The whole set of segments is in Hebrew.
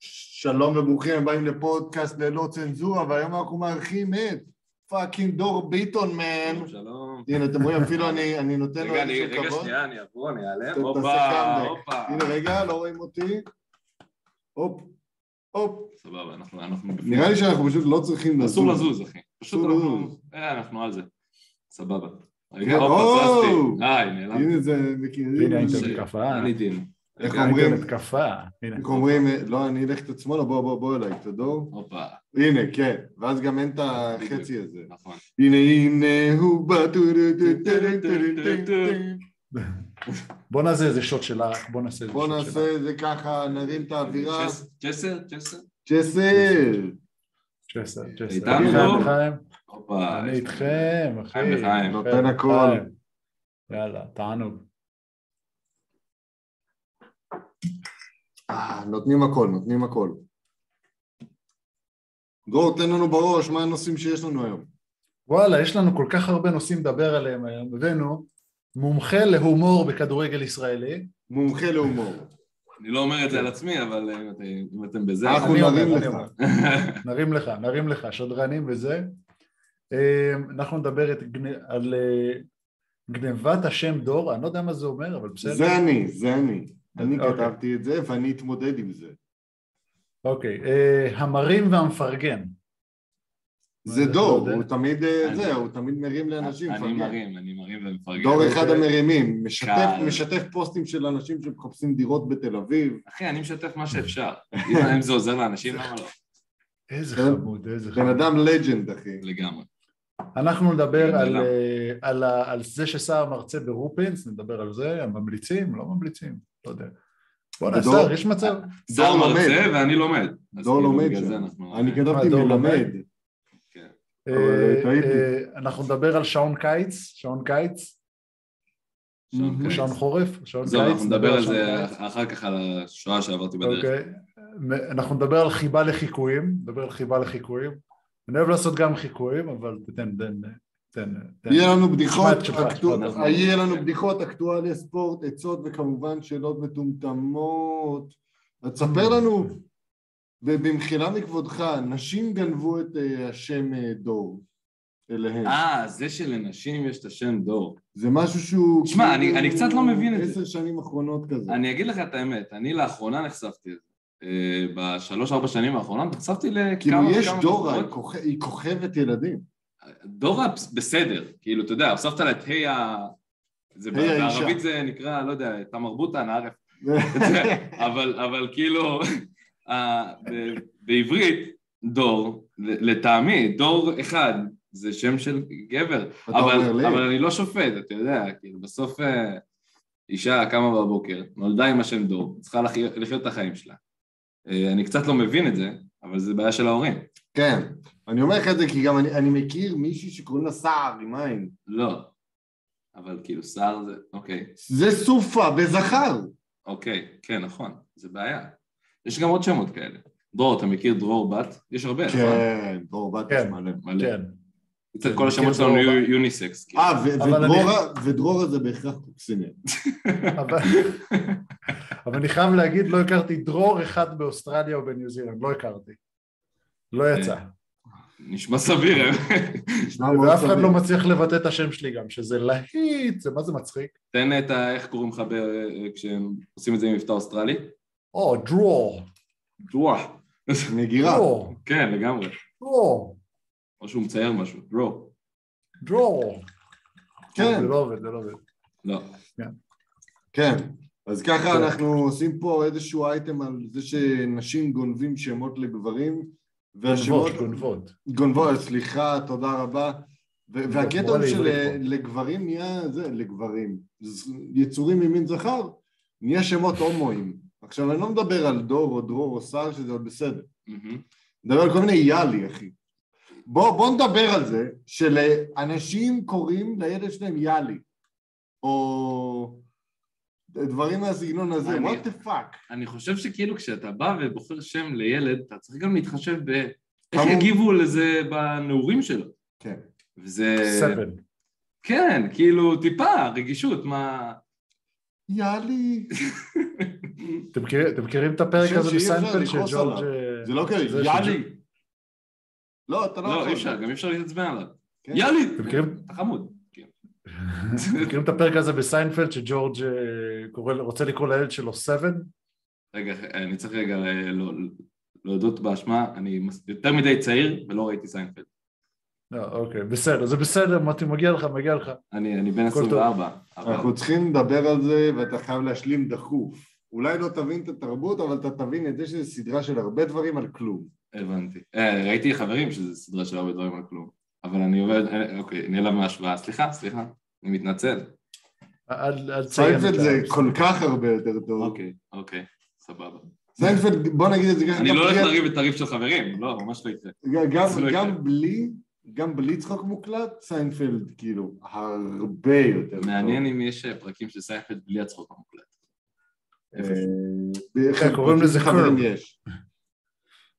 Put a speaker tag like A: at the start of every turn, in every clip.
A: שלום וברוכים הבאים לפודקאסט ללא צנזורה, והיום אנחנו מארחים את פאקינג דור ביטון מן.
B: שלום.
A: הנה, אתם רואים, אפילו אני, אני נותן לו
B: רגע, אני-
A: איזשהו
B: רגע,
A: כבוד.
B: שנייה, אני אבוא, אני
A: ת-
B: אעלם.
A: תעשה
B: הופה,
A: קאמבק.
B: הופה.
A: הנה, רגע, לא רואים אותי. הופ, הופ.
B: סבבה, אנחנו אנחנו בפנים.
A: נראה לי שאנחנו פשוט לא צריכים לזוז.
B: אסור לזוז, אחי. פשוט
A: אסור
B: אנחנו...
A: לזוז.
B: אה, אנחנו על זה. סבבה.
A: כן,
B: רגע,
A: או!
B: הופה, זזתי. אה, הנה, למה?
A: הנה, זה...
C: הנה
B: זה-
C: הייתם התקפה,
B: אני דין. אוקיי.
A: איך
B: רגע,
A: אומרים?
C: הייתם התקפה, הנה.
A: איך אומרים, לא, אני אלך קצת שמאלה, בוא, בוא, בוא אליי, תדור.
B: הופה,
A: הנה, כן, ואז גם אין את החצי הזה.
B: נכון.
A: הנה, הנה, הוא בא... טו, טו, טו, טו, טו, טו, טו, טו.
C: בוא נעשה איזה שוט שלך, בוא נעשה איזה
A: בוא
C: שוט
A: נעשה את זה ככה, נרים את האווירה.
B: צ'ס- צ'סר? צ'סר?
A: צ'סר!
C: שלך. שסר, שסר.
B: איתנו,
C: אני
B: לא?
C: איתכם,
B: הופה.
C: אני איתכם, אחי.
B: חיים לחיים.
C: איתכם,
A: נותן הכל.
C: איתכם. יאללה, תענוג.
A: אה, נותנים הכל, נותנים הכל. דרור, תן לנו בראש, מה הנושאים שיש לנו היום?
C: וואלה, יש לנו כל כך הרבה נושאים לדבר עליהם היום. הבאנו מומחה להומור בכדורגל ישראלי.
A: מומחה להומור.
B: אני לא אומר את זה על עצמי, אבל אה, אם אתם- אם אתם בזה...
A: אנחנו
C: אני אומר,
A: נרים
C: אני
A: לך.
C: אומר. נרים לך, נרים לך, שדרנים וזה. אמ, אנחנו נדבר את גנ- על אה, גנבת השם דור, אני לא יודע מה זה אומר, אבל בסדר.
A: זה אני, זה אני. אני
C: אוקיי.
A: כתבתי את זה ואני אתמודד עם זה.
C: אוקיי, אה, המרים והמפרגן.
A: זה
C: אני
A: דור,
C: יודע.
A: הוא תמיד, אה,
B: אני-
A: זה, הוא תמיד מרים לאנשים.
B: אני
A: מפרגן.
B: מרים, אני מרים ומפרגן.
A: דור
C: אוקיי.
A: אחד המרימים, משתף,
B: קל.
A: משתף פוסטים של אנשים שמחפשים דירות בתל אביב.
B: אחי, אני משתף מה שאפשר. אם- אם זה עוזר לאנשים, למה לא?
C: איזה
A: כן.
C: חמוד, איזה
A: בן
C: חמוד.
A: אדם לג'נד, אחי.
B: לגמרי.
C: אנחנו נדבר
B: בן
C: על,
B: אדם.
C: אה, על, ה- על זה ששר מרצה ברופינס, נדבר על זה, ממליצים, לא ממליצים, לא יודע. בואנה,
A: בדור-
C: שר, יש מצב. אה,
B: שר
A: לומד.
B: מרצה ואני לומד. אז
A: דור
B: כאילו,
A: לומד
B: בגלל
A: שם.
B: זה אנחנו-
A: אני כן- כתבתי
C: דור
A: מלמד. אבל
B: לא
C: אה,
A: טעיתי.
C: אה, אנחנו נדבר על שעון קיץ, שעון קיץ,
B: שעון
A: Mhm.
B: קיץ.
C: שעון חורף, שעון קיץ.
B: זהו, אנחנו
A: לא
B: נדבר על
C: שעון
B: זה
C: קיץ.
B: אחר כך על השואה שעברתי בדרך.
C: אוקיי. מ- אנחנו נדבר על חיבה לחיקויים, נדבר על חיבה לחיקויים. אני אוהב לעשות גם חיקויים, אבל תן, תן, תן. תן.
A: יהיה לנו בדיחות,
C: תשמע, תשמע,
A: אקטו-
C: תשמע,
B: אנחנו-
A: יהיה לנו בדיחות, אקטואליה, ספורט, עצות וכמובן שאלות מטומטמות. אז ספר לנו, ובמחילה מכבודך, נשים גנבו את אה, השם אה, דור אליהם.
B: אה, זה שלנשים יש את השם דור.
A: זה משהו שהוא...
B: שמע,
A: כאילו
B: אני- אני קצת לא מבין את זה.
A: עשר שנים אחרונות כזה.
B: אני אגיד לך את האמת, אני לאחרונה נחשפתי לזה. אה, בשלוש-ארבע שנים האחרונות נחשפתי לכמה
A: כאילו
B: וכמה...
A: יש דורה, היא
B: דורות.
A: כוכ- היא כוכבת ילדים.
B: דורה בסדר, כאילו, אתה יודע, הוספת לה את היי ה... זה ב-
A: היי האישה.
B: בערבית זה נקרא, לא יודע, תמרבוטה, נערף. אבל, אבל כאילו, ה- ב- בעברית, דור, לטעמי, דור אחד זה שם של גבר,
A: אתה אומר
B: אבל,
A: לי,
B: אבל אני לא שופט, אתה יודע, כאילו, בסוף אה, אישה קמה בבוקר, נולדה עם השם דור, צריכה לחיות, לחיות את החיים שלה. אה, אני קצת לא מבין את זה, אבל זה בעיה של ההורים.
A: כן. אני אומר לך את זה כי גם אני- אני מכיר מישהי שקוראים לה סער עם עין.
B: לא. אבל כאילו, שר זה, אוקיי,
A: זה סופה בזכר.
B: אוקיי, כן, נכון, זה בעיה. יש גם עוד שמות כאלה. דרור, אתה מכיר דרור בת? יש הרבה, נכון?
A: כן, דרור בת
C: כן.
A: יש מלא.
B: מלא.
C: כן.
B: קצת כל השמות
C: מכיר
B: שלנו
C: דרור
B: יהיו יוניסקס. כאילו.
A: אה, ו-
C: אבל
A: ודרורה, ודרורה זה בהכרח קוקסינל.
C: אבל אבל אני חייב להגיד, לא הכרתי דרור אחד באוסטרליה או בניו זילנד, לא הכרתי.
A: אה,
C: לא יצא.
B: נשמע סביר. אה?
A: נשמע מאוד
C: ואף אחד
A: סביר.
C: לא מצליח לבטא את השם שלי גם, שזה להיט, זה מה זה מצחיק.
B: תן את ה... איך קוראים לך ב- אה, כשהם עושים את זה עם מבטא אוסטרלי?
C: או, דרור,
B: דרור.
A: נגירה.
C: דרור,
B: כן, לגמרי.
C: דרור,
B: או שהוא מצייר משהו, דרור.
C: דרור.
A: כן,
C: זה לא עובד, זה לא עובד.
B: לא.
A: כן. אז ככה
C: כן.
A: אנחנו עושים פה איזשהו אייטם על זה שנשים גונבים שמות לגברים, והשמות...
C: גונבות, גונבות.
A: גונבות, סליחה, תודה רבה. ו- והקטע
C: מורה
A: הוא
C: לעברית פה.
A: שלגברים נהיה זה, לגברים, ז- יצורים ממין זכר, נהיה שמות הומואים. עכשיו, אני לא מדבר על דור או דרור או שר, שזה עוד בסדר.
B: מהמם.
A: מדבר על כל מיני יאלי, אחי. בוא, בוא נדבר על זה שלאנשים קוראים לילד שלהם יאלי, או דברים מהסגנון הזה,
B: אני-
A: what the fuck.
B: אני חושב שכאילו כשאתה בא ובוחר שם לילד, אתה צריך גם להתחשב ב... איך
A: כמובן.
B: יגיבו לזה בנעורים שלו.
A: כן.
B: וזה...
C: סבן.
B: כן, כאילו, טיפה, רגישות, מה...
A: יאלי.
C: אתם מכירים- אתם מכירים את הפרק
A: שם
C: הזה
A: שאי אפשר
C: בסיינפלד
A: לכעוס
C: שג'ורג'
A: עליו.
C: אה,
A: זה לא כזה,
C: זה
B: יאלי.
A: לא, אתה לא
B: לא, כן. אי אפשר, גם אי אפשר להתעצבן עליו. יאלי!
C: אתם מכירים-
B: אתה חמוד. כן.
C: אתם מכירים את הפרק הזה בסיינפלד שג'ורג' אה, קורא- רוצה לקרוא לילד שלו 7?
B: רגע, אני צריך רגע אה, לא- להודות באשמה, אני מס- יותר מדי צעיר ולא ראיתי סיינפלד.
C: לא, אוקיי, בסדר, זה בסדר, מוטי, מגיע לך, מגיע לך.
B: אני אני בן
C: הכל טוב.
B: 24. אבל-
A: אנחנו צריכים לדבר על זה, ואתה חייב להשלים דחוף. אולי לא תבין את התרבות, אבל אתה תבין את זה שזו סדרה של הרבה דברים על כלום.
B: הבנתי. אה, ראיתי חברים שזו סדרה של הרבה דברים על כלום. אבל אני עובד, אה, אוקיי, נעלם מההשוואה. סליחה, סליחה, אני מתנצל.
C: אל אל תציין את
A: סיינפלד
C: ה-
A: זה כל כך הרבה יותר טוב.
B: אוקיי, אוקיי, סבבה.
A: סיינפלד, בוא נגיד את זה ככה.
B: אני
A: גם
B: לא הולך
A: בלי-
B: לריב את הריב של חברים, לא, ממש לא יקרה.
A: גם-
B: זה לא יקרה.
A: גם בלי, גם בלי צחוק מוקלט, סיינפלד כאילו הרבה יותר טוב.
B: מעניין אם יש אה, פרקים של סיינפלד בלי הצחוק המוקלט. אפס.
A: אה,
C: כן, קוראים לזה
A: חברים
C: curb.
A: יש.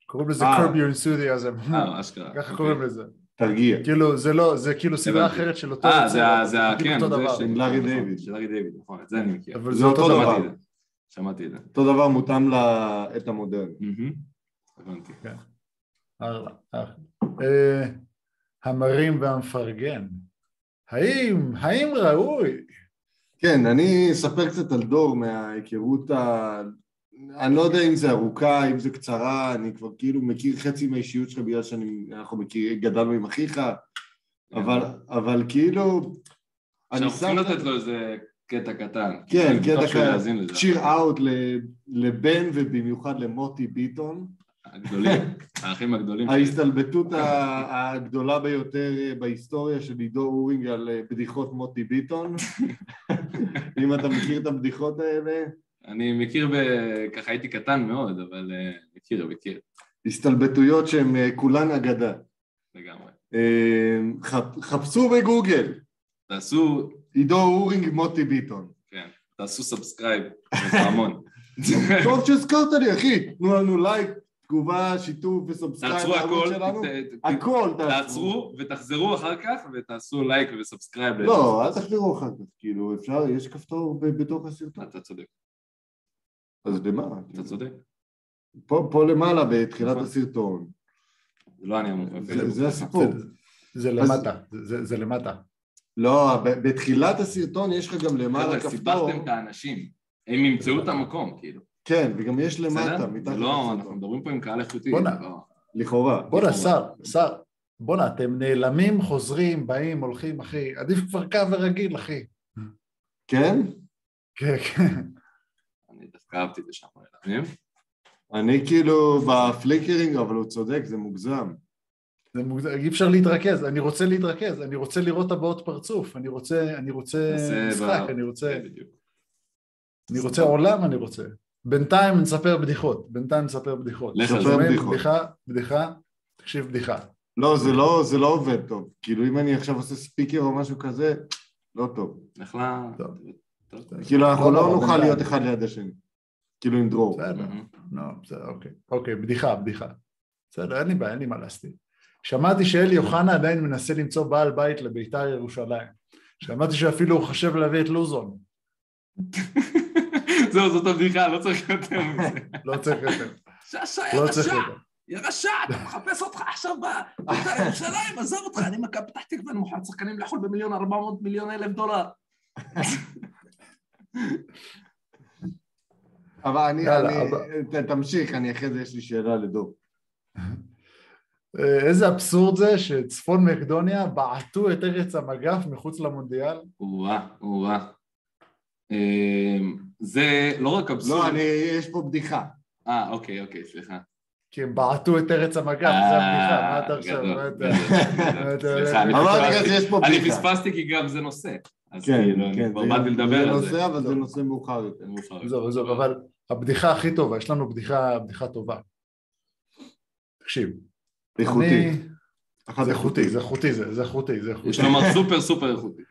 C: קוראים לזה
A: אה.
C: curb your enthusiasm.
B: אה, אשכרה.
C: ככה
B: אוקיי.
C: קוראים לזה.
A: תרגיע.
C: כאילו, זה לא, זה כאילו סדרה
B: הבנתי.
C: אחרת של אותו
B: אה,
C: יוצר,
B: זה ה...
C: אבל
B: זה ה...
C: בדיוק
B: כן,
C: אותו
B: זה
C: דבר.
A: של לארי
B: נכון,
A: דיוויד.
B: של לארי דיוויד, נכון, את זה אני מכיר.
C: אבל
A: זה
C: זה אותו
A: אותו
C: דבר.
A: דבר.
B: שמעתי את זה. שמעתי את זה.
A: אותו דבר מותאם ל- את המודרני.
B: מהמם. הבנתי.
C: אחלה, אחלה. אה, המרים והמפרגן. האם, האם ראוי?
A: כן, אני אספר קצת על דור מההיכרות ה... אני לא יודע אם זה ארוכה, אם זה קצרה, אני כבר כאילו מכיר חצי מהאישיות שלך בגלל שאנחנו מכיר, גדלנו עם אחיך,
B: כן.
A: אבל, אבל כאילו, אני
B: אנחנו צריכים
A: שם
B: לתת לו איזה קטע קטן.
A: כן,
B: אני
A: קטע
B: בטוח שהוא
A: קטן.
B: יאזין לזה.
A: צ'יר אאוט לבן ובמיוחד למוטי ביטון,
B: הגדולים, האחים הגדולים. שלי.
A: ההסתלבטות ה- הגדולה ביותר אה, בהיסטוריה של עידו אורינג על אה, בדיחות מוטי ביטון, אם אתה מכיר את הבדיחות האלה.
B: אני מכיר, ב- ככה הייתי קטן מאוד, אבל אה, מכיר, מכיר,
A: הסתלבטויות שהן אה, כולן אגדה.
B: לגמרי.
A: אה, חפ- חפשו בגוגל,
B: תעשו,
A: עידו אורינג מוטי ביטון.
B: תעשו סאבסקרייב, זה המון.
A: טוב שהזכרת לי, אחי, תנו לנו לייק, תגובה, שיתוף וסובסקרייב
B: תעצרו הכל,
A: לערוץ שלנו.
B: ת- ת-
A: הכל
B: תעצרו ותחזרו אחר כך ותעשו לייק וסאבסקרייב.
A: לא, אל תחזירו אחר כך, כאילו, אפשר, יש כפתור ב- בתוך הסרטון.
B: אתה צודק,
A: אז למה?
B: אתה צודק.
A: פה פה למעלה בתחילת
B: נכון.
A: הסרטון.
B: זה לא אני אמור.
A: זה- זה הסיפור.
C: זה- זה
A: אז-
C: למטה, זה- זה- זה למטה.
A: לא, ב- בתחילת הסרטון יש לך גם למעלה
B: חבר'ה,
A: כפתור.
B: סיבכתם את האנשים. הם ימצאו את המקום, כאילו.
A: כן, וגם יש למטה,
B: בסדר?
A: מתחת
B: לא, אנחנו
A: לסרטון.
B: מדברים פה עם קהל איכותי.
C: בואנה.
B: לא.
A: לכאורה.
C: בואנה,
B: לכאורה.
C: שר, שר, בואנה, אתם נעלמים, חוזרים, באים, הולכים, אחי. עדיף כבר קו רגיל, אחי.
A: כן?
C: כן, כן.
B: אני דווקא אהבתי את זה שם. אתה מבין?
A: אני כאילו בפליקרינג, אבל הוא צודק, זה מוגזם.
C: זה מוגזם, אי אפשר להתרכז, אני רוצה להתרכז, אני רוצה לראות הבעות פרצוף, אני רוצה, אני רוצה
B: תעשה
C: משחק,
B: ב-
C: אני רוצה,
B: בדיוק.
C: אני רוצה עולם, אני רוצה. בינתיים נספר בדיחות, בינתיים נספר בדיחות.
B: לך על
A: ספר
B: זה.
C: שומעים?
A: בדיחות.
C: בדיחה, בדיחה, תקשיב בדיחה.
A: לא, זה לא, זה לא עובד טוב. כאילו, אם אני עכשיו עושה ספיקר או משהו כזה, לא טוב.
B: נחלה...
C: טוב.
B: טוב.
A: כאילו, אנחנו
C: לא,
A: לא
C: לא,
A: נוכל
C: בינתיים.
A: להיות אחד ליד השני. כאילו, עם דרור.
C: בסדר,
B: מהמם.
C: לא, בסדר, אוקיי. אוקיי, בדיחה, בדיחה. בסדר, אין לי בעיה, אין לי מה להסתיר. שמעתי שאלי אוחנה עדיין מנסה למצוא בעל בית לביתר ירושלים. שמעתי שאפילו הוא חושב להביא את לוזון.
B: זהו, זאת הבדיחה, לא צריך יותר מזה.
C: לא צריך יותר,
B: שעשע,
C: לא צריך יותר.
B: יא רשע, אתה מחפש אותך עכשיו בבית"ר ירושלים, עזוב אותך, אני מכבי פתח תקווה, אני מוכן שחקנים לחו"ל במיליון ארבע מאות מיליון אלף דולר.
A: אבל אני,
C: יאללה,
A: אני-
C: אבל-
A: ת- תמשיך, אני אחרי זה יש לי שאלה לדור.
C: אה, איזה אבסורד זה שצפון מקדוניה בעטו את ארץ המגף מחוץ למונדיאל?
B: או-אה, או-אה. אמ, זה לא רק
A: לא,
B: אבסורד.
A: אני, יש פה בדיחה.
B: אה, אוקיי, אוקיי, סליחה.
C: כי הם בעטו את ארץ המגף, זה הבדיחה, מה אתה
B: אה,
C: עכשיו?
B: גדול,
C: מה אתה-
B: גדול, גדול.
C: אתה-
B: סליחה, אני
A: אמרתי לך
B: פספסתי.
A: שיש פה
B: אני
A: בדיחה.
B: פספסתי כי גם זה נושא. אז
A: כן,
B: כאילו, אני
A: כן.
B: כבר
A: זה-
B: באתי לדבר על
A: זה
B: זה. לא,
A: נושא, אבל זה לא- נושא מאוחר יותר.
B: מאוחר.
C: עזוב, עזוב, אבל הבדיחה הכי טובה, יש לנו בדיחה, בדיחה טובה. תקשיב,
A: איכותי.
C: אני-
A: אחת
C: זה איכותי, זה איכותי, זה זה איכותי, זה איכותי.
B: יש לומר סופר סופר איכותי.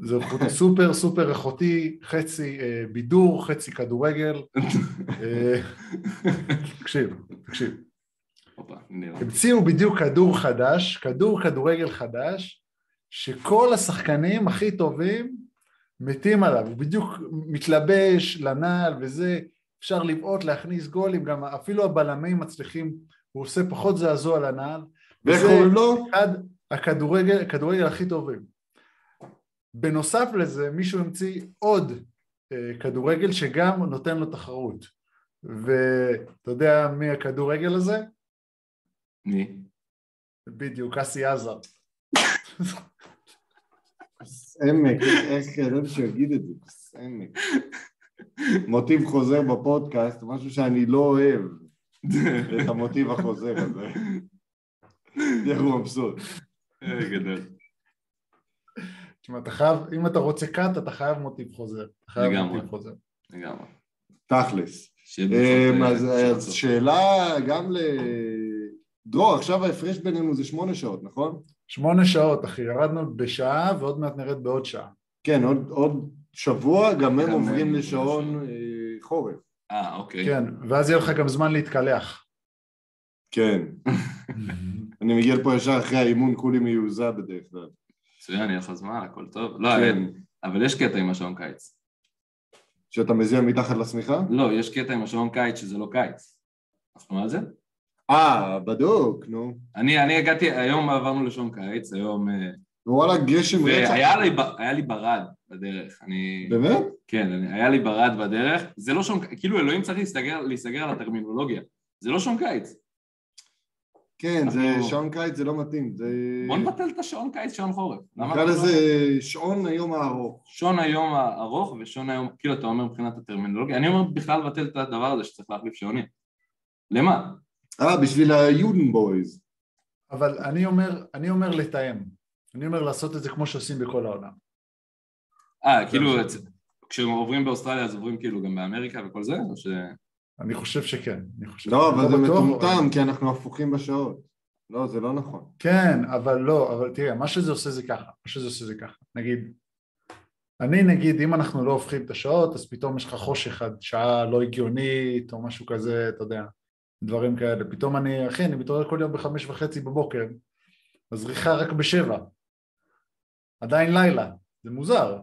C: זה איכותי, סופר סופר איכותי, חצי אה, בידור, חצי כדורגל. אה, תקשיב, תקשיב.
B: הופה, הנה,
C: המציאו בדיוק כדור חדש, כדור כדורגל חדש, שכל השחקנים הכי טובים מתים עליו, הוא בדיוק מתלבש לנעל וזה, אפשר לבעוט, להכניס גולים, גם אפילו הבלמים מצליחים, הוא עושה פחות זעזוע לנעל.
A: ואיך
C: וזה
A: קוראים לו?
C: אחד הכדורגל, הכדורגל הכי טובים. בנוסף לזה, מישהו המציא עוד אה, כדורגל שגם נותן לו תחרות. ואתה יודע מי הכדורגל הזה?
B: מי?
C: בדיוק, אסי עזר.
A: עמק, איך כן, לא ידעתי שיגיד את זה? עמק. מוטיב חוזר בפודקאסט, משהו שאני לא אוהב, את המוטיב החוזר הזה. איך הוא מבסוט.
B: אה, גדול.
C: תשמע, אתה חייב, אם אתה רוצה קאט, אתה חייב מוטיב חוזר. אתה חייב
B: לגמרי.
C: מוטיב חוזר.
B: לגמרי.
A: תכלס.
B: שיהיה
A: אמ,
B: בסוף,
A: אז
B: אה,
A: אז
B: בסוף.
A: שאלה גם לדרור, עכשיו ההפרש בינינו זה שמונה שעות, נכון?
C: שמונה שעות, אחי, ירדנו בשעה, ועוד מעט נרד בעוד שעה.
A: כן, עוד- עוד שבוע גם הם
B: גם הם
A: עוברים
B: לשעון.
A: לשעון אה, חורף.
B: אה, אוקיי.
C: כן, ואז יהיה לך גם זמן להתקלח.
A: כן. אני מגיע לפה ישר אחרי האימון, כולי מיוזע בדרך כלל.
B: מצוין, יהיה לך זמן, הכל טוב. לא,
A: כן.
B: אבל יש קטע עם השעון קיץ.
A: שאתה מזיע מתחת לשמיכה?
B: לא, יש קטע עם השעון קיץ שזה לא קיץ. אנחנו על זה?
A: אה, בדוק, נו.
B: אני, אני הגעתי, היום עברנו לשעון קיץ, היום... אה,
A: וואלה, גשם רצח.
B: והיה לי, ב- היה לי ברד בדרך, אני...
A: באמת?
B: כן, אני, היה לי ברד בדרך, זה לא שעון, ק- כאילו אלוהים צריך להסתגר, להסתגר על הטרמינולוגיה, זה לא שעון קיץ.
A: כן, זה
B: אנחנו-
A: שעון קיץ, זה לא מתאים. זה...
B: בוא נבטל את השעון קיץ, שעון חורף. למה
A: נקרא
B: אתה לא-
A: לזה שעון היום הארוך.
B: שעון היום הארוך ושעון היום, כאילו אתה אומר מבחינת הטרמינולוגיה, אני אומר בכלל לבטל את הדבר הזה שצריך להחליף שעונים. למה?
A: אה, בשביל היודן בויז.
C: אבל אני אומר, אני אומר לתאם. אני אומר לעשות את זה כמו שעושים בכל העולם. כן.
B: אה, כאילו, את- כשהם עוברים באוסטרליה אז עוברים כאילו גם באמריקה וכל זה? או ש...
C: אני חושב שכן, אני חושב.
A: לא,
C: אני
A: אבל זה
C: בטוח,
A: מטומטם, כי אנחנו הפוכים בשעות. לא, זה לא נכון.
C: כן, אבל לא, אבל תראה, מה שזה עושה זה ככה, מה שזה עושה זה ככה, נגיד, אני נגיד, אם אנחנו לא הופכים את השעות, אז פתאום יש לך חושך עד שעה לא הגיונית, או משהו כזה, אתה יודע, דברים כאלה, פתאום אני, אחי, אני מתעורר כל יום בחמש וחצי בבוקר, מזריחה רק בשבע, עדיין לילה, זה מוזר,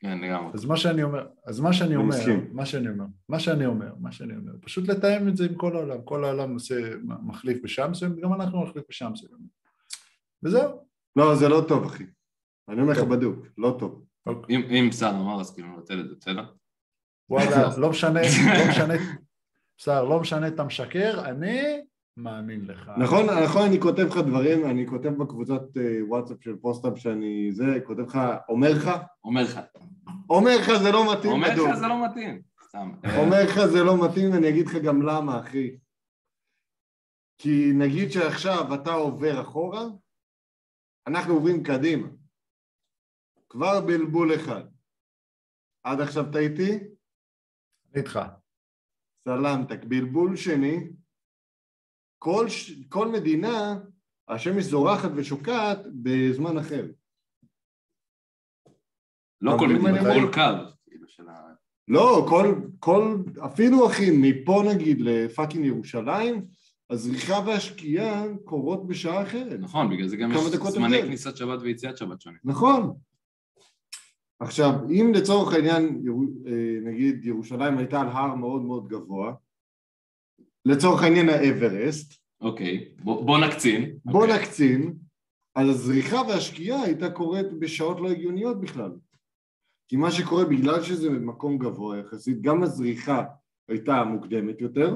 B: כן, לגמרי.
C: אז מה שאני אומר, אז מה שאני
A: אני
C: אומר,
A: מסכים.
C: מה שאני אומר, מה שאני אומר, מה שאני אומר, פשוט לתאם את זה עם כל העולם, כל העולם עושה, מחליף בשעה מסוימת, גם אנחנו נחליף בשעה מסוימת, וזהו.
A: לא, זה לא טוב, אחי. אני אומר לך בדוק, לא טוב.
C: אוקיי.
B: אם, אם שר אמר אז כאילו נבטל את זה, בסדר?
C: וואלה, לא משנה, לא משנה, בסדר, לא משנה אתה משקר, אני מאמין לך.
A: נכון, נכון, אני כותב לך דברים, אני כותב בקבוצת אה, וואטסאפ של פוסט-אפ שאני זה, כותב לך, אומר לך,
B: אומר לך.
A: אומר לך זה לא מתאים
B: אומר
A: בדוק.
B: לך זה לא מתאים. סתם.
A: אומר לך זה לא מתאים, אני אגיד לך גם למה, אחי. כי נגיד שעכשיו אתה עובר אחורה, אנחנו עוברים קדימה. כבר בלבול אחד. עד עכשיו אתה איתי?
C: אני איתך.
A: סלמתק. בלבול שני, כל, ש- כל מדינה, השמש זורחת ושוקעת בזמן אחר.
B: לא כל
A: אבל אם
B: מדינה,
A: אני-
B: כל קו. כאילו, של ה-
A: לא, כל, כל, אפילו אחי, מפה נגיד לפאקינג ירושלים, הזריחה והשקיעה קורות בשעה אחרת.
B: נכון, בגלל זה גם
A: כמה
B: יש
A: דקות
B: זמני
A: הבדל.
B: כניסת שבת ויציאת שבת שונים.
A: נכון. עכשיו, אם לצורך העניין, יר- אה, נגיד, ירושלים הייתה על הר מאוד מאוד גבוה, לצורך העניין האברסט,
B: אוקיי, בוא בוא נקצין.
A: בוא
B: אוקיי.
A: נקצין, אז הזריחה והשקיעה הייתה קורית בשעות לא הגיוניות בכלל. כי מה שקורה בגלל שזה מקום גבוה יחסית, גם הזריחה הייתה מוקדמת יותר,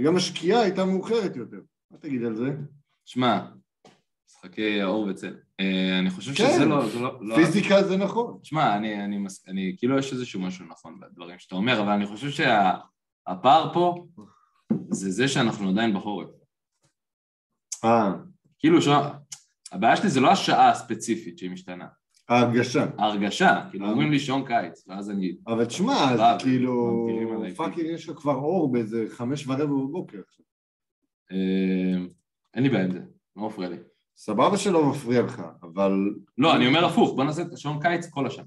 A: וגם השקיעה הייתה מאוחרת יותר. מה תגיד על זה?
B: שמע, משחקי האור וצל. אה, אני חושב
A: כן.
B: שזה לא... זה לא- לא-
A: פיזיקה זה נכון.
B: שמע, אני, אני, מס- אני, כאילו יש איזשהו משהו נכון בדברים שאתה אומר, אבל אני חושב שהפער פה זה זה שאנחנו עדיין בחורף.
A: אה,
B: כאילו, שמה, הבעיה שלי זה לא השעה הספציפית שהיא משתנה,
A: ההרגשה.
B: ההרגשה, כאילו אומרים לי שעון קיץ, ואז אני...
A: אבל תשמע,
B: אה,
A: זה כאילו,
B: מגדירים עליי,
A: פאקינג יש לך כבר אור באיזה חמש ורבע בבוקר.
B: אה, אין לי בעיה עם זה, לא מפריע לי.
A: סבבה שלא מפריע לך, אבל...
B: לא, אני אומר הפוך, בוא נעשה את השעון קיץ כל השנה.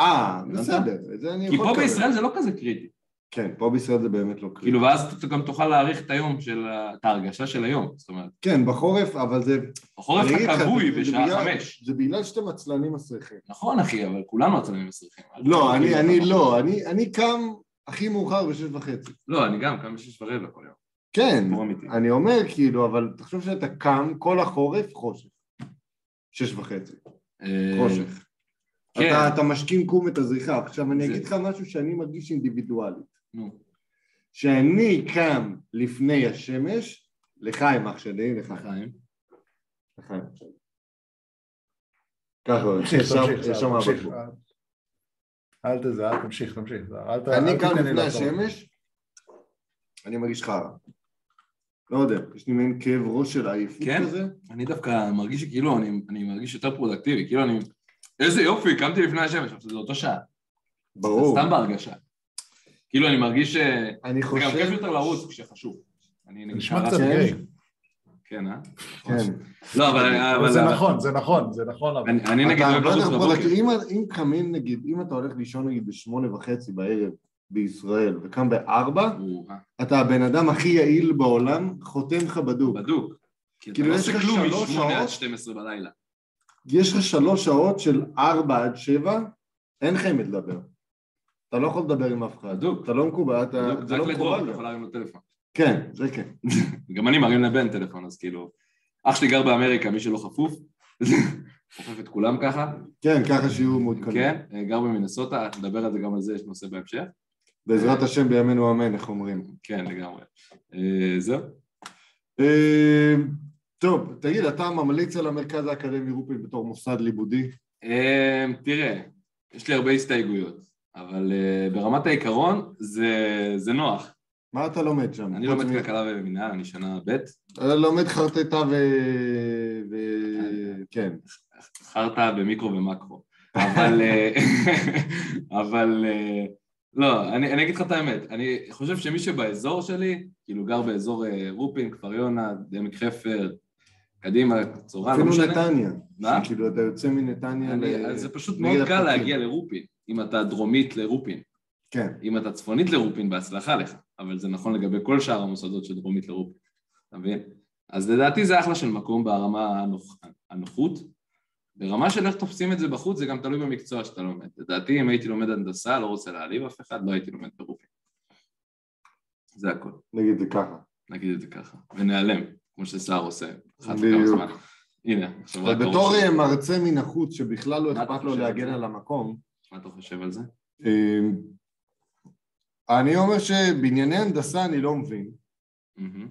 A: אה,
B: הבנת?
A: בסדר, את זה אני
B: כי
A: יכול...
B: פה
A: לקבל.
B: בישראל זה לא כזה קריטי.
A: כן, פה בישראל זה באמת לא קריטי.
B: כאילו, ואז אתה גם תוכל להעריך את היום של... ה- את ההרגשה של היום, זאת אומרת,
A: כן, בחורף, אבל זה...
B: בחורף
A: אני אגיד
B: אתה
A: לך,
B: כבוי
A: זה- זה
B: בשעה
A: בגלל-
B: חמש.
A: זה בגלל שאתם עצלנים מסריחים.
B: נכון, אחי, אבל כולנו עצמאים מסריחים.
A: לא, אני, אני לא, אני, אני קם הכי מאוחר בשש וחצי.
B: לא, אני גם קם בשש ורבע כל יום.
A: כן,
B: סיפור אמיתי.
A: אני אומר כאילו, אבל תחשוב שאתה קם כל החורף חושך. שש וחצי,
B: אה,
A: חושך.
B: כן.
A: אתה, אתה משכים קום את הזריחה. עכשיו אני
B: זה-
A: אגיד לך משהו שאני מרגיש אינדיבידואלי.
B: נו,
A: שאני קם לפני השמש, לחיים אח שלי, לחיים.
B: חיים.
A: לחיים. ככה,
C: תמשיך,
A: יש שם-
C: תמשיך,
A: יש שם
C: זהר, תמשיך,
A: אבקבוק.
C: אל- אל תזה, אל תמשיך, תמשיך, זהר, אל ת- אל
A: אני
C: תיתן
A: קם
C: לי
A: לפני
C: לעזור.
A: השמש, אני מרגיש חרא. לא יודע, יש לי מעין כאב ראש של עייפות
B: כן?
A: כזה.
B: אני דווקא מרגיש שכאילו, אני, אני מרגיש יותר פרודקטיבי, כאילו אני... איזה יופי, קמתי לפני השמש, עכשיו זה אותו שעה.
A: ברור.
B: זה סתם בהרגשה. כאילו, אני מרגיש ש...
A: אני
B: זה גם כיף
A: חושב...
B: יותר לרוץ כשחשוב. אני
C: זה
B: נגיד
C: נשמע
B: רץ-
C: קצת
A: כן.
C: גיי.
B: כן, אה?
A: כן.
B: לא, אבל...
C: אבל
B: אבל-
C: זה נכון, זה נכון, זה נכון, אבל...
B: אני אני לא נגיד...
A: אתה לא
B: אוהב
A: הרבה
B: לרוץ
A: יותר
B: בבוקר.
A: פרודקטיבי. אם- אם קמים נגיד, אם אתה הולך לישון נגיד בשמונה וחצי בערב בישראל וקם בארבע,
B: הוא, אה,
A: אתה הבן אדם הכי יעיל בעולם, חותם לך בדוק.
B: בדוק. כי אתה
A: כאילו,
B: לא
A: יש
B: עושה
A: לך
B: כלום
A: שלוש
B: מ-8 עד
A: שעות?
B: 12 בלילה.
A: יש לך שלוש שעות של ארבע עד שבע, אין לך עם מי לדבר. אתה לא יכול לדבר עם אף אחד.
B: בדוק.
A: אתה לא מקובל, אתה
B: בדוק,
A: אתה
B: רק נכון.
A: לא
B: לדרור, אתה
A: מקובל.
B: יכול להרים לו טלפון.
A: כן, זה כן.
B: גם אני מרים לבן טלפון, אז כאילו... אח שלי גר באמריקה, מי שלא חפוף, חופף את כולם ככה,
A: כן, ככה שיהיו מעודכנים.
B: כן, גר במינסוטה, נדבר על זה גם על זה, יש נושא בהמשך,
A: בעזרת השם בימינו אמן, איך אומרים.
B: כן לגמרי. אה, זהו,
A: אה, טוב, תגיד, אתה ממליץ על המרכז האקדמי רופין בתור מוסד לימודי?
B: אה, תראה, יש לי הרבה הסתייגויות, אבל אה, ברמת העיקרון זה זה נוח.
A: מה אתה לומד שם?
B: אני
A: חוץ
B: לומד
A: מ-
B: כלכלה ומינהל, אני שנה ב',
A: אתה לומד חרטטה ו... ו... כן.
B: חרטא במיקרו ומקרו, אבל... אה, אבל... אה, לא, אני, אני אגיד לך את האמת, אני חושב שמי שבאזור שלי, כאילו גר באזור אה, רופין, כפר יונה, עמק חפר, קדימה, צורה, לא
A: אפילו
B: משנה.
A: נתניה.
B: מה?
A: כאילו, אתה יוצא מנתניה
B: אני-
A: ל-
B: אז זה פשוט
A: נגד
B: מאוד קל
A: הפקקים.
B: להגיע לרופין, אם אתה דרומית לרופין.
A: כן.
B: אם אתה צפונית לרופין, בהצלחה לך, אבל זה נכון לגבי כל שאר המוסדות שדרומית לרופין, אתה מבין? אז לדעתי זה אחלה של מקום ברמה הנוח... הנוחות. ברמה של איך תופסים את זה בחוץ, זה גם תלוי במקצוע שאתה לומד. לדעתי, אם הייתי לומד הנדסה, לא רוצה להעליב אף אחד, לא הייתי לומד ברופין. זה הכל,
A: נגיד את זה ככה.
B: נגיד את זה ככה. ונעלם, כמו שסער עושה. אחת לכמה
A: בדיוק.
B: זמן. הנה, עכשיו רק
A: בתור
B: הראש.
A: אה, מרצה מן החוץ, שבכלל לא
B: מה אתה
A: אכפת לו
B: חושב על
A: להגן
B: זה?
A: על המקום,
B: מה אתה חושב על זה?
A: אה, אני אומר שבענייני הנדסה אני לא מבין.
B: מהמם.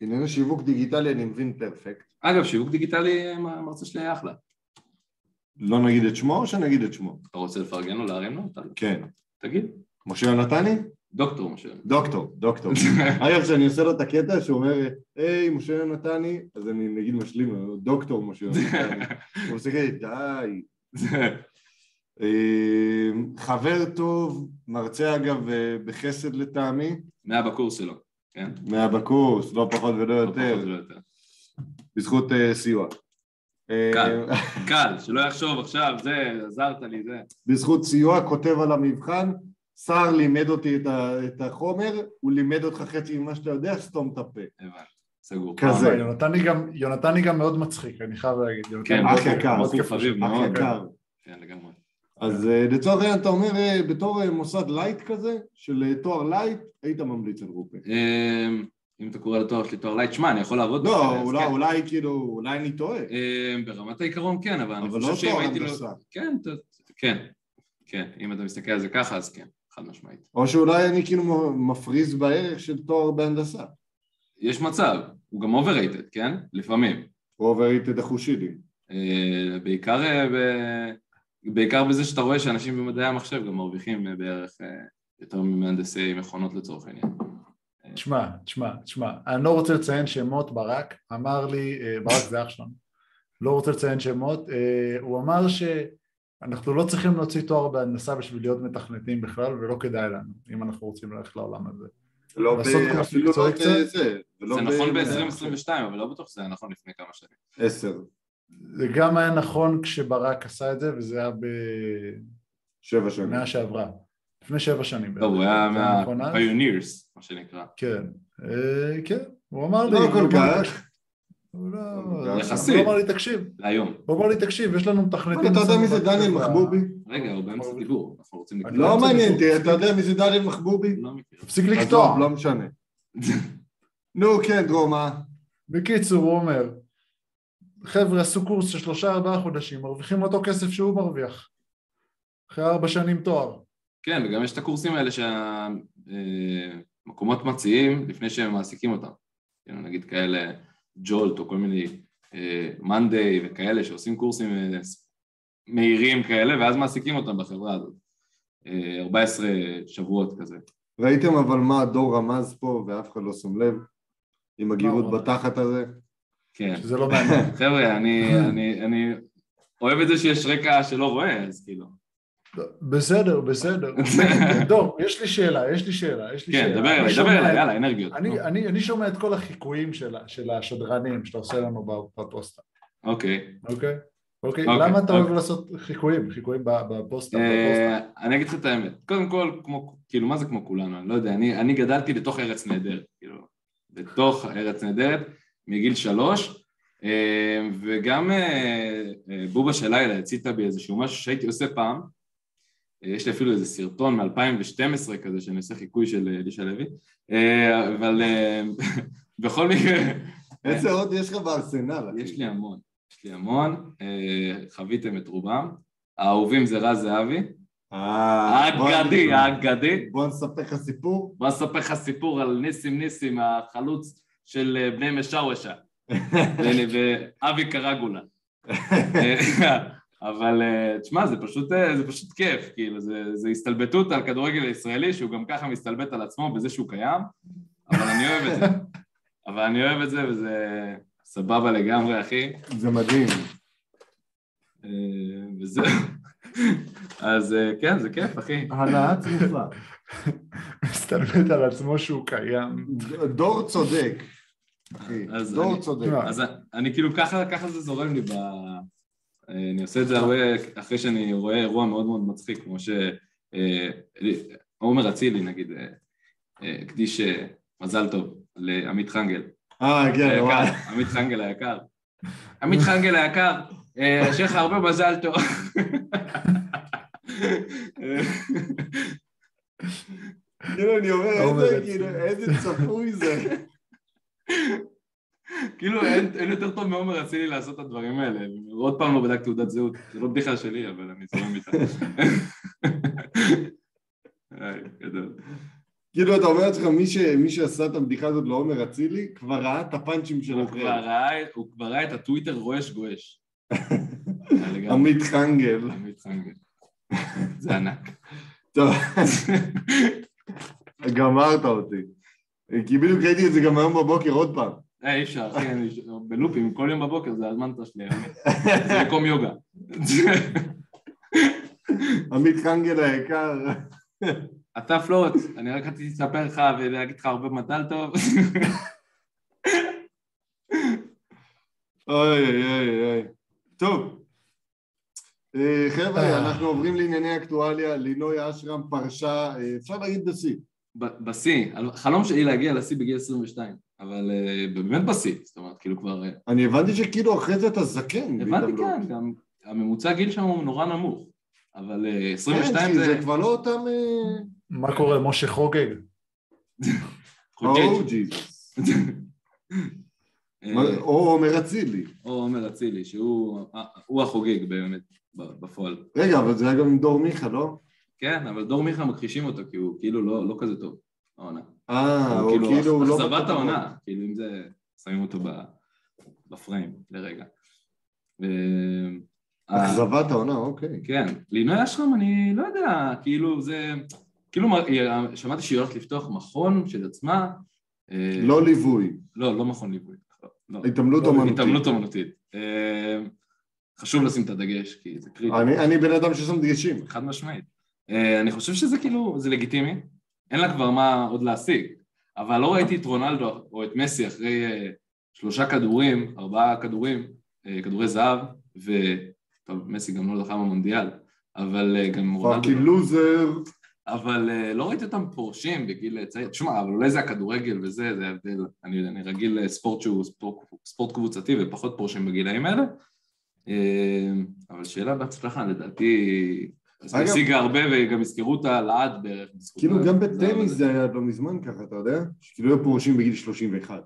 A: בענייני שיווק דיגיטלי אני מבין פרפקט.
B: אגב, שיווק דיגיטלי, המרצה שלי היה אחלה.
A: לא נגיד את שמו או שנגיד את שמו?
B: אתה רוצה לפרגן לו, להרים לו? אתה-
A: כן.
B: תגיד.
A: משה יונתני?
B: דוקטור משה.
A: דוקטור, דוקטור. אגב, כשאני עושה לו את הקטע שהוא אומר, היי, משה יונתני, אז אני נגיד משלים לו, דוקטור משה יונתני. הוא עושה כזה, די. אה, חבר טוב, מרצה אגב אה, בחסד לטעמי,
B: זה היה בקורס שלו, כן?
A: מהבקורס, לא פחות ולא
B: לא פחות
A: יותר,
B: ולא יותר.
A: בזכות אה, סיוע. אה,
B: קל. קל, שלא יחשוב עכשיו, זה, עזרת לי, זה.
A: בזכות סיוע, כותב על המבחן, סער לימד אותי את ה- את החומר, הוא לימד אותך חצי ממה שאתה יודע, סתום את הפה.
B: הבנתי. סגור.
A: כזה.
C: אבל לא, יונתני גם- יונתני גם מאוד מצחיק, אני חייב להגיד. יונתני
B: כן,
C: מאוד-
A: אח יקר,
C: מאוד
B: בחור
C: כיף
B: חביב
A: אח
B: מאוד.
A: יקר.
B: נכון. כן, לגמרי.
A: אז אה, לצורך העניין אתה אומר אה, בתור אה, מוסד לייט כזה, של אה, תואר לייט, היית ממליץ על רופא.
B: אמ, אם אתה קורא לתואר שלי תואר לייט, שמע, אני יכול לעבוד. בזה,
A: לא,
B: אז
A: אולי-
B: כן.
A: אולי כאילו, אולי אני טועה,
B: אמ, ברמת העיקרון כן, אבל אני
A: אבל
B: חושב
A: לא
B: שאם
A: תואר
B: הייתי לו...
A: הנדסה.
B: כן, אתה- כן, כן. אם אתה מסתכל על זה ככה, אז כן, חד משמעית.
A: או שאולי אני כאילו מ- מפריז בערך של תואר בהנדסה.
B: יש מצב, הוא גם overrated, כן? לפעמים.
A: או overrated החושידים.
B: אה, בעיקר, אה, ב... בעיקר בזה שאתה רואה שאנשים במדעי המחשב גם מרוויחים אה, בערך אה, יותר ממהנדסי מכונות לצורך העניין.
C: תשמע, תשמע, תשמע, אני לא רוצה לציין שמות ברק, אמר לי, אה, ברק זה אח שלנו, לא רוצה לציין שמות, אה, הוא אמר שאנחנו לא צריכים להוציא תואר בהנדסה בשביל להיות מתכנתים בכלל ולא כדאי לנו, אם אנחנו רוצים ללכת לעולם הזה.
A: לא
C: לעשות ב- קורס אפילו לא מקצועי לא ב- קצת?
A: זה. לא
B: זה נכון ב-2022, אבל לא בטוח שזה היה נכון לפני כמה שנים.
A: עשר,
C: זה גם היה נכון כשברק עשה את זה וזה היה
A: שבע שנים.
C: במאה שעברה, לפני שבע שנים.
B: טוב, הוא היה
C: לא, זה נכון אז?
B: מה-pioneers, מה שנקרא.
C: כן, אה, כן, הוא אמר לי,
A: לא כל
C: הוא אמר-
A: כך.
C: הוא
A: הוא
C: לא...
B: יחסית.
C: הוא אמר לי, תקשיב.
B: להיום.
C: הוא אמר לי, תקשיב, יש לנו מתכנתים...
A: אתה יודע מי זה
C: אצלנו
A: דניאל
C: בחברה."
A: מחבובי?
B: רגע, הוא באמצע דיבור, אנחנו רוצים לקרוא.
C: נכון. אני לא
A: לא
C: רוצה
A: מעניין אותי,
C: לקרוא.
A: אתה יודע מי זה דניאל מחבובי?
B: לא מכיר.
C: תפסיק
A: עזוב,
C: לקטוע.
A: לא משנה. נו, כן, דרור, מה?
C: בקיצור, הוא אומר, חבר'ה עשו קורס של שלושה ארבעה חודשים, מרוויחים אותו כסף שהוא מרוויח. אחרי ארבע שנים תואר.
B: כן, וגם יש את הקורסים האלה שהמקומות מציעים לפני שהם מעסיקים אותם. כאילו, נגיד כאלה ג'ולט או כל מיני מאנדיי וכאלה שעושים קורסים אה, ס- מהירים כאלה ואז מעסיקים אותם בחברה הזאת. אה, 14 שבועות כזה.
A: ראיתם אבל מה הדור רמז פה ואף אחד לא שם לב? עם הגירות
C: הוא רמז?
A: בתחת הזה?
B: כן.
C: שזה לא מעניין.
B: חבר'ה, אני, אני, אני אוהב את זה שיש רקע שלא רואה, אז כאילו.
C: בסדר, בסדר. דור, יש לי שאלה, יש לי שאלה, יש לי שאלה.
B: כן, דבר
C: אני
B: אליי, דבר
C: שומע-
B: אליי, יאללה, אנרגיות. נו.
C: אני, אני, אני שומע את כל החיקויים של, ה- של השדרנים שאתה עושה לנו בפוסטה,
B: אוקיי.
C: אוקיי? אוקיי?
B: אוקיי,
C: למה אתה אוהב
B: אוקיי.
C: לעשות חיקויים, חיקויים ב- בפוסטה? בפוסטה?
B: אה, אני אגיד לך את האמת, קודם כל, כמו, כאילו, מה זה כמו כולנו, אני לא יודע, אני, אני גדלתי לתוך ארץ נהדרת, כאילו, לתוך ארץ נהדרת, מגיל שלוש, אה, וגם אה, אה, בובה של לילה הציתה בי איזשהו משהו שהייתי עושה פעם, אה, יש לי אפילו איזה סרטון מ-2012 כזה, שאני עושה חיקוי של אה, אלישע לוי, אה, אבל אה, בכל מקרה,
A: איזה עוד יש לך בארסנל? אחי?
B: יש לי המון, יש לי המון, אה, חוויתם את רובם, האהובים זה רז זהבי,
A: אה, בוא-
B: האגדי, האגדי,
A: בוא נספר לך סיפור.
B: בוא אספר לך סיפור על ניסים ניסים, החלוץ של אה, בני משאוושה, ו- ואבי קרגולה. אה, אבל אה, תשמע, זה פשוט, אה, זה פשוט כיף, כאילו, זה, זה הסתלבטות על כדורגל הישראלי, שהוא גם ככה מסתלבט על עצמו בזה שהוא קיים, אבל אני אוהב את זה. אבל אני אוהב את זה, וזה סבבה לגמרי, אחי.
A: זה מדהים.
B: אה, וזהו. אז אה, כן, זה כיף, אחי.
A: העלאה צרופה.
C: מסתלבט על עצמו שהוא קיים.
A: דור צודק. אחי,
B: אז
A: דור
B: אני-
A: צודק.
C: תשמע,
B: אז אני כאילו ככה, ככה זה זורם לי ב... אה, אני עושה את זה הרבה אחרי שאני רואה אירוע מאוד מאוד מצחיק, כמו ש... אה, עומר אצילי נגיד אה, אה, הקדיש אה, מזל טוב לעמית חנגל.
A: אה, כן,
B: היקר,
A: וואי.
B: עמית חנגל היקר. עמית חנגל היקר, אה, שיהיה לך הרבה מזל טוב.
A: כאילו, אני אומר,
C: אומר
A: איזה,
C: את זה.
A: כאילו, איזה צפוי זה.
B: כאילו אין אין יותר טוב מעומר אצילי לעשות את הדברים האלה. עוד פעם לא בדקתי תעודת זהות, זה לא בדיחה שלי, אבל אני זורם איתה. היי, גדול.
A: כאילו, אתה אומר לעצמך, מי ש- מי שעשה את הבדיחה הזאת לעומר אצילי, כבר ראה את הפאנצ'ים של
B: הוא כבר
A: אחר.
B: ראה- הוא כבר ראה את הטוויטר רועש גועש. היה לגמרי.
A: עמית חנגל.
B: עמית חנגל. זה ענק.
A: טוב, גמרת אותי. כי בדיוק ראיתי את זה גם היום בבוקר עוד פעם.
B: אה, אי אפשר, אחי, אני בלופים, כל יום בבוקר זה הזמנת שלי, האמת. זה מקום יוגה.
A: עמית חנגל היקר.
B: אתה פלוט, אני רק רציתי לספר לך ולהגיד לך הרבה מזל טוב.
A: אוי אוי אוי אוי. טוב. אה, חבר'ה,
C: אה.
A: אנחנו עוברים לענייני אקטואליה. לינוי אשרם פרשה, אה, אפשר להגיד בשיא.
B: ב- בשיא, חלום שלי להגיע לשיא בגיל 22, אבל אה, באמת בשיא, זאת אומרת, כאילו כבר... אה,
A: אני הבנתי שכאילו אחרי זה אתה זקן. לא.
B: הבנתי
A: בהתעמלות.
B: כן, גם הממוצע גיל שם הוא נורא נמוך, אבל אה,
A: כן,
B: 22
A: כי
B: זה...
A: זה כבר לא אותם...
C: מה קורה, משה חוגג?
A: או
B: חוג'ג'.
A: ג'יזוס.
B: אה,
A: או עומר אצילי.
B: או עומר אצילי, שהוא אה, הוא החוגג באמת ב- בפועל.
A: רגע, אבל זה היה גם עם דור מיכה, לא?
B: כן, אבל דור מיכה מכחישים אותו, כי הוא כאילו לא לא כזה טוב, העונה.
A: אה, הוא
B: הוא
A: כאילו...
B: כאילו
A: לא
B: אכזבת
A: בטוח.
B: העונה, כאילו אם זה, שמים אותו ב- בפריים לרגע. אה,
A: אכזבת העונה, אוקיי.
B: כן, לינוי אשרם אני לא יודע, כאילו זה, כאילו מ- היא- שמעתי שהיא הולכת לפתוח מכון של עצמה, אה,
A: לא ליווי,
B: לא, לא מכון ליווי, לא,
A: התעמלות
C: לא,
A: אומנותית.
B: התעמלות אומנותית, אה, חשוב לשים את הדגש, כי זה קריטי,
A: אני- אני בן אדם ששם דגשים.
B: חד משמעית, אה, אני חושב שזה כאילו, זה לגיטימי, אין לה כבר מה עוד להשיג, אבל לא ראיתי את רונלדו או את מסי אחרי אה, שלושה כדורים, ארבעה כדורים, אה, כדורי זהב, ו... טוב, מסי גם לא זכה במונדיאל, אבל אה, גם רונלדו...
A: פאקינג כאילו לוזר.
B: אבל אה, לא ראיתי אותם פורשים בגיל אה, צעיר. תשמע, אבל אולי זה הכדורגל וזה, זה ההבדל. אני, אני רגיל לספורט שהוא ספורט, ספורט קבוצתי ופחות פורשים בגילאים האלה. אה, אבל שאלה בהצלחה, לדעתי... אז היא
A: אגב-
B: השיגה הרבה וגם יזכרו אותה לעד בערך. בזכות
A: כאילו
B: ה-
A: גם בטניס זה היה לא מזמן ככה, אתה יודע? שכאילו היו פורשים בגיל 31.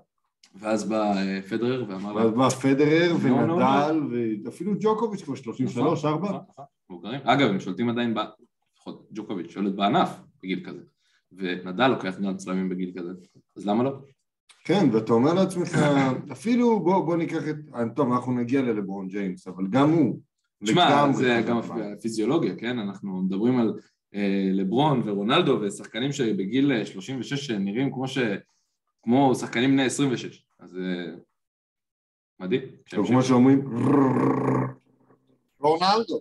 B: ואז בא אה, פדרר ואמר...
A: ואז בא פדרר
B: נו, נו, נו.
A: ונדל ואפילו ג'וקוביץ' כבר 33, 4.
B: נכון, נכון. מבוגרים. אגב, הם שולטים עדיין, ב- לפחות ג'וקוביץ' שולט בענף בגיל כזה, ונדל לוקח גם צלמים בגיל כזה, אז למה לא?
A: כן, ואתה אומר לעצמך, אפילו בוא, בוא ניקח את... אה, טוב, אנחנו נגיע ללברון ג'יימס, אבל גם הוא.
B: תשמע,
A: לגמרי
B: זה
A: חזק
B: גם
A: בענף.
B: הפיזיולוגיה, כן? אנחנו מדברים על אה, לברון ורונלדו ושחקנים שבגיל אה, 36 נראים כמו ש... כמו שחקנים בני 26, אז אה, מדהים.
A: טוב, כמו שאומרים, רונלדו.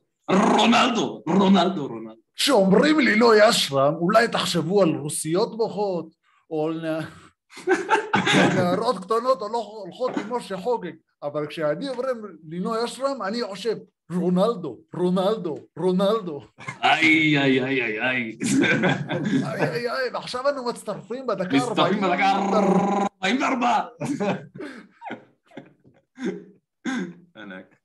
B: רונלדו, רונלדו, רונלדו.
C: כשאומרים לי לא ישרם, אולי תחשבו על רוסיות בוכות, או על נע- או נערות קטנות הולכ- הולכות עם משה חוגג, אבל כשאני אומרים לינו ישרם, אני חושב, רונלדו, רונלדו, רונלדו.
B: איי, איי, איי, איי, איי.
C: איי איי איי, ועכשיו אנו מצטרפים בדקה
B: מסתובבים בדקה 44. ענק.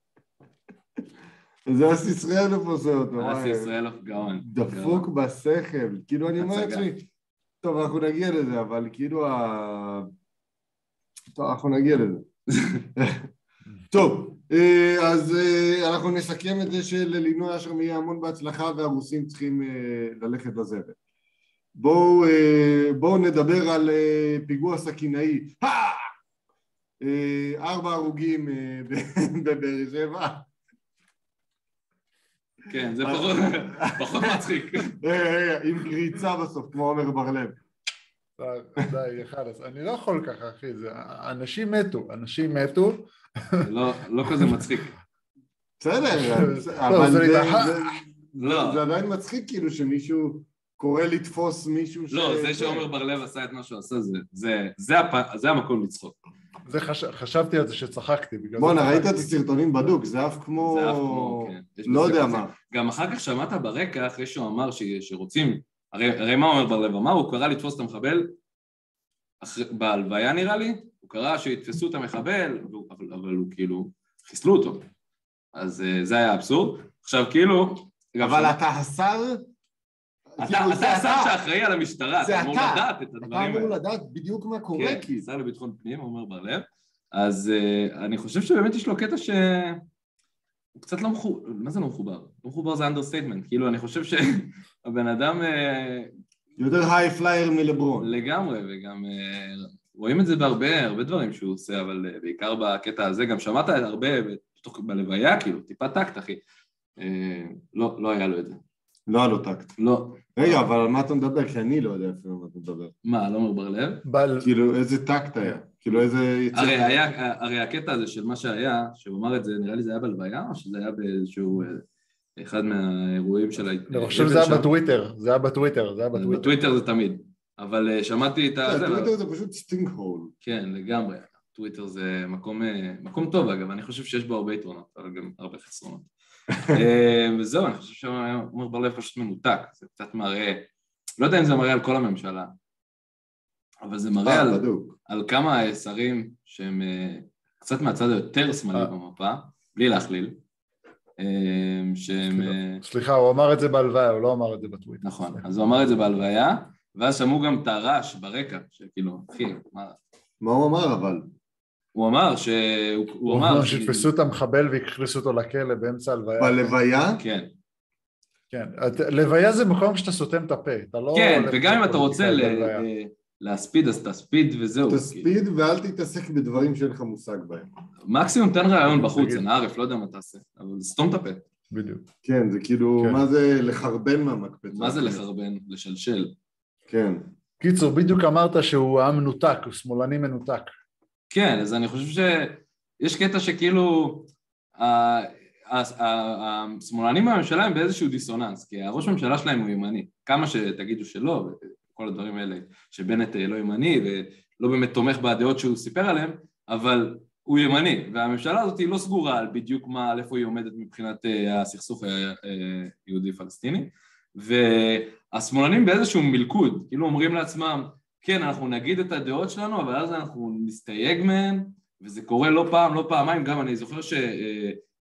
A: זה אס ישראלוף עושה אותו.
B: אסי
A: וואי.
B: ישראלוף גאון.
A: דפוק בשכל. כאילו, אני אומר
B: נכון, הצגה.
A: לעצמי, טוב, אנחנו נגיע לזה, אבל כאילו ה... טוב, אנחנו נגיע לזה. טוב, אה, אז אה, אנחנו נסכם את זה שללינוי אשר יהיה המון בהצלחה והרוסים צריכים אה, ללכת לזבל. בואו אה, בואו נדבר על אה, פיגוע סכינאי. אה! אה, ארבע הרוגים אה, ב- בבאר שבע.
B: כן, זה פחות- פחות מצחיק.
A: אה, עם קריצה בסוף, כמו עומר בר לב.
C: די, חלאס, אני לא יכול ככה, אחי, זה- אנשים מתו, אנשים מתו.
B: זה לא- לא כזה מצחיק.
A: בסדר,
C: לא,
A: אבל
C: זה
A: זה-
C: נידחה.
A: זה-
B: לא.
A: זה עדיין מצחיק כאילו שמישהו קורא לתפוס מישהו ש... כן.
B: לא, זה שעמר בר לב עשה את מה שהוא עשה, זה- זה- זה הפ- זה המקום לצחוק.
C: זה חש- חשבתי על זה שצחקתי, בגלל
A: בואנה,
C: זה
A: ראית את
C: צחקתי.
A: הסרטונים בדוק, זה אף כמו...
B: זה אף כמו, כן. יש
A: לא
B: בזה
A: יודע
B: קצת.
A: מה.
B: גם אחר כך שמעת ברקע, אחרי שהוא אמר ש... שרוצים, הרי, הרי מה אומר בר לב אמר? הוא קרא לתפוס את המחבל, אחרי, בהלוויה נראה לי, הוא קרא שיתפסו את המחבל, והוא- אבל, אבל הוא כאילו, חיסלו אותו. אז אה, זה היה האבסורד. עכשיו כאילו... גם
A: אבל
B: שם-
A: אתה השר...
B: אתה,
A: כאילו,
B: אתה
A: זה
B: השר שאחראי על המשטרה,
A: זה
B: אתה אמור
A: אתה.
B: לדעת את
A: אתה
B: הדברים
A: אמור
B: האלה.
A: לדעת בדיוק מה קורה,
B: כן,
A: כי...
B: השר לביטחון פנים, עמר בר לב. אז אה, אני חושב שבאמת יש לו קטע ש... הוא קצת לא מחובר, מה זה לא מחובר? לא מחובר זה אנדרסטייטמנט, כאילו אני חושב שהבן אדם אה,
A: יותר היי פלייר מלברון.
B: לגמרי, וגם אה, רואים את זה בהרבה, הרבה דברים שהוא עושה, אבל אה, בעיקר בקטע הזה, גם שמעת הרבה בתוך, בלוויה, כאילו, טיפה טקט, אחי. אה, לא, לא היה לו את זה.
A: לא היה לו טקט.
B: לא.
A: רגע, אבל על מה אתה מדבר? כי אני לא יודע אפילו על מה אתה מדבר.
B: מה, לא אומר בר לב?
C: בל-
A: כאילו, איזה טקט היה? כאילו, איזה...
B: הרי, היה, הרי הקטע הזה של מה שהיה, שהוא אמר את זה, נראה לי זה היה בלוויה, או שזה היה באיזשהו... אה, אחד מהאירועים של ה...
C: אני חושב
A: כן,
C: שזה היה
B: שם?
C: בטוויטר, זה היה בטוויטר, זה היה בטוויטר.
B: בטוויטר זה תמיד. אבל אה, שמעתי את ה...
A: זה,
B: זה, אבל-
A: טוויטר זה פשוט סטינג הול.
B: כן, לגמרי. טוויטר זה מקום, אה, מקום טוב, אגב, אני חושב שיש בו הרבה יתרונות, אבל גם הרבה חסרונות. אה, וזהו, אני חושב שעומר בר לב פשוט מנותק, זה קצת מראה, לא יודע אם זה מראה על כל הממשלה, אבל זה מראה על,
A: אה, בדוק.
B: על כמה אה, שרים שהם אה, קצת מהצד היותר שמאלי
C: אה.
B: במפה, בלי להכליל, אה, שהם... אה,
C: סליחה, הוא אמר את זה בהלוויה, הוא לא אמר את זה בטוויטר.
B: נכון, אז הוא אמר את זה בהלוויה, ואז שמעו גם את הרעש ברקע, שכאילו, אחי, מה...
A: מה הוא אמר אבל?
B: הוא אמר שהוא הוא
C: הוא אמר
B: אמר...
C: שיתפסו את המחבל והכניסו אותו לכלא באמצע הלוויה.
A: בלוויה?
B: כן,
C: כן, את- לוויה זה מקום שאתה סותם את הפה, אתה לא...
B: כן,
C: הולך
B: וגם אם אתה
C: לפוליטיקה
B: רוצה ל-
C: בהלוויה.
B: אה, להספיד, אז תספיד וזהו. כאילו.
A: תספיד ואל תתעסק בדברים שאין לך מושג בהם.
B: מקסימום תן רעיון בחוץ,
C: תגיד.
B: אנא ערף, לא יודע מה תעשה, אבל סתום את הפה.
C: בדיוק.
A: כן, זה כאילו,
C: כן.
A: מה זה לחרבן מהמקפצה?
B: מה
C: אוקיי.
B: זה לחרבן? לשלשל.
A: כן.
C: קיצור, בדיוק אמרת שהוא עם מנותק, הוא שמאלני מנותק.
B: כן, אז אני חושב שיש קטע שכאילו... ה- ה- ה- השמאלנים בממשלה הם באיזשהו דיסוננס, כי הראש ממשלה שלהם הוא ימני. כמה שתגידו שלא, וכל הדברים האלה, שבנט אה, לא ימני ולא באמת תומך בדעות שהוא סיפר עליהן, אבל הוא ימני, והממשלה הזאת היא לא סגורה על בדיוק מה, אה, על איפה היא עומדת מבחינת אה, הסכסוך היהודי-פלסטיני, השמאלנים באיזשהו מלכוד, כאילו אומרים לעצמם, כן, אנחנו נגיד את הדעות שלנו, אבל אז אנחנו נסתייג מהן, וזה קורה לא פעם, לא פעמיים, גם אני זוכר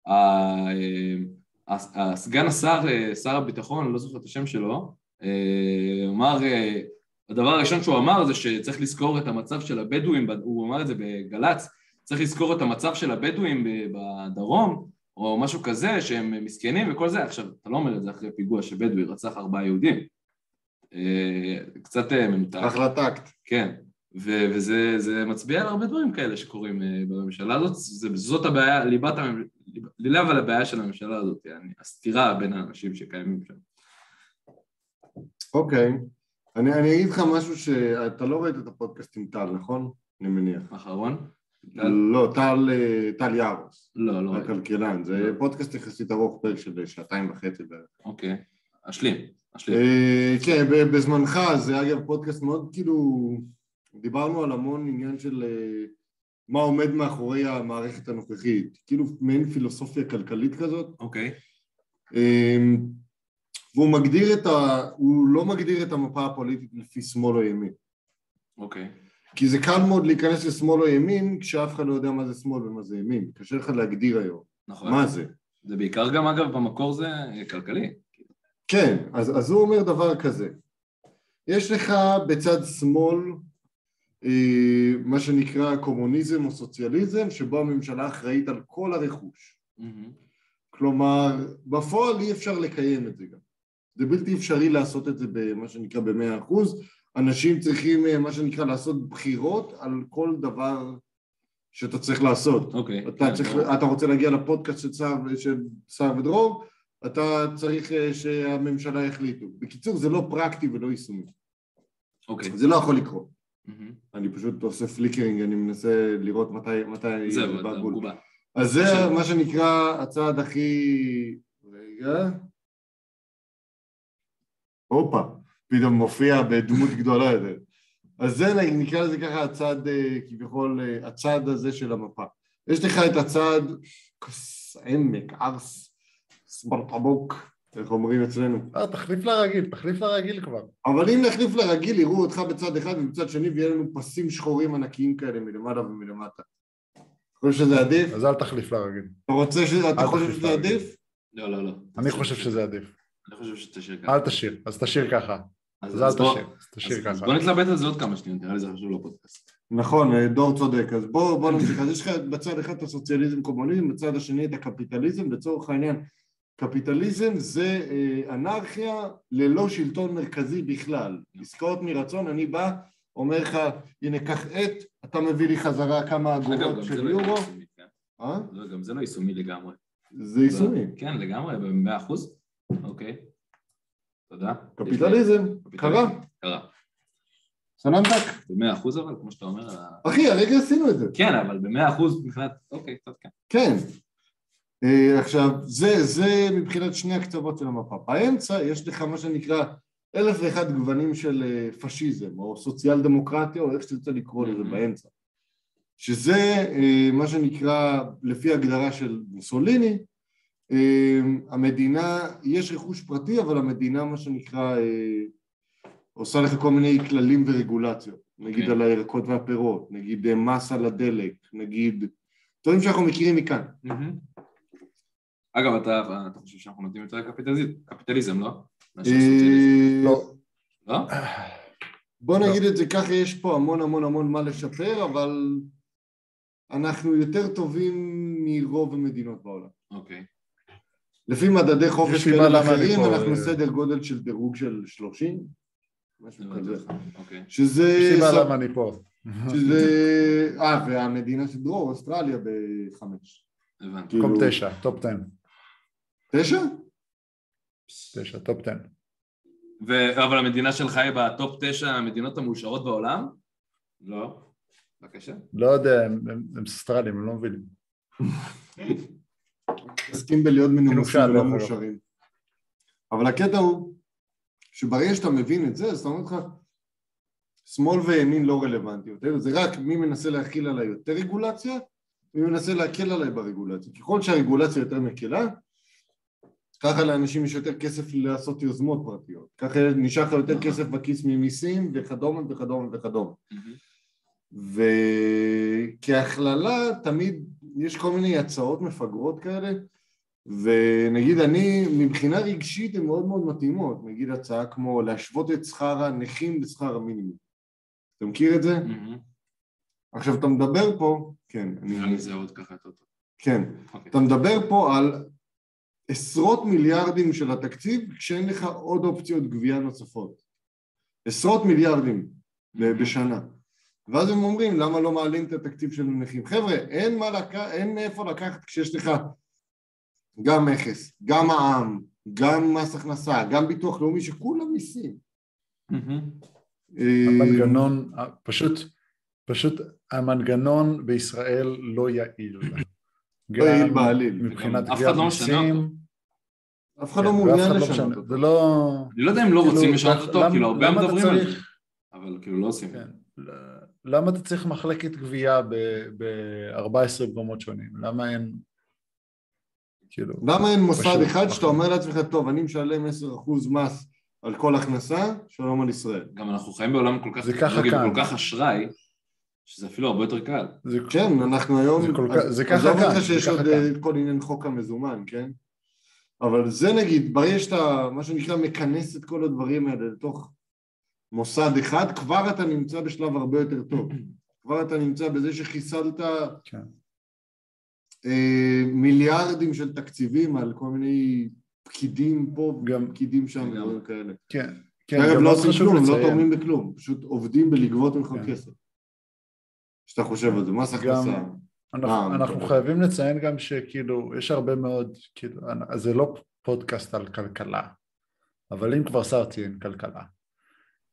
B: אה, שהסגן אה, השר, שר הביטחון, אני לא זוכר את השם שלו, אה, אמר, אה, הדבר הראשון שהוא אמר זה שצריך לזכור את המצב של הבדואים, הוא אמר את זה בגל"צ, צריך לזכור את המצב של הבדואים ב- בדרום, או משהו כזה, שהם מסכנים וכל זה. עכשיו, אתה לא אומר את זה אחרי פיגוע שבדואי רצח ארבעה יהודים. אה, קצת אה, ממתק.
A: אחלה טקט.
B: כן, ו- וזה זה מצביע על הרבה דברים כאלה שקורים אה, בממשלה הזאת, זה, זאת הבעיה, ליבת הממשלה, לילה אבל הבעיה של הממשלה הזאת, יעני, הסתירה בין האנשים שקיימים שם.
A: אוקיי. אני, אני אגיד לך משהו שאתה לא ראית את הפודקאסט עם טל, נכון? אני מניח.
B: אחרון?
A: לא, טל, אה, טל יערוס,
B: לא, לא,
A: הכלכלן. זה פודקאסט יחסית ארוך, פרק של שעתיים וחצי בערך.
B: אוקיי, אשלים, אשלים.
A: אה, כן, ב- בזמנך, זה אגב פודקאסט מאוד כאילו, דיברנו על המון עניין של אה, מה עומד מאחורי המערכת הנוכחית, כאילו מעין פילוסופיה כלכלית כזאת,
B: אוקיי,
A: אה, והוא מגדיר את ה... הוא לא מגדיר את המפה הפוליטית לפי שמאל או ימין,
B: אוקיי,
A: כי זה קל מאוד להיכנס לשמאל או ימין כשאף אחד לא יודע מה זה שמאל ומה זה ימין, קשה לך להגדיר היום,
B: נכון.
A: מה זה?
B: זה בעיקר גם, אגב, במקור זה אה, כלכלי.
A: כן, אז, אז הוא אומר דבר כזה, יש לך בצד שמאל אה, מה שנקרא קומוניזם או סוציאליזם, שבו הממשלה אחראית על כל הרכוש.
B: מהמם.
A: כלומר, בפועל אי אפשר לקיים את זה גם. זה בלתי אפשרי לעשות את זה במה שנקרא במאה אחוז. אנשים צריכים, אה, מה שנקרא, לעשות בחירות על כל דבר שאתה צריך לעשות.
B: אוקיי.
A: אתה,
B: כן,
A: צריך,
C: אה,
B: ברור.
A: אתה רוצה להגיע לפודקאסט של סער, של סער ודרור, אתה צריך אה, שהממשלה יחליטו. בקיצור, זה לא פרקטי ולא יישומי.
B: אוקיי.
A: זה לא יכול לקרות.
B: מהמם.
A: אני פשוט עושה פליקרינג, אני מנסה לראות מתי...
C: אה,
A: מתי
B: זהו,
A: בא
B: אתה
A: בול.
B: מגובה.
A: אז זה
B: עכשיו.
A: מה שנקרא הצעד הכי... רגע. הופה, פתאום מופיע בדמות גדולה יותר. אז זה נקרא לזה ככה הצעד אה, כביכול, אה, הצעד הזה של המפה. יש לך את הצעד כוס עמק, ארס, סמרטבוק, איך אומרים אצלנו.
C: אה, תחליף לרגיל, תחליף לרגיל כבר.
A: אבל אם נחליף לרגיל, יראו אותך בצד אחד ובצד שני ויהיה לנו פסים שחורים ענקיים כאלה מלמעלה ומלמטה. אתה חושב שזה עדיף?
C: אז אל תחליף לרגיל.
A: אתה רוצה ש... אתה
C: אל
A: חושב
C: תחליף
A: שזה
C: לרגיל.
A: עדיף?
B: לא, לא, לא.
C: אני חושב שזה עדיף.
B: אני חושב שתשאיר ככה.
C: אל תשיר, אז תשיר ככה.
B: אז-
C: אז אל
B: אז בוא-
C: תשיר, אז תשיר
B: אז- אז
C: ככה.
B: בוא נתלבט על זה עוד כמה שניות, נראה לי זה חשוב לפודקאסט.
A: נכון, דור צודק. אז בואו
B: כן.
A: בוא נמשיך. אז יש לך בצד אחד את הסוציאליזם קומוניזם, בצד השני את הקפיטליזם. לצורך העניין, קפיטליזם זה אה, אנרכיה ללא שלטון מרכזי בכלל. עסקאות מרצון, אני בא, אומר לך, הנה, קח עט, אתה מביא לי חזרה כמה
B: אגב,
A: אגורות
B: גם זה
A: של
B: לא
A: יורו.
B: יישומי, כן.
A: אה?
B: לא, גם זה לא יישומי לגמרי.
A: זה יישומי.
B: כן, לגמרי, במאה אחוז. אוקיי. תודה.
A: קפיטליזם, קרה,
B: קפיטליזם. קרה.
A: סננדק.
B: במאה אחוז אבל, כמו שאתה אומר, ה-
A: אחי, הרגע עשינו את זה.
B: כן, אבל במאה אחוז מבחינת, אוקיי, קצת כן.
A: כן. אה, עכשיו, זה, זה מבחינת שני הקצוות של המפה. באמצע יש לך מה שנקרא אלף ואחד גוונים של אה, פשיזם, או סוציאל דמוקרטיה, או איך שתרצה לקרוא לזה
B: Mhm.
A: באמצע. שזה אה, מה שנקרא, לפי הגדרה של מוסוליני, אה, המדינה, יש רכוש פרטי, אבל המדינה, מה שנקרא, אה, עושה לך כל מיני כללים ורגולציות. נגיד
B: אוקיי.
A: על הירקות והפירות, נגיד אה, מס על הדלק, נגיד דברים שאנחנו מכירים מכאן.
B: אגב, אתה אתה חושב שאנחנו נותנים יותר לקפיטליזם, קפיטליזם, לא? מאשר סוציאליזם.
A: אה,
C: לא.
B: לא?
A: בוא נגיד את זה ככה, יש פה המון המון המון מה לשפר, אבל אנחנו יותר טובים מרוב המדינות בעולם.
B: אוקיי.
A: לפי מדדי חופש
C: יש לי
A: כאלה
C: מה למה
A: ואחרים,
C: לפה,
A: אנחנו
C: אה.
A: סדר גודל של דירוג של 30, משהו
B: הבנתי
A: כזה.
B: אותך, אוקיי.
A: שזה...
C: סיבה
A: סב-
C: למה אני פה.
A: כאילו- שזה... אה, והמדינה של דרור, אוסטרליה בחמש.
B: הבנתי.
A: כאילו-
C: מקום תשע, טופ טן.
A: תשע?
C: תשע, טופ טן.
B: ו- אבל המדינה שלך היא בטופ תשע המדינות המאושרות בעולם? לא. בבקשה.
C: לא יודע, הם- הם הם אוסטרלים, הם לא מבינים.
A: עוסקים בלהיות מנומסים
C: אפשר,
A: ולא
C: דרך אגב.
A: מאושרים. אבל הקטע הוא שברגע שאתה מבין את זה, אז אתה אומר לך, שמאל וימין לא רלוונטי יותר, זה רק מי מנסה להכיל עליי יותר רגולציה, מי מנסה להקל עליי ברגולציה. ככל שהרגולציה יותר מקלה, ככה לאנשים יש יותר כסף לעשות יוזמות פרטיות, ככה נשאר לך יותר כסף בכיס ממיסים וכדומה וכדומה וכדומה. וכהכללה תמיד יש כל מיני הצעות מפגרות כאלה ונגיד אני מבחינה רגשית הן מאוד מאוד מתאימות נגיד הצעה כמו להשוות את שכר הנכים לשכר המינימום אתה מכיר את זה?
B: Mm-hmm.
A: עכשיו אתה מדבר פה כן
B: נראה
A: אני-
B: לי זה עוד ככה יותר טוב.
A: כן
B: אוקיי.
A: אתה מדבר פה על עשרות מיליארדים של התקציב כשאין לך עוד אופציות גבייה נוספות עשרות מיליארדים ב- בשנה ואז הם אומרים למה לא מעלים את התקציב של הנכים חבר'ה אין מה לק... אין איפה לקחת כשיש לך גם מכס, גם מע"מ, גם מס הכנסה, גם ביטוח לאומי שכולם מיסים
B: מהמם.
C: המנגנון, ה- פשוט, פשוט המנגנון בישראל לא יעיל.
A: לא יעיל
C: גם
A: בעליל.
C: מבחינת
B: אף אחד
C: גביית
B: לא משנה אותו.
C: מיסים.
A: אף אחד
C: כן,
A: לא
C: ואף
A: מעוניין
C: אחד לא
A: לשנות
C: משנה.
A: אותו
C: זה לא...
B: אני לא יודע אם לא
C: כאילו,
B: רוצים לשנות
C: למה-
B: אותו,
C: למה-
B: כאילו הרבה
C: למה אתה
B: מדברים על זה,
C: צריך-
B: אבל כאילו לא עושים.
C: כן. ל- למה אתה צריך מחלקת גבייה ב-14 מקומות שונים? למה אין... כאילו...
A: למה אין מוסד
C: פשוט,
A: אחד שאתה
C: נכון.
A: אומר לעצמך, טוב, אני משלם 10% מס על כל הכנסה, שלום על ישראל.
B: גם אנחנו חיים בעולם כל כך
C: זה ככה
B: טכנולוגי
C: כאן.
B: וכל כך אשראי, שזה אפילו הרבה יותר קל.
C: זה-
A: כן, אנחנו היום...
C: זה כל כך-
A: אז-
C: זה ככה
A: עזוב
C: כאן,
A: אותך
C: זה
A: שיש
C: ככה
A: עוד
C: כאן.
A: אה, את כל עניין חוק המזומן, כן? אבל זה נגיד, ברגע שאתה, מה שנקרא, מכנס את כל הדברים האלה לתוך מוסד אחד, כבר אתה נמצא בשלב הרבה יותר טוב. כבר אתה נמצא בזה שחיסלת
C: כן.
A: אה, מיליארדים של תקציבים על כל מיני פקידים פה,
C: גם-
A: פקידים שם,
B: גם.
A: דברים כאלה.
C: כן.
A: כן,
C: כן,
A: אגב,
C: גם
A: לא
C: מאוד
A: עושים
C: חשוב
A: כלום, לא
C: לציין.
A: תורמים בכלום, פשוט עובדים בלגבות ממך
C: כן.
A: כסף. כשאתה חושב על זה, מס הכנסה.
C: אנחנו,
A: אה,
C: אנחנו
A: אוקיי.
C: חייבים לציין גם שכאילו יש הרבה מאוד, כאילו, אנ- זה לא פודקאסט על כלכלה, אבל אם כבר שר ציין כלכלה,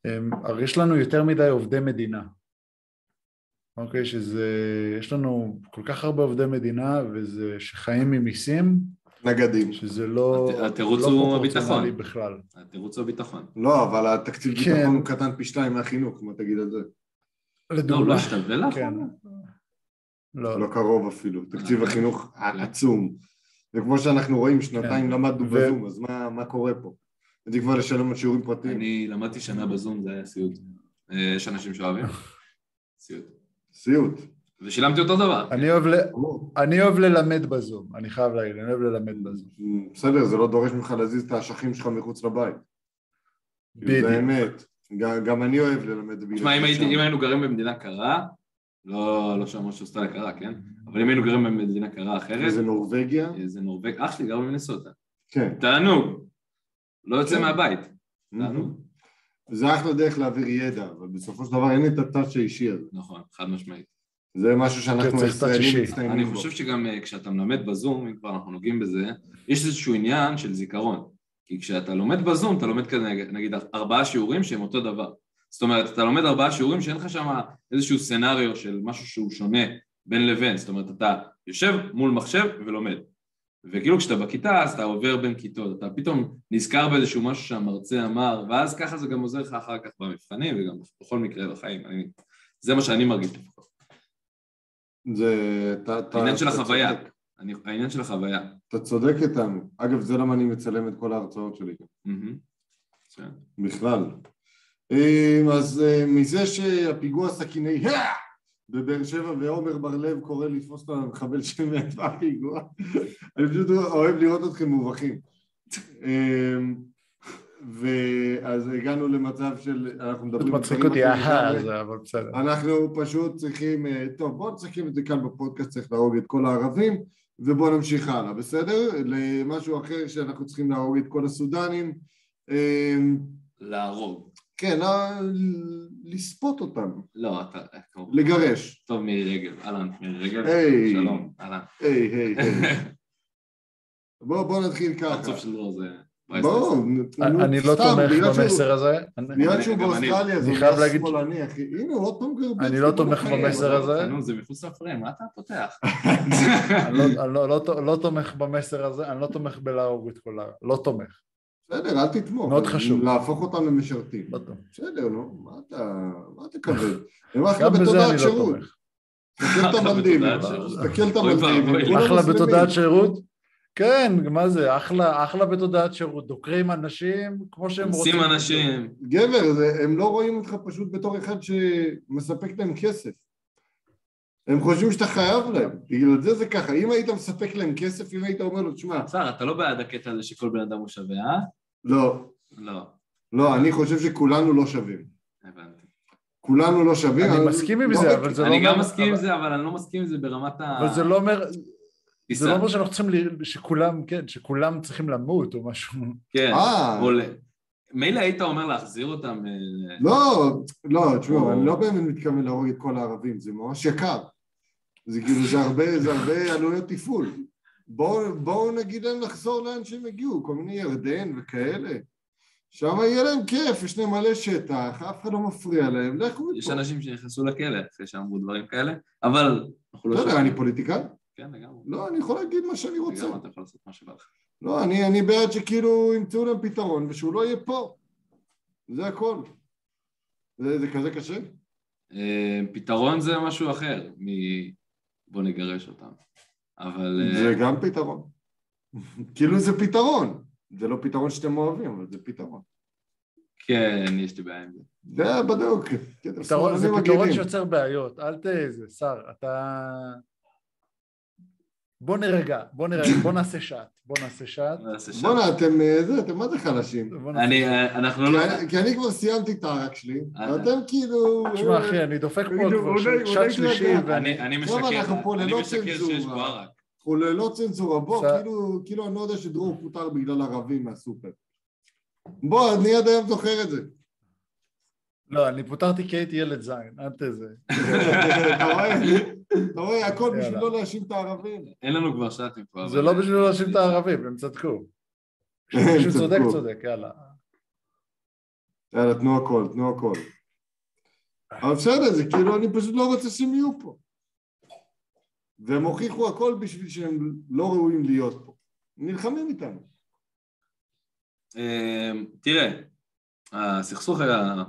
C: אמ, הרי יש לנו יותר מדי עובדי מדינה, אוקיי, שזה, יש לנו כל כך הרבה עובדי מדינה וזה שחיים ממיסים,
A: נגדים.
C: שזה לא,
B: הת- התירוץ
C: לא
B: הוא
C: פרופורציונלי
B: הביטחון.
C: בכלל.
B: התירוץ הוא הביטחון.
A: לא, אבל התקציב
C: כן.
A: ביטחון הוא קטן פי שתיים מהחינוך, מה תגיד על זה?
B: לא, הוא לא
C: לדוגמה,
B: השתלבל לך?
C: כן. לא,
A: לא קרוב אפילו. תקציב
B: אה.
A: החינוך העצום. וכמו שאנחנו רואים, שנתיים
C: כן.
A: למדנו
C: ו-
A: בזום, אז מה- מה קורה פה? עדיף כבר לשלם על שיעורים פרטיים.
B: אני למדתי שנה בזום, זה היה סיוט. אה, יש אנשים שאוהבים? סיוט.
A: סיוט.
B: ושילמתי אותו דבר.
C: אני אוהב, ל-
A: ברור.
C: אני אוהב ללמד בזום, אני חייב להגיד, אני אוהב ללמד בזום,
A: בסדר, זה לא דורש ממך להזיז את האשכים שלך מחוץ לבית.
C: בדיוק.
A: זה אמת. גם- גם אני אוהב ללמד בגלל
B: תשמע, אם
A: שם.
B: הייתי- אם היינו גרים במדינה קרה, לא לא שאמרו שעושה לה קרה, כן? אבל אם היינו גרים במדינה קרה אחרת,
A: זה נורבגיה?
B: אה, זה נורבג, אח שלי גר במינסוטה.
A: כן.
B: תענוג. לא יוצא
A: כן.
B: מהבית.
A: מהמם.
B: תענוג.
A: Mm-hmm. זה אחלה דרך להעביר ידע, אבל בסופו של דבר אין את הטאצ' האישי הזה.
B: נכון, חד משמעית.
A: זה משהו שאנחנו
C: צריך טאצ'
A: הישראלים
C: אישי.
B: אני
A: מצטיינים בו.
B: חושב שגם אה, כשאתה מלמד בזום, אם כבר אנחנו נוגעים בזה, יש איזשהו עניין של זיכרון. כי כשאתה לומד בזום, אתה לומד כזה, נג- נגיד ארבעה שיעורים שהם אותו דבר. זאת אומרת, אתה לומד ארבעה שיעורים שאין לך שם איזשהו סצנריו של משהו שהוא שונה בין לבין. זאת אומרת, אתה יושב מול מחשב ולומד. וכאילו כשאתה בכיתה, אז אתה עובר בין כיתות, אתה פתאום נזכר באיזשהו משהו שהמרצה אמר, ואז ככה זה גם עוזר לך אחר כך במבחנים וגם בכל מקרה בחיים. אני... זה מה שאני מרגיש לפחות.
A: זה... אתה- אתה-
B: העניין של
A: אתה
B: החוויה.
A: צודק.
B: אני... העניין של החוויה.
A: אתה צודק איתנו. אגב, זה למה אני מצלם את כל ההרצאות שלי,
B: מהמם. כן.
A: בכלל. אמ, אז אה, מזה שהפיגוע סכיני "הא!" בבאר שבע ועומר בר לב קורא לתפוס את המחבל שמת בפיגוע, אני פשוט אוהב לראות אתכם מובכים. אמ, ואז הגענו למצב של, אנחנו מדברים...
C: פשוט
A: על
C: מצחיק
A: דברים
C: אותי
A: אחרים לא לגמרי.
C: האחר הזה, אבל בסדר.
A: אנחנו פשוט צריכים, אה, טוב בואו נסכם את זה כאן בפודקאסט, צריך להרוג את כל הערבים ובואו נמשיך הלאה, בסדר? למשהו אחר שאנחנו צריכים להרוג את כל הסודנים, אה,
B: להרוג.
A: כן, אה, לספות אותם,
B: לא, אתה... כמובן.
A: לגרש,
B: טוב, מירי רגב. אהלן, מירי רגב.
A: היי. כן.
B: שלום, אהלן.
A: היי היי היי. בואו בואו נתחיל ככה,
B: הפרצוף של דרור זה...
A: ברור, נו,
C: אני לא
A: סתם,
C: תומך
A: בגלל שהוא-
C: במסר הזה, אני- לא-
A: בגלל שהוא
B: גם אני.
A: באוסטרליה זה
C: אני חייב
A: נהיה
C: להגיד-
A: שמאלני אחי, הנה הוא עוד פעם גרבץ,
C: אני לא תומך
B: היי,
C: במסר
B: אבל
C: הזה.
B: נו, זה מחוץ לפריים, מה אתה פותח?
C: אני לא- אני לא- לא ת- לא תומך במסר הזה, אני לא תומך בלהרוג את כל ה... לא תומך,
A: בסדר, אל תתמוך,
C: מאוד חשוב.
A: להפוך אותם למשרתים,
C: לא תומך.
A: בסדר, נו, מה אתה, מה אתה כבד? הם אחלה
C: גם בזה
A: בתודעת
C: אני לא
A: שירות,
C: תומך.
A: תסתכל את
B: אחלה
A: המנדיבים,
B: בתודעת שירות.
A: תסתכל את
B: אוי
A: המנדיבים,
B: ואבוי.
A: כולם
C: אחלה
A: מוסלמים.
C: בתודעת שירות, כן, מה זה, אחלה, אחלה בתודעת שירות, דוקרים אנשים כמו שהם רוצים.
B: נשים אנשים.
A: גבר, זה, הם לא רואים אותך פשוט בתור אחד שמספק להם כסף. הם חושבים שאתה חייב להם, בגלל זה זה ככה, אם היית מספק להם כסף, אם היית אומר לו, תשמע,
B: שר, אתה לא בעד הקטע הזה שכל בן אדם הוא שווה, אה?
A: לא,
B: לא,
A: לא, אני חושב שכולנו לא שווים.
B: הבנתי.
A: כולנו לא שווים.
C: אני
A: אבל-
C: מסכים עם
A: לא
C: זה,
A: רק-
C: אבל זה לא
B: אני גם
C: אומר-
B: מסכים עם
C: אבל-
B: זה, אבל אני לא מסכים עם זה ברמת ה...
C: אבל זה לא אומר,
B: טיסה.
C: זה לא אומר שאנחנו צריכים, ל- שכולם, כן, שכולם צריכים למות או משהו.
B: כן.
A: אה,
B: או ל- מילא היית אומר להחזיר אותם... אה, ל-
A: לא, לא,
B: או-
A: תשמעו, אני לא באמת מתכוון להרוג את כל הערבים, זה ממש יקר. זה כאילו, זה הרבה, זה הרבה עלויות תפעול. בואו בואו נגיד להם לחזור לאן שהם הגיעו, כל מיני ירדן וכאלה. שם יהיה להם כיף, יש להם מלא שטח, אף אחד לא מפריע להם, לכו
B: יש
A: מפה.
B: אנשים שנכנסו לכלא אחרי שאמרו דברים כאלה, אבל אנחנו לא
A: אתה יודע,
B: שווים.
A: אני פוליטיקאי?
B: כן, לגמרי.
A: לא, אני יכול להגיד מה שאני רוצה.
B: לגמרי אתה יכול לעשות מה שבא לך.
A: לא, אני, אני בעד שכאילו ימצאו להם פתרון ושהוא לא יהיה פה. זה הכל. זה, זה כזה קשה?
B: אה, פתרון זה משהו אחר מ... בוא נגרש אותם. אבל... אה,
A: זה גם פתרון. כאילו זה פתרון. זה לא פתרון שאתם אוהבים, אבל זה פתרון.
B: כן, יש לי בעיה עם זה.
A: זה בדיוק. כי אתם
C: פתרון- זה
A: שמאלנים
C: פתרון
A: מגעילים.
C: שיוצר בעיות, אל תהיה זה, שר, אתה... בוא נרגע, בוא נרגע, בוא נעשה שעט, בוא נעשה שעט.
B: לא נעשה שם.
A: בואנה, אתם אה, זה, אתם מה זה חלשים?
C: בוא נעשה-
B: אני... אה, אנחנו לא...
A: כי אני- כי אני כבר סיימתי את הערק שלי,
B: אה.
A: ואתם כאילו...
C: תשמע אחי, אני דופק פה
A: תגידו,
C: כבר
A: אולי-
C: ש-
A: אולי
C: שעת
A: תירגע.
C: שלישי, ואני...
B: אני- אני
A: טוב, אנחנו פה
B: משקר, אני
A: ללא
B: משקר שיש
A: צנזורה.
B: בו ערק.
A: אנחנו ללא לא צנזורה, בוא,
C: בסדר.
A: כאילו, כאילו אני לא יודע שדרור פוטר בגלל ערבים מהסופר. בוא, אני עד היום זוכר את זה.
C: לא, אני פוטרתי כי הייתי ילד זין, אל תהיה זה.
A: אתה רואה? אתה רואה, הכל בשביל
C: יאללה.
A: לא להאשים את הערבים.
B: אין לנו כבר שעתים פה.
C: זה
B: אבל-
C: לא בשביל להאשים את הערבים, הם צדקו. מישהו
A: צדקו.
C: צודק, צודק, יאללה.
A: יאללה, תנו הכל, תנו הכל. אבל בסדר, זה כאילו, אני פשוט לא רוצה שהם יהיו פה. והם הוכיחו הכל בשביל שהם לא ראויים להיות פה. נלחמים איתנו.
B: אמ, תראה, הסכסוך היה...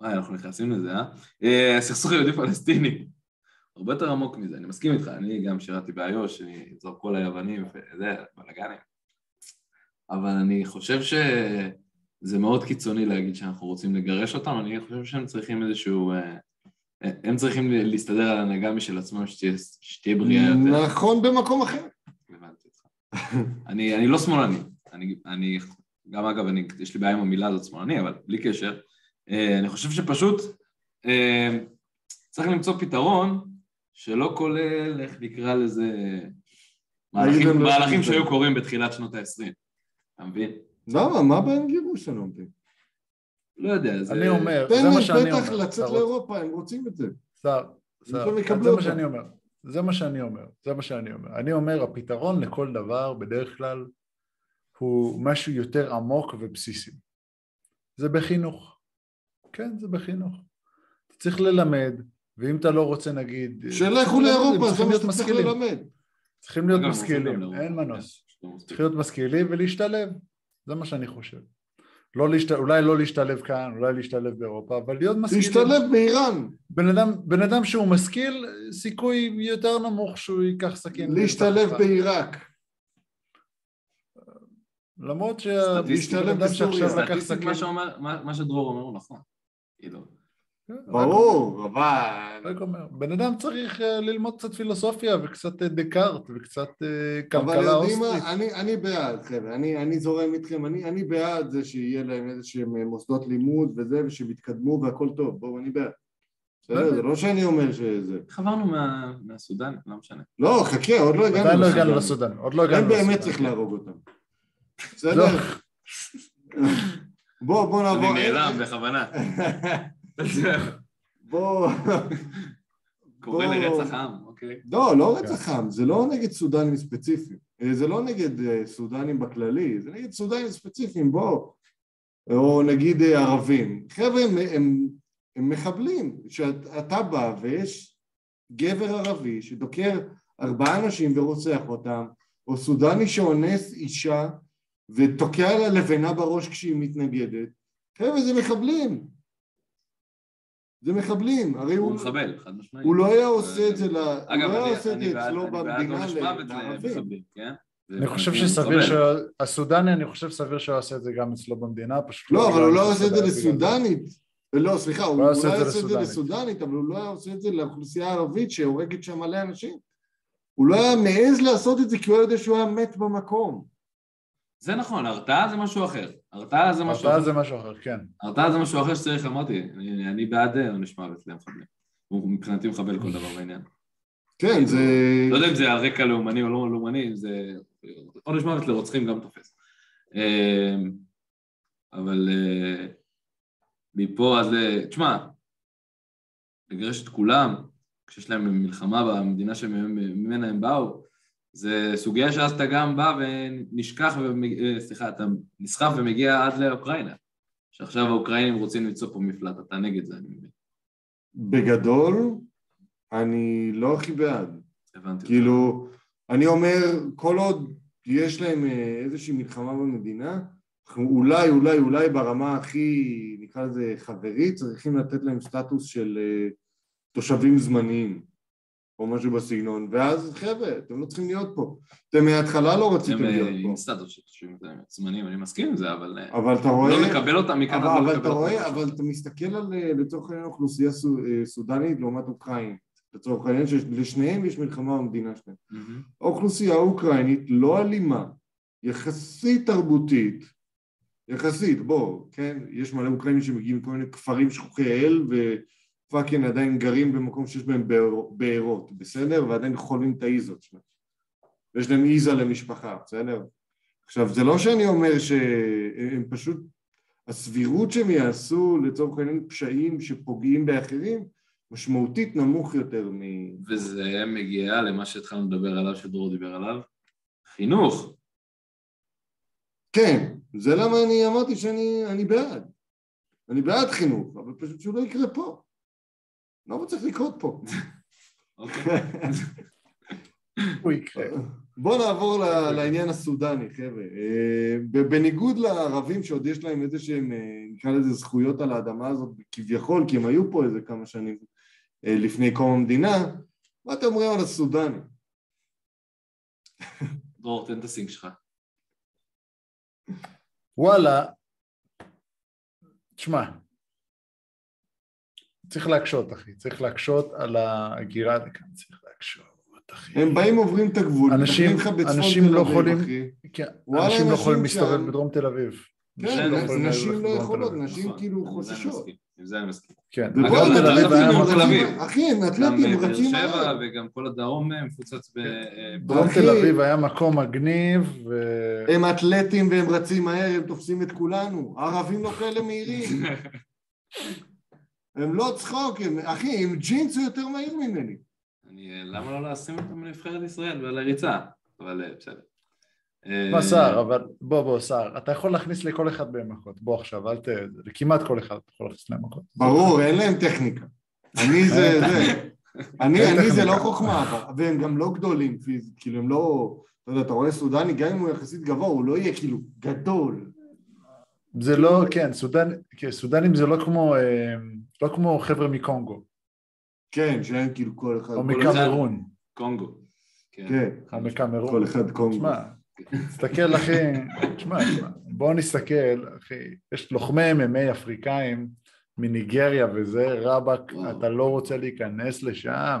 B: וואי, אנחנו נכנסים לזה, אה? אה? הסכסוך היהודי-פלסטיני. הרבה יותר עמוק מזה, אני מסכים איתך, אני גם שירתי באיו"ש, אני זרקו עליי אבנים וזה, בלאגנים. אבל אני חושב שזה מאוד קיצוני להגיד שאנחנו רוצים לגרש אותם, אני חושב שהם צריכים איזשהו... אה, הם צריכים להסתדר על הנהגה משל עצמם, שתהיה, שתהיה בריאה יותר.
A: נכון במקום אחר.
B: הבנתי אותך. אני, אני לא שמאלני, אני, אני גם אגב, אני, יש לי בעיה עם המילה הזאת שמאלני, אבל בלי קשר. אה, אני חושב שפשוט אה, צריך למצוא פתרון שלא כולל, איך נקרא לזה,
A: להגיד
B: מהלכים,
A: להם לא
B: מהלכים
A: שזה.
B: שהיו קורים בתחילת שנות ה-20. אתה מבין?
A: למה? מה בעין גירוש הם לומדים?
B: לא יודע, זה...
C: אני אומר,
A: תן
C: זה מה
A: להם
C: שאני
A: פתח
C: אומר.
A: לצאת
C: אתה רוצ-
A: לאירופה, הם רוצים את זה.
C: שר,
A: הם
C: שר,
A: פתאום יקבלו
C: זה מה
A: אותם.
C: שאני אומר, זה מה שאני אומר, זה מה שאני אומר. אני אומר, הפתרון לכל דבר בדרך כלל הוא משהו יותר עמוק ובסיסי. זה בחינוך. כן, זה בחינוך. אתה צריך ללמד, ואם אתה לא רוצה נגיד...
A: שלכו
C: צריכים
A: לאירופה,
C: ללמד,
A: זה
C: צריכים
A: מה
C: להיות
A: שאתה צריך
C: משכילים.
A: ללמד.
C: צריכים להיות
B: אגב, אנחנו גם
C: משכילים,
B: לאירופה,
C: אין
B: כן.
C: מנוס.
B: לא מספיק.
C: צריך להיות משכילים ולהשתלב, זה מה שאני חושב. לא להשת... אולי לא להשתלב כאן, אולי להשתלב באירופה, אבל להיות משכילים.
A: להשתלב באיראן.
C: בן אדם, בן אדם שהוא משכיל, סיכוי יותר נמוך שהוא ייקח סכין.
A: להשתלב
C: לתחתיו.
A: בעיראק.
C: למרות ש...
B: סטטיסטית-
A: להשתלב
C: אדם שעכשיו
A: בסוריה.
C: לקח
B: סטטיסטית,
C: סכין.
B: מה שאומר- מה מה שדרור אומר הוא נכון. כאילו,
A: ברור, אבל...
C: כן, רק אומר, בן אדם צריך אה, ללמוד קצת פילוסופיה וקצת אה, דקארט וקצת אה,
A: אבל
C: כלכלה
A: יודעים
C: אוסטרית.
A: מה, אני, אני בעד, חבר'ה, אני, אני זורם איתכם, אני, אני בעד זה שיהיה להם איזה שהם אה, מוסדות לימוד וזה, ושהם יתקדמו והכל טוב, בואו, אני בעד. בסדר, זה לא שאני אומר שזה...
B: חברנו מה- מהסודן, לא משנה.
A: לא, חכה, עוד לא
C: עדיין
A: הגענו
C: לא הגענו
A: לסודן.
C: לסודן, עוד לא
A: הם
C: הגענו
A: באמת
C: לסודן.
A: צריך להרוג אותם.
C: לא,
A: בסדר? בוא, בוא
B: אני
A: נעבור...
B: נעלם
C: אה,
B: בכוונה.
A: בוא...
B: קורא
A: בוא-
B: לרצח עם, אוקיי.
A: לא, לא רצח עם, זה לא נגד סודנים ספציפיים. אה, זה לא נגד אה, סודנים בכללי, זה נגד סודנים ספציפיים, בואו. או נגיד אה, ערבים. חבר'ה, הם, הם, הם מחבלים. שאתה בא ויש גבר ערבי שדוקר ארבעה אנשים ורוצח אותם, או סודני שאונס אישה ותוקע לה לבנה בראש כשהיא מתנגדת. חבר'ה, זה מחבלים. זה מחבלים. הרי
B: הוא מחבל, חד משמעית.
A: הוא לא היה עושה את זה, ל- הוא
B: אגב,
A: לא היה
B: אני-
A: עושה את
B: אני
A: זה
B: בעד-
A: אצלו
B: אני בעד
A: במדינה
B: עונש
A: ל-
B: מוות
A: לערבים.
B: למחבלים, כן?
C: אני חושב שסביר שהסודני, אני חושב סביר שהוא יעשה את זה גם אצלו במדינה, פשוט...
A: לא, אבל הוא לא
C: בגלל
A: עושה את זה
C: בגלל-
A: לסודנית. לא, סליחה, הוא
C: לא
A: אולי
C: עושה את זה
A: עושה את זה
C: לסודנית.
A: לסודנית, אבל הוא לא היה עושה את זה לאוכלוסייה הערבית שהורגת שם מלא אנשים. הוא לא היה מעז לעשות את זה כי הוא היה יודע שהוא היה מת במקום.
B: זה נכון, הרתעה זה משהו אחר. הרתעה זה משהו
C: הרתעה
B: אחר.
C: זה משהו אחר, כן.
B: הרתעה זה משהו אחר שצריך, אמרתי, אני- אני בעד אה, עונש מוות למחבלים. הוא מבחינתי מחבל כל דבר בעניין.
A: כן, זה...
B: לא יודע אם זה על רקע לאומני או לא לאומני, אם זה... עונש מוות לרוצחים גם תופס. אה, אבל אה, מפה אז... אה, תשמע, לגרש את כולם, כשיש להם מלחמה במדינה שממנה הם באו, זה סוגיה שאז אתה גם בא ונשכח, ומג- אה, סליחה, אתה נסחף ומגיע עד לאוקראינה. שעכשיו האוקראינים רוצים למצוא פה מפלט, אתה נגד זה, אני מבין.
A: בגדול, אני לא הכי בעד.
B: הבנתי. אותך.
A: כאילו, אני אומר, כל עוד יש להם אה, איזושהי מלחמה במדינה, אנחנו אולי, אולי, אולי ברמה הכי, נקרא לזה, חברית, צריכים לתת להם סטטוס של אה, תושבים זמניים, או משהו בסגנון, ואז חבר'ה, אתם לא צריכים להיות פה. אתם מההתחלה לא
B: הם
A: רציתם
B: אה,
A: להיות
B: עם
A: פה.
B: סטטוס של תושבים זמניים, אני מסכים עם זה, אבל... אה,
A: אבל אתה רואה...
B: לא לקבל אותם מכאן,
A: אבל,
B: לא
A: אבל
B: לקבל
A: אתה
B: אותם
A: רואה,
B: משם.
A: אבל אתה מסתכל על אה, לצורך העניין אוכלוסייה סו- אה, סודנית לעומת אוקראינית, לצורך העניין שלשניהם יש מלחמה במדינה שלהם.
B: מהמם.
A: האוכלוסייה האוקראינית לא אלימה, יחסית תרבותית, יחסית, בוא, כן, יש מלא אוקראינים שמגיעים מכל מיני כפרים שכוחי אל ופאקינג עדיין גרים במקום שיש בהם באר- בארות, בסדר? ועדיין חולים את האיזות שלהם. ויש להם איזה למשפחה, בסדר? עכשיו, זה לא שאני אומר שהם פשוט, הסבירות שהם יעשו לצורך העניין פשעים שפוגעים באחרים, משמעותית נמוך יותר מ...
B: וזה מגיע למה שהתחלנו לדבר עליו, שדרור דיבר עליו, חינוך.
A: כן, זה למה אני אמרתי שאני אני בעד. אני בעד חינוך, אבל פשוט שהוא לא יקרה פה. למה הוא צריך לקרות פה?
B: אוקיי.
A: כן.
C: הוא יקרה.
A: בואו נעבור ל- לעניין הסודני, חבר'ה. אה, ב- בניגוד לערבים שעוד יש להם איזה שהם, אה, נקרא לזה זכויות על האדמה הזאת כביכול, כי הם היו פה איזה כמה שנים אה, לפני קום המדינה, מה אתם אומרים על הסודני?
B: דרור, תן את הסינק שלך.
C: וואלה, תשמע, צריך להקשות, אחי, צריך להקשות על ההגירה לכאן, צריך להקשות, אחי.
A: הם באים עוברים את הגבול,
C: אנשים-
A: מתנחלים לך בצפון
C: אנשים
A: תל
C: לא
A: אביב,
C: יכולים-
A: אחי.
C: כן,
A: וואלה,
C: אנשים לא יכולים
A: אנשים
C: להסתובב
A: שם-
C: בדרום תל אביב.
A: כן,
C: לא יכולים
A: נשים
C: ללכת
A: לא
C: לדרום
A: יכולות,
C: תל אביב.
A: נשים
B: נכון,
A: כאילו
B: עם זה אני
A: חוששות.
B: מסכים, עם זה אני מסכים.
C: כן,
A: ובוא,
C: דרום
A: אגב,
C: תל אביב
A: אגב,
C: היה
A: גם
B: דרום תל
C: מקום-
B: אביב.
A: רצים- אחי, הם
B: גם אה,
A: אתלטים
B: באר
A: רצים
B: שבע
A: עליו.
B: וגם כל הדרום אה, מפוצץ ב... אה,
C: דרום
A: אחי. אה.
C: תל אביב היה מקום מגניב, ו-
A: הם אתלטים והם רצים מהר, הם תופסים את כולנו. ערבים לא כאלה מהירים. הם לא צחוק, הם, אחי, עם ג'ינס הוא יותר מהיר ממני.
B: אני, אה, למה לא לשים אותם בנבחרת ישראל ועל הריצה? אבל אה, בסדר. אה,
C: מה סער, אבל בוא בוא סער, אתה יכול להכניס לכל אחד מהם מכות, בוא עכשיו, אל ת... כמעט כל אחד אתה יכול להכניס להם מכות.
A: ברור, אין להם טכניקה. אני זה, זה. אני,
C: אין
A: אני זה לא
C: טכניקה.
A: חוכמה, אבל- והם גם לא גדולים פיזית, כאילו הם לא... אתה יודע, אתה רואה סודני, גם אם הוא יחסית גבוה, הוא לא יהיה כאילו גדול.
C: זה לא, כן, סודן, כן, סודנים זה לא כמו, אה, לא כמו חבר'ה מקונגו,
A: כן, שהם כאילו כל אחד...
C: או
A: כל-
B: אחד.
C: מקמרון,
B: קונגו. כן.
A: כן,
C: או מקמרון.
A: כל אחד קונגו.
C: תשמע, תסתכל אחי, תשמע, תשמע, בוא נסתכל, אחי, יש לוחמי MMA אפריקאים מניגריה וזה, רבאק,
B: וואו.
C: אתה לא רוצה להיכנס לשם.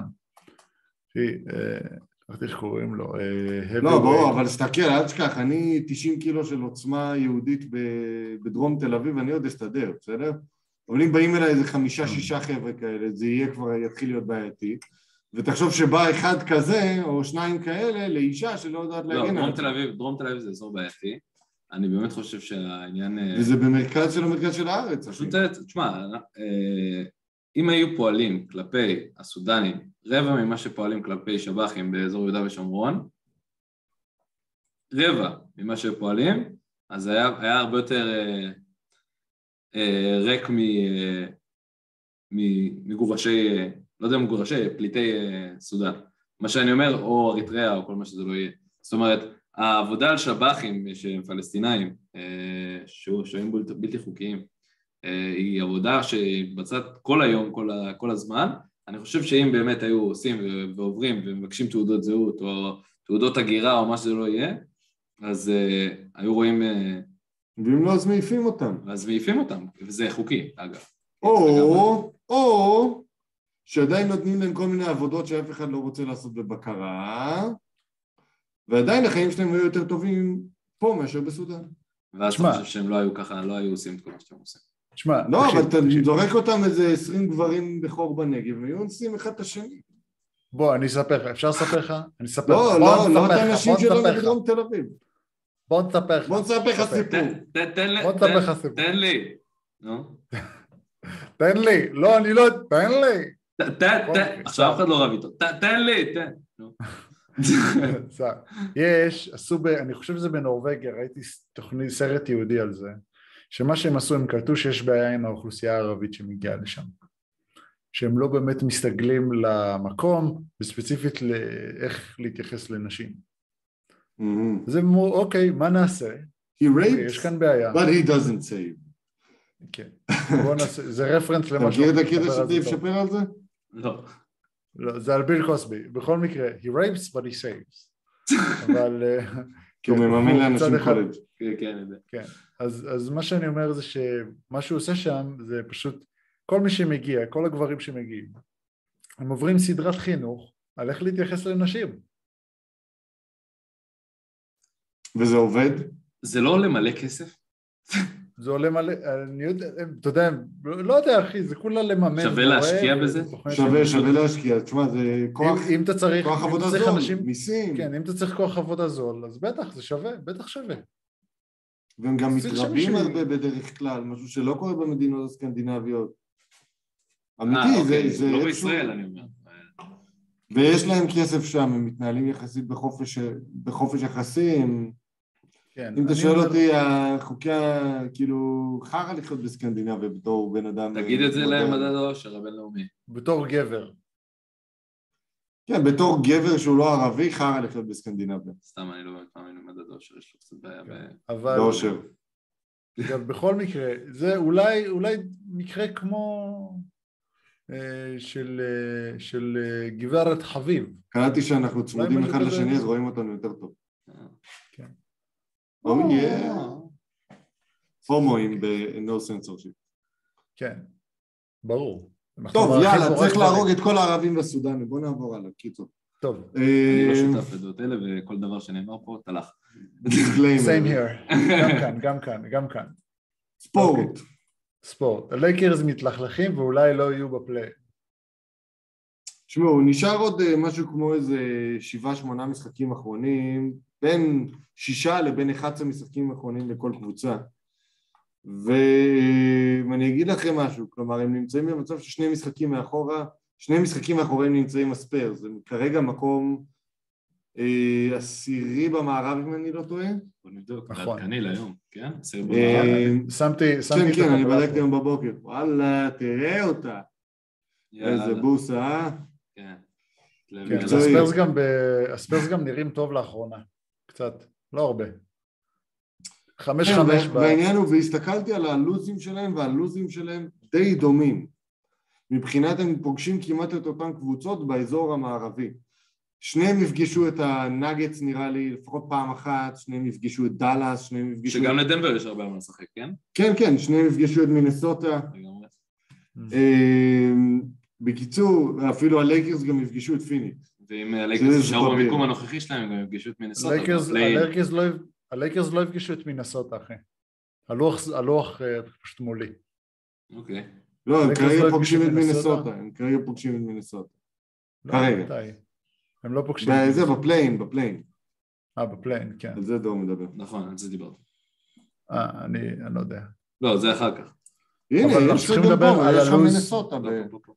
C: אחי, אה, איך איך קוראים לו? אה,
A: לא,
C: heavyweight.
A: ברור, אבל תסתכל, אל תשכח, אני 90 קילו של עוצמה יהודית ב- בדרום תל אביב, אני עוד אסתדר, בסדר? אבל אם באים אליי איזה חמישה-שישה חבר'ה כאלה, זה יהיה כבר, יתחיל להיות בעייתי. ותחשוב שבא אחד כזה, או שניים כאלה, לאישה שלא יודעת
B: לא,
A: להגן
B: דרום
A: עליה.
B: תל אביב, דרום תל אביב זה אזור בעייתי. אני באמת חושב שהעניין... אה,
A: וזה במרכז של המרכז של הארץ, אחי.
B: פשוט, אה, תשמע, אה, אם היו פועלים כלפי הסודנים רבע ממה שפועלים כלפי שב"חים באזור יהודה ושומרון, רבע ממה שפועלים, אז היה, היה הרבה יותר אה, אה, ריק מ, אה, מ- מגורשי, אה, לא יודע מגורשי, פליטי אה, סודן. מה שאני אומר, או אריתריאה או כל מה שזה לא יהיה. זאת אומרת, העבודה על שב"חים אה, שהם פלסטינאים, אה, שהוא- שוהים בלתי- בלתי חוקיים, אה, היא עבודה שמתבצעת כל היום, כל, ה, כל הזמן. אני חושב שאם באמת היו עושים ו- ועוברים ומבקשים תעודות זהות או תעודות הגירה או מה שזה לא יהיה, אז אה, היו רואים, אה,
A: ואם לא, אז מעיפים אותם.
B: אז מעיפים אותם, וזה חוקי, אגב.
A: כן, או, או, שעדיין נותנים להם כל מיני עבודות שאף אחד לא רוצה לעשות בבקרה, ועדיין החיים שלהם היו יותר טובים פה מאשר בסודאן.
B: ואז אתה
C: שמע.
B: חושב שהם לא היו ככה, לא היו עושים את כל מה שאתם עושים.
C: תשמע,
A: לא,
C: תקשיב,
A: אבל אתה
C: תקשיב.
A: זורק אותם איזה עשרים גברים בכור בנגב, והיו אונסים אחד את השני.
C: בוא, אני אספר לך, אפשר לספר לך? אני אספר לך.
A: לא,
C: בוא,
A: לא,
C: אני
A: לא את
C: אספר לך,
A: האנשים
C: בוא, אני
A: שלנו
C: אספר לך.
A: מדרום תל אביב.
C: בוא נספר לך. אוקיי.
A: בוא נספר לך סיפור.
B: תן- תן- תן לי,
C: בוא נספר
B: תן-
C: לך סיפור.
B: תן לי. נו.
C: תן לי, לא, אני לא, תן לי.
B: ת- תן, תן, עכשיו אף אחד לא רב איתו. ת- תן לי, תן. נו.
C: בסדר. יש, עשו, ב, אני חושב שזה בנורבגיה, ראיתי ס- תוכנית, סרט יהודי על זה, שמה שהם עשו, הם קלטו שיש בעיה עם האוכלוסייה הערבית שמגיעה לשם. שהם לא באמת מסתגלים למקום, וספציפית לאיך להתייחס לנשים.
A: Mhm.
C: אז הם אמרו, אוקיי, מה נעשה?
A: He
C: אוקיי, יש
A: raped,
C: כאן בעיה.
A: but he doesn't save.
C: כן. בוא נעשה, זה רפרנס
A: אתה
C: למה
A: מכיר את
C: שאנחנו
A: הקטע
C: נדבר על זה
A: שדייב
C: טוב.
A: שפר על זה?
B: לא.
C: לא, זה על ביל קוסבי. בכל מקרה, he rapes but he saves. אבל... אה,
A: כי הוא
C: כן,
A: מממן
C: הוא
A: לאנשים
C: מצד אחד-
A: קולג'.
B: כן, כן, אני יודע.
C: אז, אז מה שאני אומר זה שמה שהוא עושה שם זה פשוט כל מי שמגיע, כל הגברים שמגיעים, הם עוברים סדרת חינוך על איך להתייחס לנשים.
A: וזה עובד?
B: זה לא עולה מלא כסף?
C: זה עולה מלא, אני יודע, אתה יודע, לא יודע אחי, זה כולה לממן. אה,
B: שווה
C: מורה,
B: להשקיע בזה?
C: סוכנת
A: שווה,
C: שיווק.
A: שווה להשקיע. תשמע, זה כוח
C: אם, אם אתה צריך,
A: כוח
C: אם
A: עבודה
C: אתה צריך
A: זול,
C: אנשים,
A: מיסים,
C: כן, אם אתה צריך כוח עבודה זול, אז בטח, זה שווה, בטח שווה.
A: והם גם
C: צריך
A: מתרבים
C: שמישהו-
A: הרבה בדרך כלל, משהו שלא קורה במדינות הסקנדינביות.
B: אה,
A: אמיתי,
B: אוקיי,
A: זה- זה
B: לא
A: איפשהו-
B: בישראל, אני אומר.
A: ויש להם כסף שם, הם מתנהלים יחסית בחופש, בחופש יחסים.
C: כן,
A: אם אתה
C: אני
A: שואל
C: אומר-
A: אותי, החוקי, ה- כאילו, חרא לחיות בסקנדינביה בתור בן אדם... אה,
B: תגיד את זה
A: מודרני.
B: למדד העושר הבינלאומי.
C: בתור גבר,
A: כן, בתור גבר שהוא לא ערבי, חרא לחיות בסקנדינביה.
B: סתם, אני לא באמת מאמין למדד העושר, יש לו קצת בעיה.
A: כן.
B: ב-
A: אה,
C: אבל...
A: באושר.
C: גם בכל מקרה, זה אולי, אולי מקרה כמו אה, של, אה, של אה, גברת חביב.
A: קלטתי שאנחנו צמודים
C: משהו
A: אחד
C: כזה? כן.
A: לשני, אז רואים אותנו יותר טוב.
B: אה.
A: Oh yeah. הומואים ב-No censorship.
C: כן, ברור. אנחנו
A: טוב,
C: מארחים
A: יאללה,
C: פה
A: צריך
C: רק
A: להרוג
C: דברים.
A: את כל הערבים בסודאן, בוא נעבור הלאה, קיצור. אה,
C: טוב,
B: אני לא שותף לדעות אלה, וכל דבר שנאמר פה, תלך.
C: same
A: דיסקליימר.
C: here. גם כאן, גם כאן, גם כאן.
B: אוקיי.
A: ספורט.
C: ספורט. הלייקרס מתלכלכים ואולי לא יהיו בפליי.
A: תשמעו, נשאר עוד אה, משהו כמו איזה שבעה, שמונה משחקים אחרונים, בין שישה לבין 11 משחקים אחרונים לכל קבוצה. ואני אגיד לכם משהו, כלומר, הם נמצאים במצב ששני משחקים מאחורה, שני משחקים מאחוריהם נמצאים הספיירס, הם כרגע מקום אה, עשירי במערב, אם אני לא טועה.
B: בוא נבדוק, זה
C: נכון.
B: עדכני להיום, כן? עשרה במערב.
A: אה,
C: שמתי, שמתי
A: כן,
C: את
A: כן, אני
C: הטבלה
A: בדקתי
C: פה.
A: היום בבוקר. וואלה, תראה אותה.
B: יאללה,
A: איזה בוסה, אה?
B: כן.
C: כן,
A: מקצועי.
C: הספרס גם ב- הספרס גם נראים טוב לאחרונה. קצת, לא הרבה. חמש
A: כן,
C: חמש.
A: וה-
C: ב-
A: והעניין הוא, והסתכלתי על הלוזים שלהם, והלוזים שלהם די דומים. מבחינת הם פוגשים כמעט את אותן קבוצות באזור המערבי. שניהם יפגשו את הנאגץ נראה לי לפחות פעם אחת, שניהם יפגשו את דאלאס, שניהם יפגשו...
B: שגם לדנבר יש הרבה על מה לשחק, כן?
A: כן, כן, שניהם יפגשו את מינסוטה.
B: לגמרי.
A: אמ, בקיצור, אפילו הלייקרס גם יפגשו את פיניקס.
B: ואם הלייקרס יישארו
A: סביר.
B: במיקום הנוכחי שלהם, הם גם יפגשו את מינסוטה.
C: הלייקרס-
B: בפליין.
C: הלייקרס לא יפ- הלייקרס לא יפגשו את מינסוטה אחי. הלוח, הלוח אה, פשוט מולי.
B: אוקיי.
A: לא, הם
C: הלייקרס לא
A: כרגע
C: יפגשו
A: פוגשים את
C: את מינסוטה?
A: מינסוטה, הם כרגע פוגשים את מינסוטה.
C: לא,
A: כרגע.
C: מתי? הם לא פוגשים.
A: בזה, בפליין, בפליין.
C: אה, בפליין, כן.
A: על זה דור מדבר.
B: נכון, על זה דיברתי.
C: אה, אני אני לא יודע.
B: לא, זה אחר כך.
A: הנה,
C: אבל אנחנו
A: יש
C: צריכים
A: סדר
C: לדבר
A: דור,
C: על
A: יש לך
C: הלו"ז.
A: מינסוטה. ב-
B: לא, פה, פה, פה.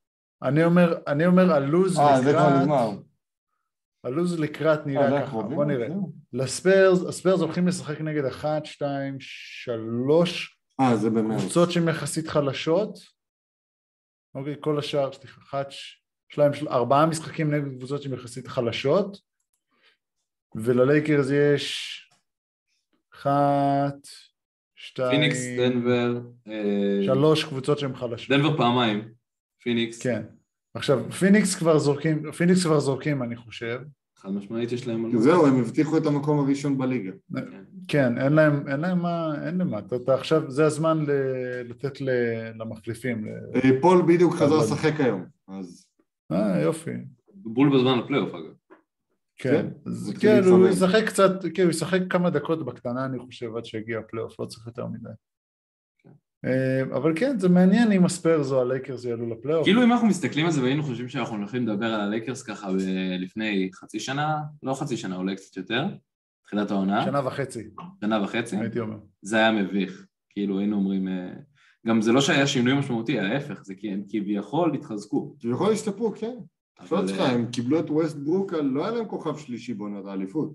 C: אני אומר, אני אומר, הלו"ז
A: אה, זה כבר
C: לקראת,
A: נגמר.
C: הלו"ז לקראת
A: אה, זה
C: נראה ככה,
A: הקרובים?
C: בוא נראה.
A: זהו.
C: לספיירס, הספיירס הולכים לשחק נגד אחת, שתיים, שלוש
A: אה, זה במרץ.
C: קבוצות שהן יחסית חלשות. אוקיי, כל השאר, סליחה, אחת, ש- שניים, של... ארבעה משחקים נגד קבוצות שהן יחסית חלשות, וללייקרס יש אחת, שתיים,
B: פיניקס, דנבר, אה,
C: שלוש קבוצות שהן חלשות.
B: דנבר פעמיים, פיניקס,
C: כן. עכשיו, פיניקס כבר זורקים, פיניקס כבר זורקים, אני חושב.
B: חד משמעית יש להם על מה.
A: זהו, הם הבטיחו את המקום הראשון בליגה.
C: כן, אין להם, אין להם מה, אין להם מה, אתה, אתה עכשיו, זה הזמן ל, לתת ל, למחליפים, ל...
A: אה, פול בדיוק חזר
C: אבל-
A: לשחק היום, אז...
C: אה יופי,
B: בול בזמן לפלייאוף אגב.
C: כן,
A: כן,
C: אז
A: מתחיל
C: כן, הוא
A: להתחמם.
C: ישחק קצת, כן, הוא ישחק כמה דקות בקטנה אני חושב עד שיגיע הפלייאוף, לא צריך יותר מדי. אה, אבל כן, זה מעניין אם הספיירס או הלייקרס יעלו לפלייאוף.
B: כאילו אם אנחנו מסתכלים על זה והיינו חושבים שאנחנו הולכים לדבר על הלייקרס ככה ב- לפני חצי שנה, לא חצי שנה, אולי קצת יותר, תחילת העונה,
C: שנה וחצי,
B: שנה וחצי,
C: הייתי אומר.
B: זה היה מביך. כאילו היינו אומרים, אה, גם זה לא שהיה שינוי משמעותי, ההפך, זה כי הם כביכול התחזקו.
A: כביכול השתפרו, כן.
B: אבל,
A: תחשוב שלך,
B: אה,
A: הם קיבלו את ווסט ברוק, על- לא היה להם כוכב שלישי בעונת האליפות.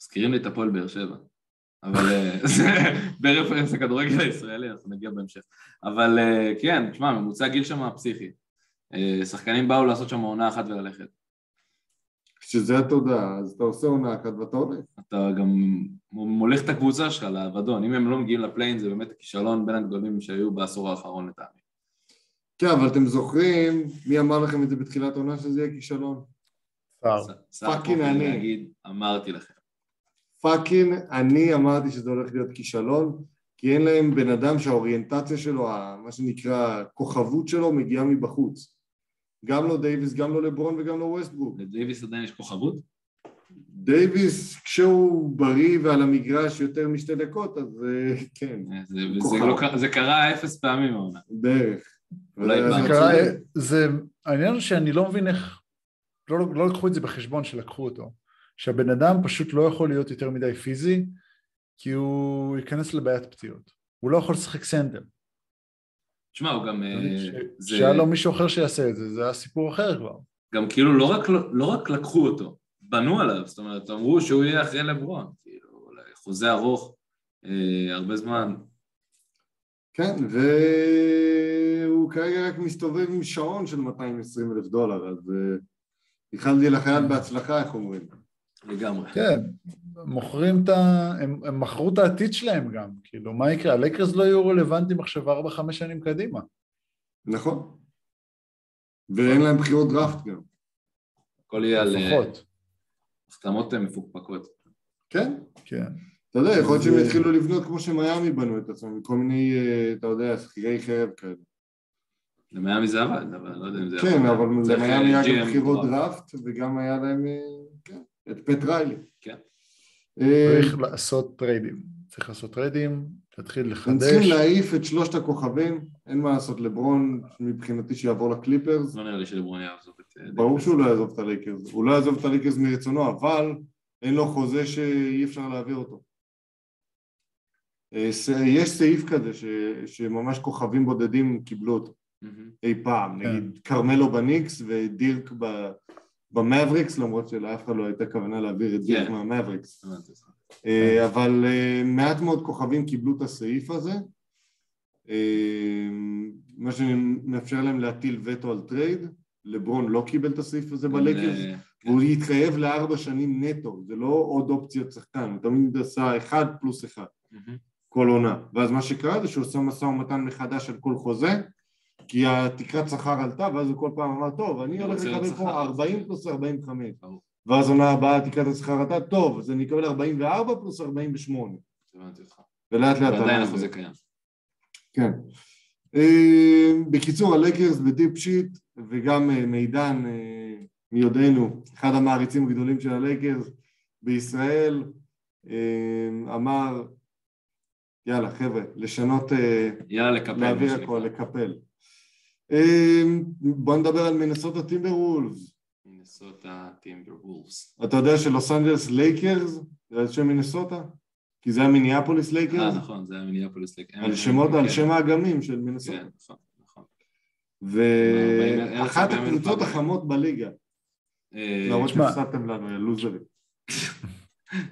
B: מזכירים לי את הפועל באר שבע. אבל אה, זה ברפרנס לכדורגל הישראלי, אנחנו נגיע בהמשך. אבל אה, כן, תשמע, ממוצע גיל שם פסיכי. אה, שחקנים באו לעשות שם עונה אחת וללכת.
A: כשזה התודעה, אז אתה עושה עונה אחת ואתה הולך.
B: אתה גם מוליך את הקבוצה שלך לאבדון. אם הם לא מגיעים לפליין, זה באמת הכישלון בין הגדולים שהיו בעשור האחרון לטעמי.
A: כן, אבל אתם זוכרים מי אמר לכם את זה בתחילת העונה שזה יהיה כישלון?
C: סער.
B: ס- סך הכל
A: פאקינג אני.
B: להגיד, אמרתי לכם.
A: פאקינג אני אמרתי שזה הולך להיות כישלון, כי אין להם בן אדם שהאוריינטציה שלו, ה- מה שנקרא, הכוכבות שלו מגיעה מבחוץ. גם לא דייוויס, גם לא לברון וגם לא ווסטבורג.
B: לדייוויס עדיין יש כוכבות?
A: דייוויס, כשהוא בריא ועל המגרש יותר משתי דקות, אז אה, כן,
B: אה, זה- וזה
A: כוכב.
B: לא קרה- זה קרה אפס פעמים העונה.
A: בערך.
B: אולי
A: אבל
B: פעם.
A: אז
C: זה
A: אתה
C: קרה,
A: צודק.
C: זה, העניין הוא שאני לא מבין איך, לא, לא לקחו את זה בחשבון שלקחו אותו, שהבן אדם פשוט לא יכול להיות יותר מדי פיזי, כי הוא ייכנס לבעיית פציעות, הוא לא יכול לשחק סנטר,
B: תשמע, הוא גם... אה,
C: ש-
B: זה-
C: שהיה לו מישהו אחר שיעשה את זה, זה היה סיפור אחר כבר,
B: גם כאילו לא רק, לא רק לקחו אותו, בנו עליו, זאת אומרת, אמרו שהוא יהיה אחרי לברון, כאילו, חוזה ארוך, אה, הרבה זמן.
A: כן, והוא כרגע רק מסתובב עם שעון של 220 אלף דולר, אז אה, איחלתי לחייל בהצלחה, איך אומרים.
B: לגמרי.
C: כן, מוכרים את ה... הם, הם מכרו את העתיד שלהם גם, כאילו מה יקרה, הלייקרס לא יהיו רלוונטיים עכשיו ארבע חמש שנים קדימה,
A: נכון. ואין להם בחירות דראפט גם.
B: הכל יהיה על אה,
C: לפחות,
B: החתמות אה, מפוקפקות.
A: כן,
C: כן.
A: אתה יודע, יכול להיות
C: זה-
A: שהם יתחילו לבנות כמו שמיאמי בנו את עצמם, עם כל מיני, אה, אתה יודע, שכירי חרב כאלה.
B: למיאמי זה עבד, אבל לא יודע אם זה
A: כן,
B: עבד.
A: אבל
B: צריך,
A: למיאמי היה
B: אה,
A: גם
B: GM
A: בחירות
B: מטורף.
A: דראפט, וגם היה להם, אה, כן, את פט ריילי.
B: כן.
A: אה,
C: צריך לעשות טריידים, צריך לעשות טריידים, להתחיל
A: הם צריכים
C: לחדש,
A: להעיף את שלושת הכוכבים, אין מה לעשות, לברון מבחינתי שיעבור לקליפרס,
B: לא נראה לי שלברון יעזוב את... אה,
A: ברור שהוא לא יעזוב את הלייקרס, הוא לא יעזוב את הלייקרס מרצונו, אבל אין לו חוזה שאי אפשר להעביר אותו. אה, ס- יש סעיף כזה ש, שממש כוכבים בודדים קיבלו אותו
B: מהמם.
A: אי פעם,
C: כן.
A: נגיד כרמלו בניקס ודירק ב, במאבריקס, למרות שלאף אחד לא הייתה כוונה להעביר את דירק
B: כן.
A: מהמאבריקס.
B: הבנתי אותך.
A: אה, אבל אה, מעט מאוד כוכבים קיבלו את הסעיף הזה, אה, מה שמאפשר להם להטיל וטו על טרייד, לברון לא קיבל את הסעיף הזה בלייקרס,
B: אה,
A: והוא התחייב לארבע שנים נטו, זה לא עוד אופציות שחקן, הוא תמיד עשה אחד פלוס אחד
B: מהמם.
A: כל עונה, ואז מה שקרה זה שהוא עשה משא ומתן מחדש על כל חוזה, כי התקרת שכר עלתה, ואז הוא כל פעם אמר, טוב, אני
B: אני
A: הולך
B: רוצה עוד
A: לקבל
B: שכר."
A: פה 40 פלוס 45.
B: ברור.
A: ואז עונה הבאה תקרת השכר עלתה, טוב, אז אני אקבל 44 פלוס 48.
B: הבנתי אותך.
A: ולאט לאט...
B: ועדיין
A: עלה
B: החוזה
A: זה.
B: קיים.
A: כן. אה, בקיצור, הלייקרס בטיפ שיט, וגם אה, מידן אה, מיודענו, אחד המעריצים הגדולים של הלייקרס בישראל, אה, אמר, יאללה חבר'ה, לשנות, אה,
B: יאללה, לקפל. מה
A: להעביר
B: שנקרא.
A: הכל, לקפל. אה, בוא נדבר על מנסוטה טימבר וולפס.
B: מינסוטה טימבר וולפס.
A: אתה יודע שלוס אנג'לס לייקרס זה על שם מנסוטה? כי זה היה מיניאפוליס לייקרס?
B: אה, נכון, זה היה מיניאפוליס. לק-
A: על שמות, על
B: כן,
A: שם האגמים של מנסוטה.
B: כן, נכון, נכון.
A: ואחת
B: ארבעים אלף
A: הקבוצות
B: פעמים.
A: החמות בליגה.
B: אה,
A: למרות
C: תשמע.
A: שהפסדתם לנו, יא לוזרים.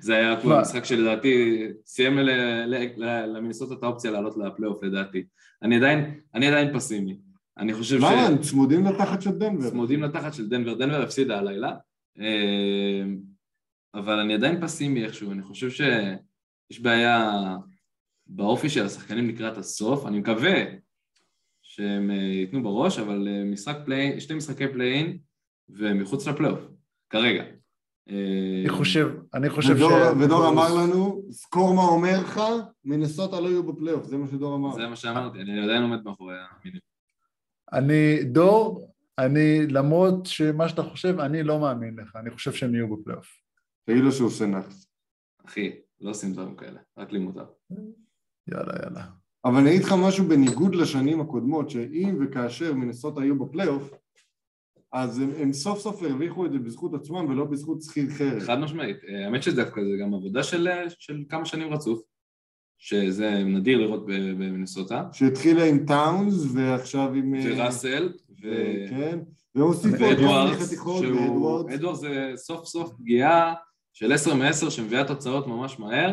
B: זה היה כמו
C: מה?
B: המשחק שלדעתי סיים ל- ל- ל- למינסוטה את האופציה לעלות לפלייאוף לדעתי. אני עדיין, אני עדיין פסימי. אני חושב
A: למה? הם צמודים לתחת של
C: כן.
A: דנבר.
B: שצמודים לתחת של דנבר. דנבר הפסידה הלילה, אה, אבל אני עדיין פסימי איכשהו. אני חושב שיש בעיה באופי של השחקנים לקראת הסוף. אני מקווה שהם אה, ייתנו בראש, אבל אה, משחק פליין, שני משחקי פליין ומחוץ לפלייאוף, כרגע. אה,
C: אני חושב, אני חושב
A: ודור, ודור אמר לנו, זכור מה אומר לך, מנסוטה לא יהיו בפלייאוף, זה מה שדור אמר.
B: זה מה שאמרתי, אני עדיין עומד מאחורי המילים.
C: אני, דור, אני, למרות שמה שאתה חושב, אני לא מאמין לך, אני חושב שהם יהיו בפלייאוף.
A: תגיד לו כאילו שהוא עושה נאחס.
B: אחי, לא עושים דברים כאלה, רק לי מותר.
C: יאללה, יאללה.
A: אבל אני אגיד לך משהו בניגוד לשנים הקודמות, שאם וכאשר מנסוטה היו בפלייאוף, אז הם, הם סוף סוף הרוויחו את זה בזכות עצמם ולא בזכות שכיר חרב.
B: חד משמעית. אה, האמת שזה דווקא זה גם עבודה של, אה, של כמה שנים רצוף, שזה נדיר לראות ב- במינסוטה.
A: שהתחילה עם טאונס ועכשיו עם... אה,
B: וראסל, ו...
A: אה, כן, והוסיפו עוד יום
B: ואדוארדס,
A: חתיכות,
B: שהוא...
A: ואדוארדס.
B: אדוארדס זה סוף סוף פגיעה של 10 מ-10 שמביאה תוצאות ממש מהר,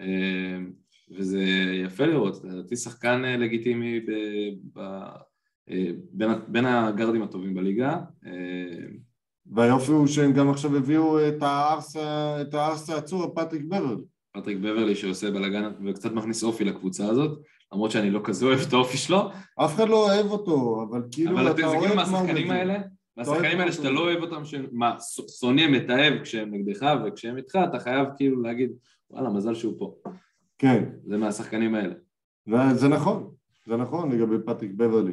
B: אה, וזה יפה לראות, לדעתי שחקן אה, לגיטימי ב... ב... אה, בין, ה- בין הגארדים הטובים בליגה. אה,
A: והיופי הוא שהם גם עכשיו הביאו את הארסה, את הארסה עצור, פטריק ברל.
B: פטריק בברלי שעושה בלאגן וקצת מכניס אופי לקבוצה הזאת, למרות שאני לא כזה אוהב את האופי שלו,
A: אף אחד לא אוהב אותו, אבל כאילו
B: אבל אתה
A: אתה
B: זה
A: אוהב
B: כאילו
A: מה הוא
B: מהשחקנים
A: מביא.
B: האלה, מהשחקנים
A: מה
B: האלה
A: הוא
B: שאתה לא אוהב אותם, שמה, שונא, מתעב כשהם נגדך וכשהם איתך, אתה חייב כאילו להגיד, וואלה, מזל שהוא פה.
A: כן,
B: זה מהשחקנים האלה.
A: זה- זה נכון, זה נכון לגבי פטריק בברלי.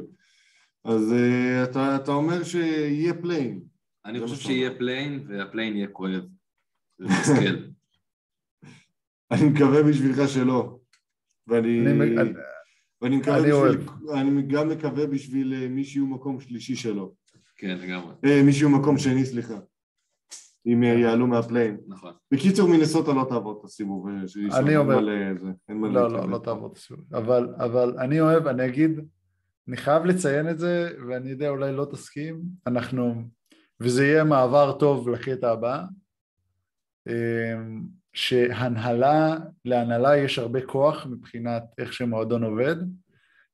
A: אז אה, אתה, אתה אומר שיהיה פליין.
B: אני
A: זה
B: חושב
A: מה שאתה אומר.
B: שיהיה פליין, והפליין יהיה כואב. ומתסכל.
A: אני מקווה בשבילך שלא. ואני,
C: אני- אני-
A: ואני מקווה
C: אני
A: בשביל,
C: אוהב.
A: אני גם מקווה בשביל אה, מי שיהיו מקום שלישי שלו.
B: כן, לגמרי.
A: אה, מי שיהיו מקום שני, סליחה. אם אה,
C: כן.
A: יעלו מהפליין.
B: נכון.
A: בקיצור, מנסוטה לא תעבור את הסיבוב. אה, שלי,
C: אני
A: שם, אין
C: אומר-
A: מה ל- זה, אין מה
C: לא, לא,
A: להתלבט.
C: לא תעבור את הסיבוב. אבל, אבל אני אוהב, אני אגיד, אני חייב לציין את זה, ואני יודע, אולי לא תסכים, אנחנו, וזה יהיה מעבר טוב לקטע הבא, אמ, שהנהלה, להנהלה יש הרבה כוח מבחינת איך שמועדון עובד,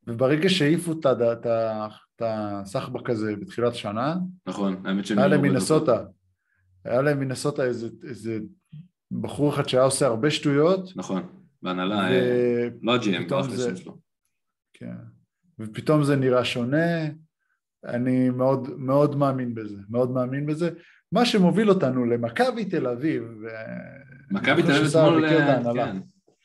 C: וברגע שהעיפו את הד- את ה- את הסחבק הזה בתחילת שנה,
B: נכון, האמת שהם...
C: היה
B: יהיו
C: להם
B: הרבה
C: מנסוטה, היה להם מנסוטה איזה, איזה בחור אחד שהיה עושה הרבה שטויות,
B: דקות. נכון, בהנהלה, אה,
C: ו...
B: לא הג'י.אם, לא
C: פתאום
B: אחרי
C: זה-
B: שם שלו.
C: כן. ופתאום זה נראה שונה, אני מאוד, מאוד מאמין בזה, מאוד מאמין בזה. מה שמוביל אותנו למכבי תל אביב, אה, ו-
B: מכבי
C: אני
B: תל אביב
C: חושב שסער
B: אתמול...
C: מכיר את
B: אה,
C: ההנהלה.
B: כן.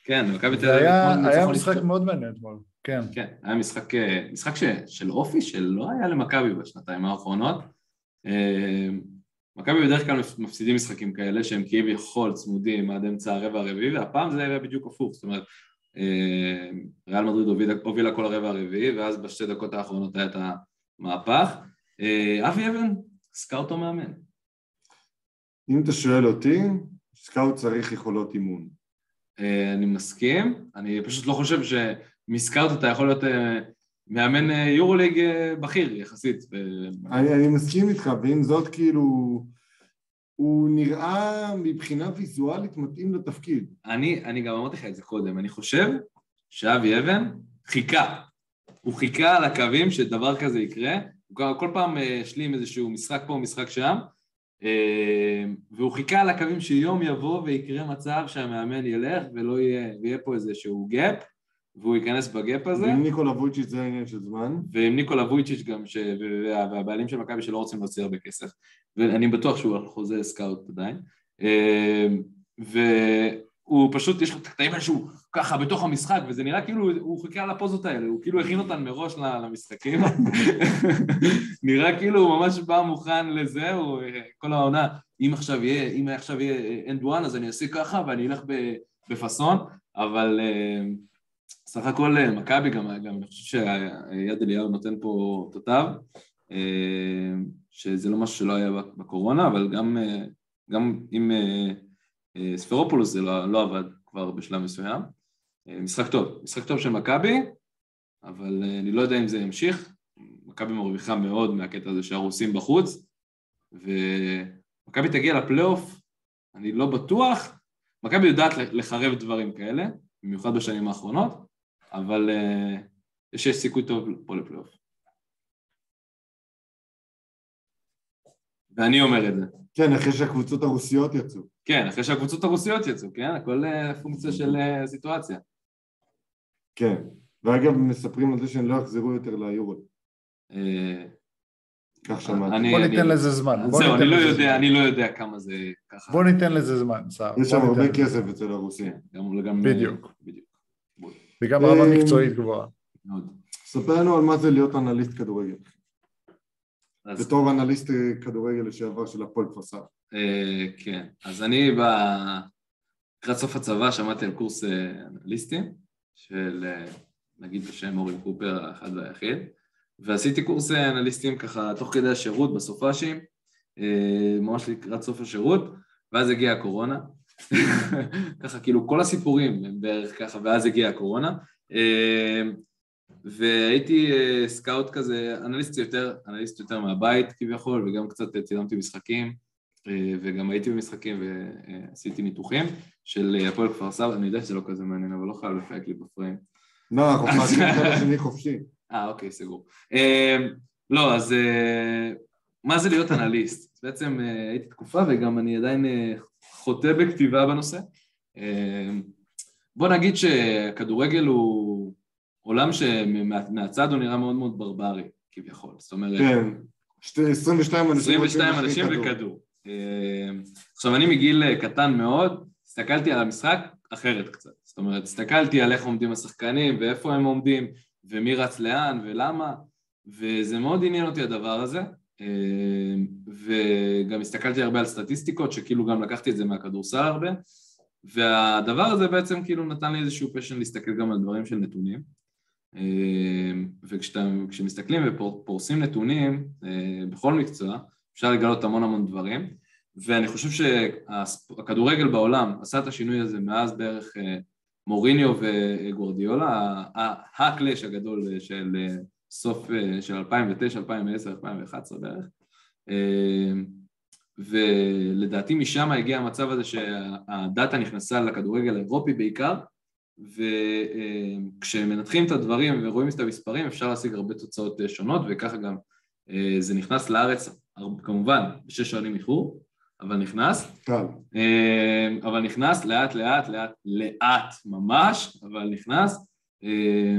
B: כן, מכבי תל
C: זה
B: אביב
C: היה,
B: אתמול...
C: היה
B: ניצחון
C: משחק
B: היסטורי.
C: מאוד מעניין אתמול, כן.
B: כן, היה משחק, אה, משחק ש, של אופי שלא היה למכבי בשנתיים האחרונות. אה, מכבי בדרך כלל מפ- מפסידים משחקים כאלה שהם כביכול צמודים עד אמצע הרבע הרביעי, והפעם זה היה בדיוק הפוך, זאת אומרת, אה, ריאל מדריד הובילה, הובילה כל הרבע הרביעי, ואז בשתי דקות האחרונות היה את המהפך. אה, אבי אבן, סקאוט או מאמן?
A: אם אתה שואל אותי, סקאוט צריך יכולות אימון.
B: אה, אני מסכים, אני פשוט לא חושב שמסקאוט אתה יכול להיות אה, מאמן אה, יורוליג אה, בכיר יחסית. ב-
A: אני, אני מסכים איתך, ועם זאת כאילו, הוא נראה מבחינה ויזואלית מתאים לתפקיד.
B: אני, אני גם אמרתי לך את זה קודם, אני חושב שאבי אבן חיכה. הוא חיכה על הקווים שדבר כזה יקרה, הוא כל- כל פעם אה, השלים איזשהו משחק פה, משחק שם, אה, והוא חיכה על הקווים שיום יבוא ויקרה מצב שהמאמן ילך ולא יהיה, ויהיה פה איזשהו גאפ, והוא ייכנס בגאפ הזה.
A: ועם ניקולה וויצ'יץ' זה העניין של זמן.
B: ועם ניקולה וויצ'יץ' גם, ש... וה- והבעלים של מכבי שלא רוצים להוציא הרבה כסף, ואני בטוח שהוא על חוזה סקאוט עדיין, אמ, והוא פשוט, יש לו את הקטעים האלה שהוא ככה בתוך המשחק, וזה נראה כאילו הוא חיכה לפוזות האלה, הוא כאילו הכין אותן מראש ל- למשחקים, נראה כאילו הוא ממש בא מוכן לזה, הוא אה, כל העונה, אם עכשיו יהיה, אם עכשיו יהיה אנד וואן אז אני אעשה ככה ואני אלך ב- בפאסון, אבל... אמ, סך הכל אה, מכבי גם, גם אני חושב שיד אליהו נותן פה אותותיו, אה, שזה לא משהו שלא היה בקורונה, אבל גם, אה, גם עם אה, אה, ספרופולוס זה לא, לא עבד כבר בשלב מסוים. אה, משחק טוב, משחק טוב של מכבי, אבל אה, אני לא יודע אם זה ימשיך. מכבי מרוויחה מאוד מהקטע הזה שהרוסים בחוץ, ומכבי תגיע לפלייאוף, אני לא בטוח. מכבי יודעת לחרב דברים כאלה, במיוחד בשנים האחרונות, אבל אה, יש יש סיכוי טוב פה לפלייאוף. ואני אומר את זה.
A: כן, אחרי שהקבוצות הרוסיות יצאו.
B: כן, אחרי שהקבוצות הרוסיות יצאו, כן? הכל אה, פונקציה של אה, סיטואציה.
A: כן. ואגב, מספרים על זה שהם לא יחזרו יותר ליורו.
B: אה,
A: כך שמעתי.
B: אני-
C: בוא
B: אני-
C: ניתן לזה זמן. בוא
B: זהו,
C: ניתן
B: אני לא
C: לזה
B: יודע,
C: זמן.
B: אני לא יודע כמה זה ככה.
C: בוא ניתן לזה זמן, סער.
A: יש שם
C: בוא
A: הרבה
C: ניתן.
A: כסף אצל הרוסים.
B: כן, גם- גם-
C: בדיוק.
B: בדיוק.
C: וגם ברמה
A: אה,
C: מקצועית גבוהה.
B: מאוד.
A: ספר לנו על מה זה להיות אנליסט כדורגל.
B: אז
A: בתור אנליסט אה, כדורגל לשעבר של הפועל כפר סבא.
B: אה, כן, אז אני ב... לקראת סוף הצבא שמעתי על קורס אה, אנליסטים של אה, נגיד בשם אורן קופר האחד והיחיד ועשיתי קורס אה, אנליסטים ככה תוך כדי השירות בסופאשים אה, ממש לקראת סוף השירות ואז הגיעה הקורונה ככה כאילו כל הסיפורים הם בערך ככה ואז הגיעה הקורונה אה, והייתי אה, סקאוט כזה אנליסט יותר, אנליסט יותר מהבית כביכול וגם קצת אה, צילמתי משחקים אה, וגם הייתי במשחקים ועשיתי ניתוחים של אה, הפועל כפר סבא, אני יודע שזה לא כזה מעניין, אבל לא חייב לפרק לי בפריים.
A: לא, אנחנו חופשים אחד לשני חופשי.
B: אה, אוקיי, סגור. אה, לא, אז אה, מה זה להיות אנליסט? בעצם אה, הייתי תקופה וגם אני עדיין אה, חוטא בכתיבה בנושא. אה, בוא נגיד שכדורגל הוא עולם שמהצד הוא נראה מאוד מאוד ברברי, כביכול. זאת אומרת,
A: כן. שתי- 22 אנשים.
B: 22
A: רוצים
B: אנשים
A: להכניס כדור.
B: וכדור. אה, עכשיו, אני מגיל אה, קטן מאוד, הסתכלתי על המשחק אחרת קצת. זאת אומרת, הסתכלתי על איך עומדים השחקנים, ואיפה הם עומדים, ומי רץ לאן, ולמה, וזה מאוד עניין אותי הדבר הזה. אה, וגם הסתכלתי הרבה על סטטיסטיקות, שכאילו גם לקחתי את זה מהכדורסל הרבה, והדבר הזה בעצם כאילו נתן לי איזשהו פשן להסתכל גם על דברים של נתונים. אה, וכשמסתכלים ופורסים נתונים אה, בכל מקצוע, אפשר לגלות המון המון דברים, ואני חושב שהכדורגל בעולם עשה את השינוי הזה מאז בערך אה, מוריניו וגוורדיולה, ה- ה- הקלאש הגדול אה, של אה, סוף, אה, של 2009, 2010, 2011 בערך, אה, ולדעתי משם הגיע המצב הזה שהדאטה נכנסה לכדורגל האירופי בעיקר, וכשמנתחים את הדברים ורואים את המספרים אפשר להשיג הרבה תוצאות אה, שונות, וככה גם אה, זה נכנס לארץ, הר- כמובן, בשש שנים איחור, אבל נכנס.
A: קל.
B: אה, אבל נכנס לאט לאט לאט לאט ממש, אבל נכנס אה,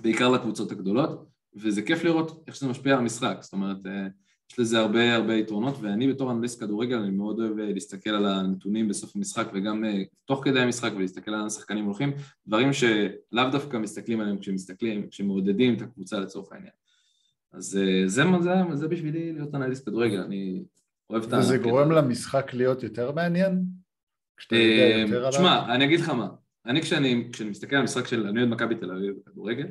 B: בעיקר לקבוצות הגדולות, וזה כיף לראות איך שזה משפיע על המשחק, זאת אומרת אה, יש לזה הרבה הרבה יתרונות, ואני בתור אנליסט כדורגל אני מאוד אוהב אה, להסתכל על הנתונים בסוף המשחק וגם אה, תוך כדי המשחק ולהסתכל על השחקנים הולכים, דברים שלאו דווקא מסתכלים עליהם כשמסתכלים, כשמעודדים את הקבוצה לצורך העניין. אז אה, זה, מה- זה, זה בשבילי להיות אנליסט כדורגל, אני אוהב את ה...
C: וזה
B: הקטע
C: גורם
B: הזה.
C: למשחק להיות יותר מעניין? כשאתה יודע
B: אה,
C: יותר עליו?
B: תשמע, אני אגיד לך מה, אני כשאני, כשאני מסתכל על משחק של, אני אוהד מכבי תל אביב בכדורגל,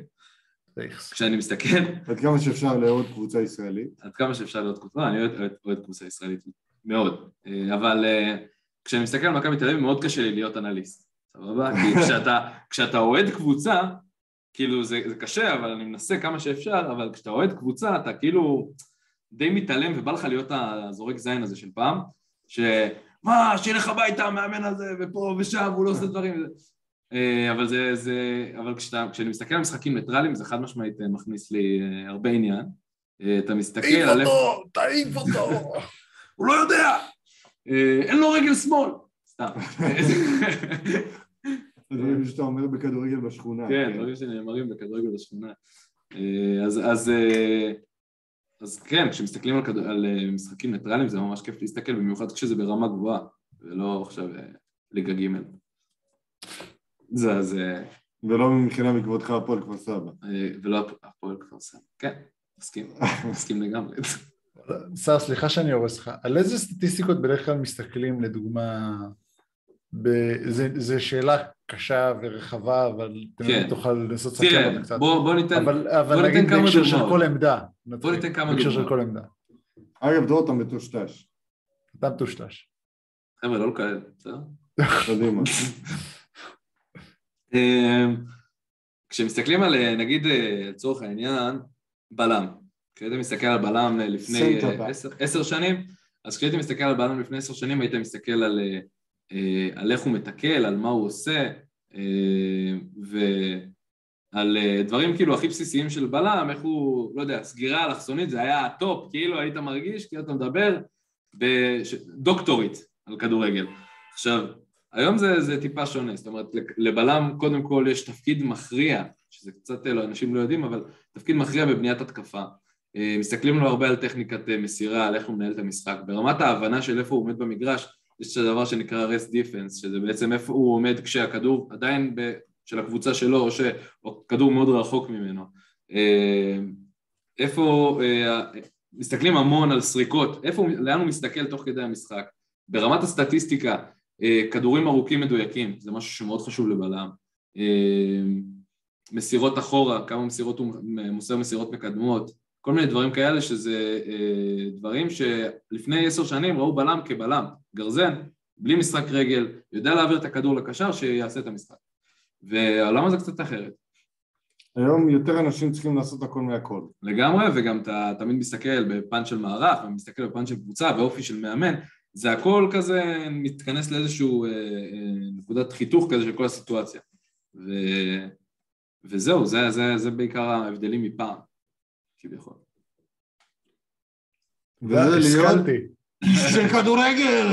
C: זה איכס.
B: כשאני מסתכל
A: עד כמה שאפשר לאהוד קבוצה ישראלית.
B: עד כמה שאפשר להיות קבוצה, אני אוהד- אוהד- אוהד קבוצה ישראלית מאוד, אה, אבל אה, כשאני מסתכל על מכבי תל אביב מאוד קשה לי להיות אנליסט, סבבה? כי כשאתה, כשאתה אוהד קבוצה, כאילו זה, זה קשה, אבל אני מנסה כמה שאפשר, אבל כשאתה אוהד קבוצה אתה כאילו די מתעלם ובא לך להיות הזורק זין הזה של פעם, ש... מה, שילך הביתה המאמן הזה, ופה ושם, הוא לא עושה דברים. אה, אבל זה, זה, אבל כשאתה, כשאני מסתכל על משחקים ניטרליים, זה חד משמעית אה, מכניס לי אה, הרבה עניין. אה, אתה מסתכל
C: תעיף
B: על איפה...
C: אותו! תעיף אותו!
B: הוא לא יודע! אה, אין לו רגל שמאל! סתם.
A: הדברים שאתה אומר בכדורגל בשכונה.
B: כן, דברים שנאמרים בכדורגל בשכונה. אה, אז, אז, אה, אז כן, כשמסתכלים על, כד... על אה, משחקים ניטרליים זה ממש כיף להסתכל, במיוחד כשזה ברמה גבוהה, ולא עכשיו אה, ליגה ג'. זה, אז... אה,
A: ולא מבחינה מכבודך הפועל כפר סבא.
B: אה, ולא הפ- הפועל כפר סבא. כן, מסכים, מסכים לגמרי.
C: סער, סליחה שאני הורס לך. על איזה סטטיסטיקות בדרך כלל מסתכלים, לדוגמה... ב- זה- זה שאלה קשה ורחבה, אבל אתם
B: כן.
C: יודעים, תוכל לנסות לסכם
B: תראה,
C: אותה קצת.
B: בוא בוא ניתן,
C: אבל, אבל
B: ניתן
C: נגיד
B: כמה
C: בהקשר של
B: דוגמאות.
C: כל עמדה. נתחיל.
B: ניתן כמה
C: בהקשר של
B: דוגמאות.
C: כל עמדה.
A: אגב, דור, אתה מטושטש.
C: אתה מטושטש.
B: חבר'ה, לא לקלל, בסדר?
A: קדימה.
B: אמ, כשמסתכלים על, אה, נגיד, אה, לצורך העניין, בלם. כשהיית מסתכל על בלם אה, לפני
A: Center
B: אה,
A: back.
B: עשר- עשר שנים, אז כשהיית מסתכל על בלם לפני עשר שנים, היית מסתכל על, אה, אה, על איך הוא מתקל, על מה הוא עושה, אה, ועל אה, דברים כאילו הכי בסיסיים של בלם, איך הוא, לא יודע, סגירה אלכסונית, זה היה הטופ, כאילו היית מרגיש, כאילו אתה מדבר בש- דוקטורית על כדורגל. עכשיו, היום זה, זה טיפה שונה, זאת אומרת לבלם קודם כל יש תפקיד מכריע, שזה קצת אה, לא, אנשים לא יודעים, אבל תפקיד מכריע בבניית התקפה. אה, מסתכלים לו הרבה על טכניקת אה, מסירה, על איך הוא מנהל את המשחק. ברמת ההבנה של איפה הוא עומד במגרש, יש את הדבר שנקרא רס דיפנס, שזה בעצם איפה הוא עומד כשהכדור עדיין ב, של הקבוצה שלו, או שהכדור מאוד רחוק ממנו. אה, איפה, אה, מסתכלים המון על סריקות, איפה, הוא- לאן הוא מסתכל תוך כדי המשחק. ברמת הסטטיסטיקה, אה, כדורים ארוכים מדויקים, זה משהו שמאוד חשוב לבלם. אה, מסירות אחורה, כמה מסירות הוא מוסר מסירות מקדמות, כל מיני דברים כאלה שזה אה, דברים שלפני עשר שנים ראו בלם כבלם, גרזן, בלי משחק רגל, יודע להעביר את הכדור לקשר שיעשה את המשחק. והעולם הזה קצת אחרת
A: היום יותר אנשים צריכים לעשות הכל מהכל.
B: לגמרי, וגם אתה תמיד מסתכל בפן של מערך, ומסתכל בפן של קבוצה, ואופי של מאמן, זה הכל כזה מתכנס לאיזשהו אה, אה, נקודת חיתוך כזה של כל הסיטואציה. ו... וזהו, זה, זה, זה בעיקר ההבדלים מפעם, כביכול.
A: וזה להיות
C: השכלתי,
A: של כדורגל!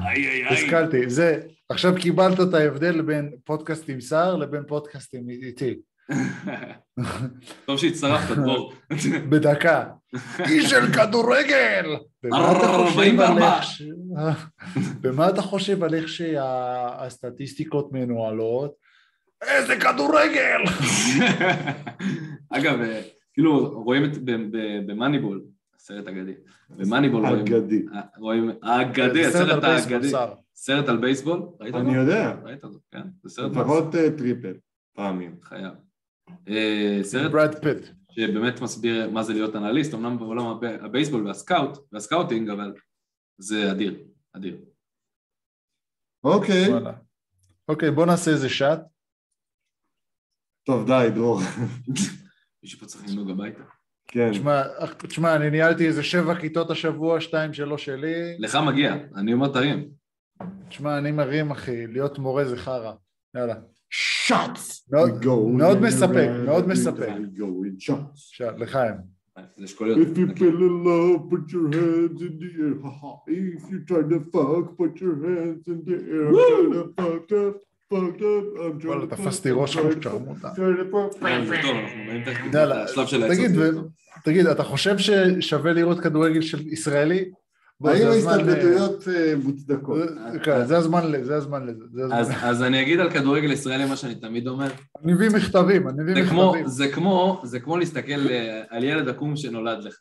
B: איי איי
C: השכלתי. זה, עכשיו קיבלת את ההבדל בין פודקאסט עם סער לבין פודקאסט עם איתי.
B: טוב שהצטרפת, דרור.
C: בדקה. איש של כדורגל! במה אתה חושב על
B: 44.
C: איך ש- במה אתה חושב על איך שהסטטיסטיקות מנוהלות? איזה כדורגל!
B: אגב, אה, כאילו, רואים את ב- ב- במאניבול, סרט אגדי. במאניבול רואים...
A: אגדי.
B: אה, רואים... האגדי,
C: זה
B: הסרט
C: סרט על בייסבול,
B: האגדי.
C: סער.
B: סרט על בייסבול? ראית אותו?
A: אני יודע.
B: ראית אותו, כן. זה סרט מעצבן,
A: לפחות אה, טריפל, פעמים.
B: חייב. אה, סרט
C: ברד פיט.
B: שבאמת מסביר מה זה להיות אנליסט, אמנם בעולם הב- הבייסבול והסקאוט, והסקאוטינג, אבל זה אדיר, אדיר.
A: אוקיי.
C: וואלה. אוקיי, בוא נעשה איזה שעט.
A: טוב, די, דרור.
B: מישהו פה צריך לנהוג הביתה.
A: כן.
C: תשמע, אח- תשמע, אני ניהלתי איזה שבע כיתות השבוע, שתיים שלא שלי.
B: לך מגיע, אני אומר תרים.
C: תשמע, אני מרים, אחי, להיות מורה זה חרא. יאללה.
A: שאץ!
C: מאוד- מאוד מספק, מאוד מספק. שאט, לחיים.
B: זה אשכוליות.
A: If you fell in love, put your hands in the air. haha. If you try to fuck, put your hands in the air. I'm trying to fuck up, fuck up. I'm trying
C: וואלה,
A: to fuck
C: תפסתי
A: up,
C: ראש
A: trying to
C: חשבמותה.
A: fuck, trying to fuck.
B: כן, זה טוב, אנחנו באים תכף
C: יאללה,
B: לשלב של
C: תגיד,
B: העצות.
C: ו- תגיד, אתה חושב ששווה לראות כדורגל של ישראלי? בוא,
A: האם
C: זה הזמן,
A: ההסתלבטויות אה,
C: אה,
A: מוצדקות?
C: זה- כן, זה הזמן לזה, זה הזמן לזה. זה הזמן.
B: אז- אז אני אגיד על כדורגל ישראלי מה שאני תמיד אומר,
C: אני מביא מכתבים, אני מביא
B: זה כמו,
C: מכתבים.
B: זה כמו, זה כמו להסתכל אה, על ילד עקום שנולד לך.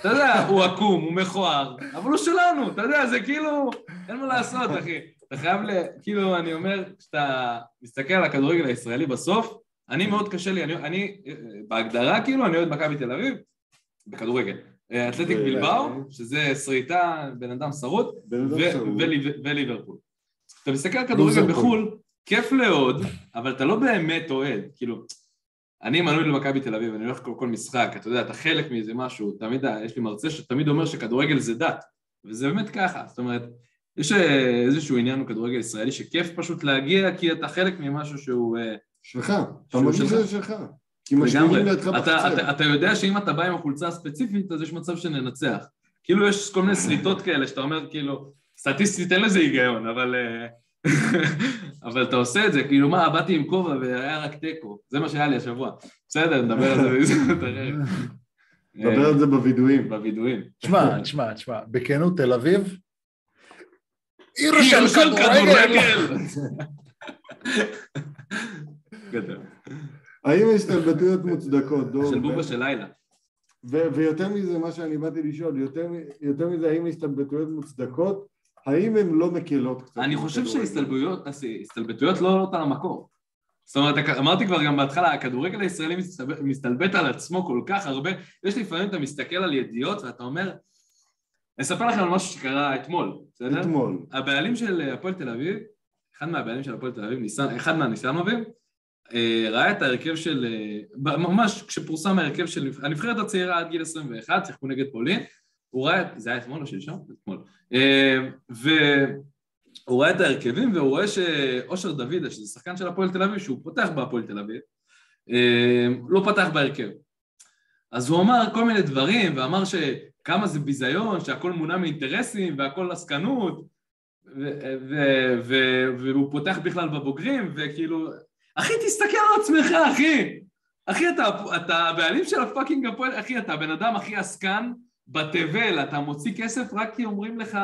B: אתה יודע, הוא עקום, הוא מכוער, אבל הוא שלנו, אתה יודע, זה כאילו, אין מה לעשות, אחי. אתה חייב ל... כאילו, אני אומר, כשאתה מסתכל על הכדורגל הישראלי בסוף, אני מאוד קשה לי, אני, אני אה, בהגדרה, כאילו, אני אוהד מכבי תל אביב, בכדורגל. אה, אתלטיק
A: ו-
B: בלבאו, שזה שריטה, בן אדם שרוט,
A: בן אדם
B: ו-
A: שרוד.
B: וליב- וליברפול. אתה מסתכל על כדורגל
A: לוזרפול.
B: בחו"ל, כיף לאוהד, אבל אתה לא באמת אוהד, כאילו, אני מנוי למכבי תל אביב, אני הולך כל כל משחק, אתה יודע, אתה חלק מאיזה משהו, תמיד, ה- יש לי מרצה שתמיד אומר שכדורגל זה דת, וזה באמת ככה, זאת אומרת, יש אה, איזשהו עניין בכדורגל ישראלי שכיף פשוט להגיע, כי אתה חלק ממשהו שהוא... אה,
A: שלך, אתה
B: שהוא
A: מרגיש
B: שלך.
A: שזה שלך. כי
B: לגמרי.
A: משלימים לידך
B: אתה,
A: בחצר.
B: אתה, אתה יודע שאם אתה בא עם החולצה הספציפית, אז יש מצב שננצח. כאילו יש כל מיני סריטות כאלה שאתה אומר, כאילו, סטטיסטית אין לזה היגיון, אבל... אה, אבל אתה עושה את זה, כאילו מה, באתי עם כובע והיה רק תיקו, זה מה שהיה לי השבוע. בסדר, נדבר על זה בהזדמנות אחרת.
A: דבר על זה בווידואים.
B: אה, בווידואים.
C: תשמע, תשמע, תשמע, בכנות, תל אביב? עיר
B: כאילו של כדורגל! גדול.
A: האם ההסתלבטויות מוצדקות, דור?
B: של בובה של לילה.
A: ו- ויותר מזה, מה שאני באתי לשאול, יותר, מ- יותר מזה, האם ההסתלבטויות מוצדקות? האם הן לא מקלות קצת?
B: אני חושב שההסתלבטויות הסתלבטויות לא עולות על המקור. זאת אומרת, הכ- אמרתי כבר גם בהתחלה, הכדורגל הישראלי מסתלבט- מסתלבט על עצמו כל כך הרבה, יש לפעמים אתה מסתכל על ידיעות ואתה אומר, אני אספר לכם על משהו שקרה אתמול, בסדר?
A: אתמול.
B: הבעלים של אה, הפועל תל אביב, אחד מהבעלים של הפועל תל אביב, ניסן, אחד מהניסנובים, אה, ראה את ההרכב של, אה, ב- ממש כשפורסם ההרכב של נבח- הנבחרת הצעירה עד גיל 21, שיחקו נגד פולין, הוא ראה, זה היה אתמול או שלשום? אתמול. אה, והוא ראה את ההרכבים והוא רואה שאושר דוידה, שזה שחקן של הפועל תל אביב, שהוא פותח בהפועל תל אביב, אה, לא פתח בהרכב. אז הוא אמר כל מיני דברים, ואמר שכמה זה ביזיון, שהכל מונע מאינטרסים והכל עסקנות, ו- ו- ו- והוא פותח בכלל בבוגרים, וכאילו, אחי, תסתכל על עצמך, אחי! אחי, אתה, אתה הבעלים של הפאקינג הפועל, אחי, אתה הבן אדם הכי עסקן בתבל, אתה מוציא כסף רק כי אומרים לך...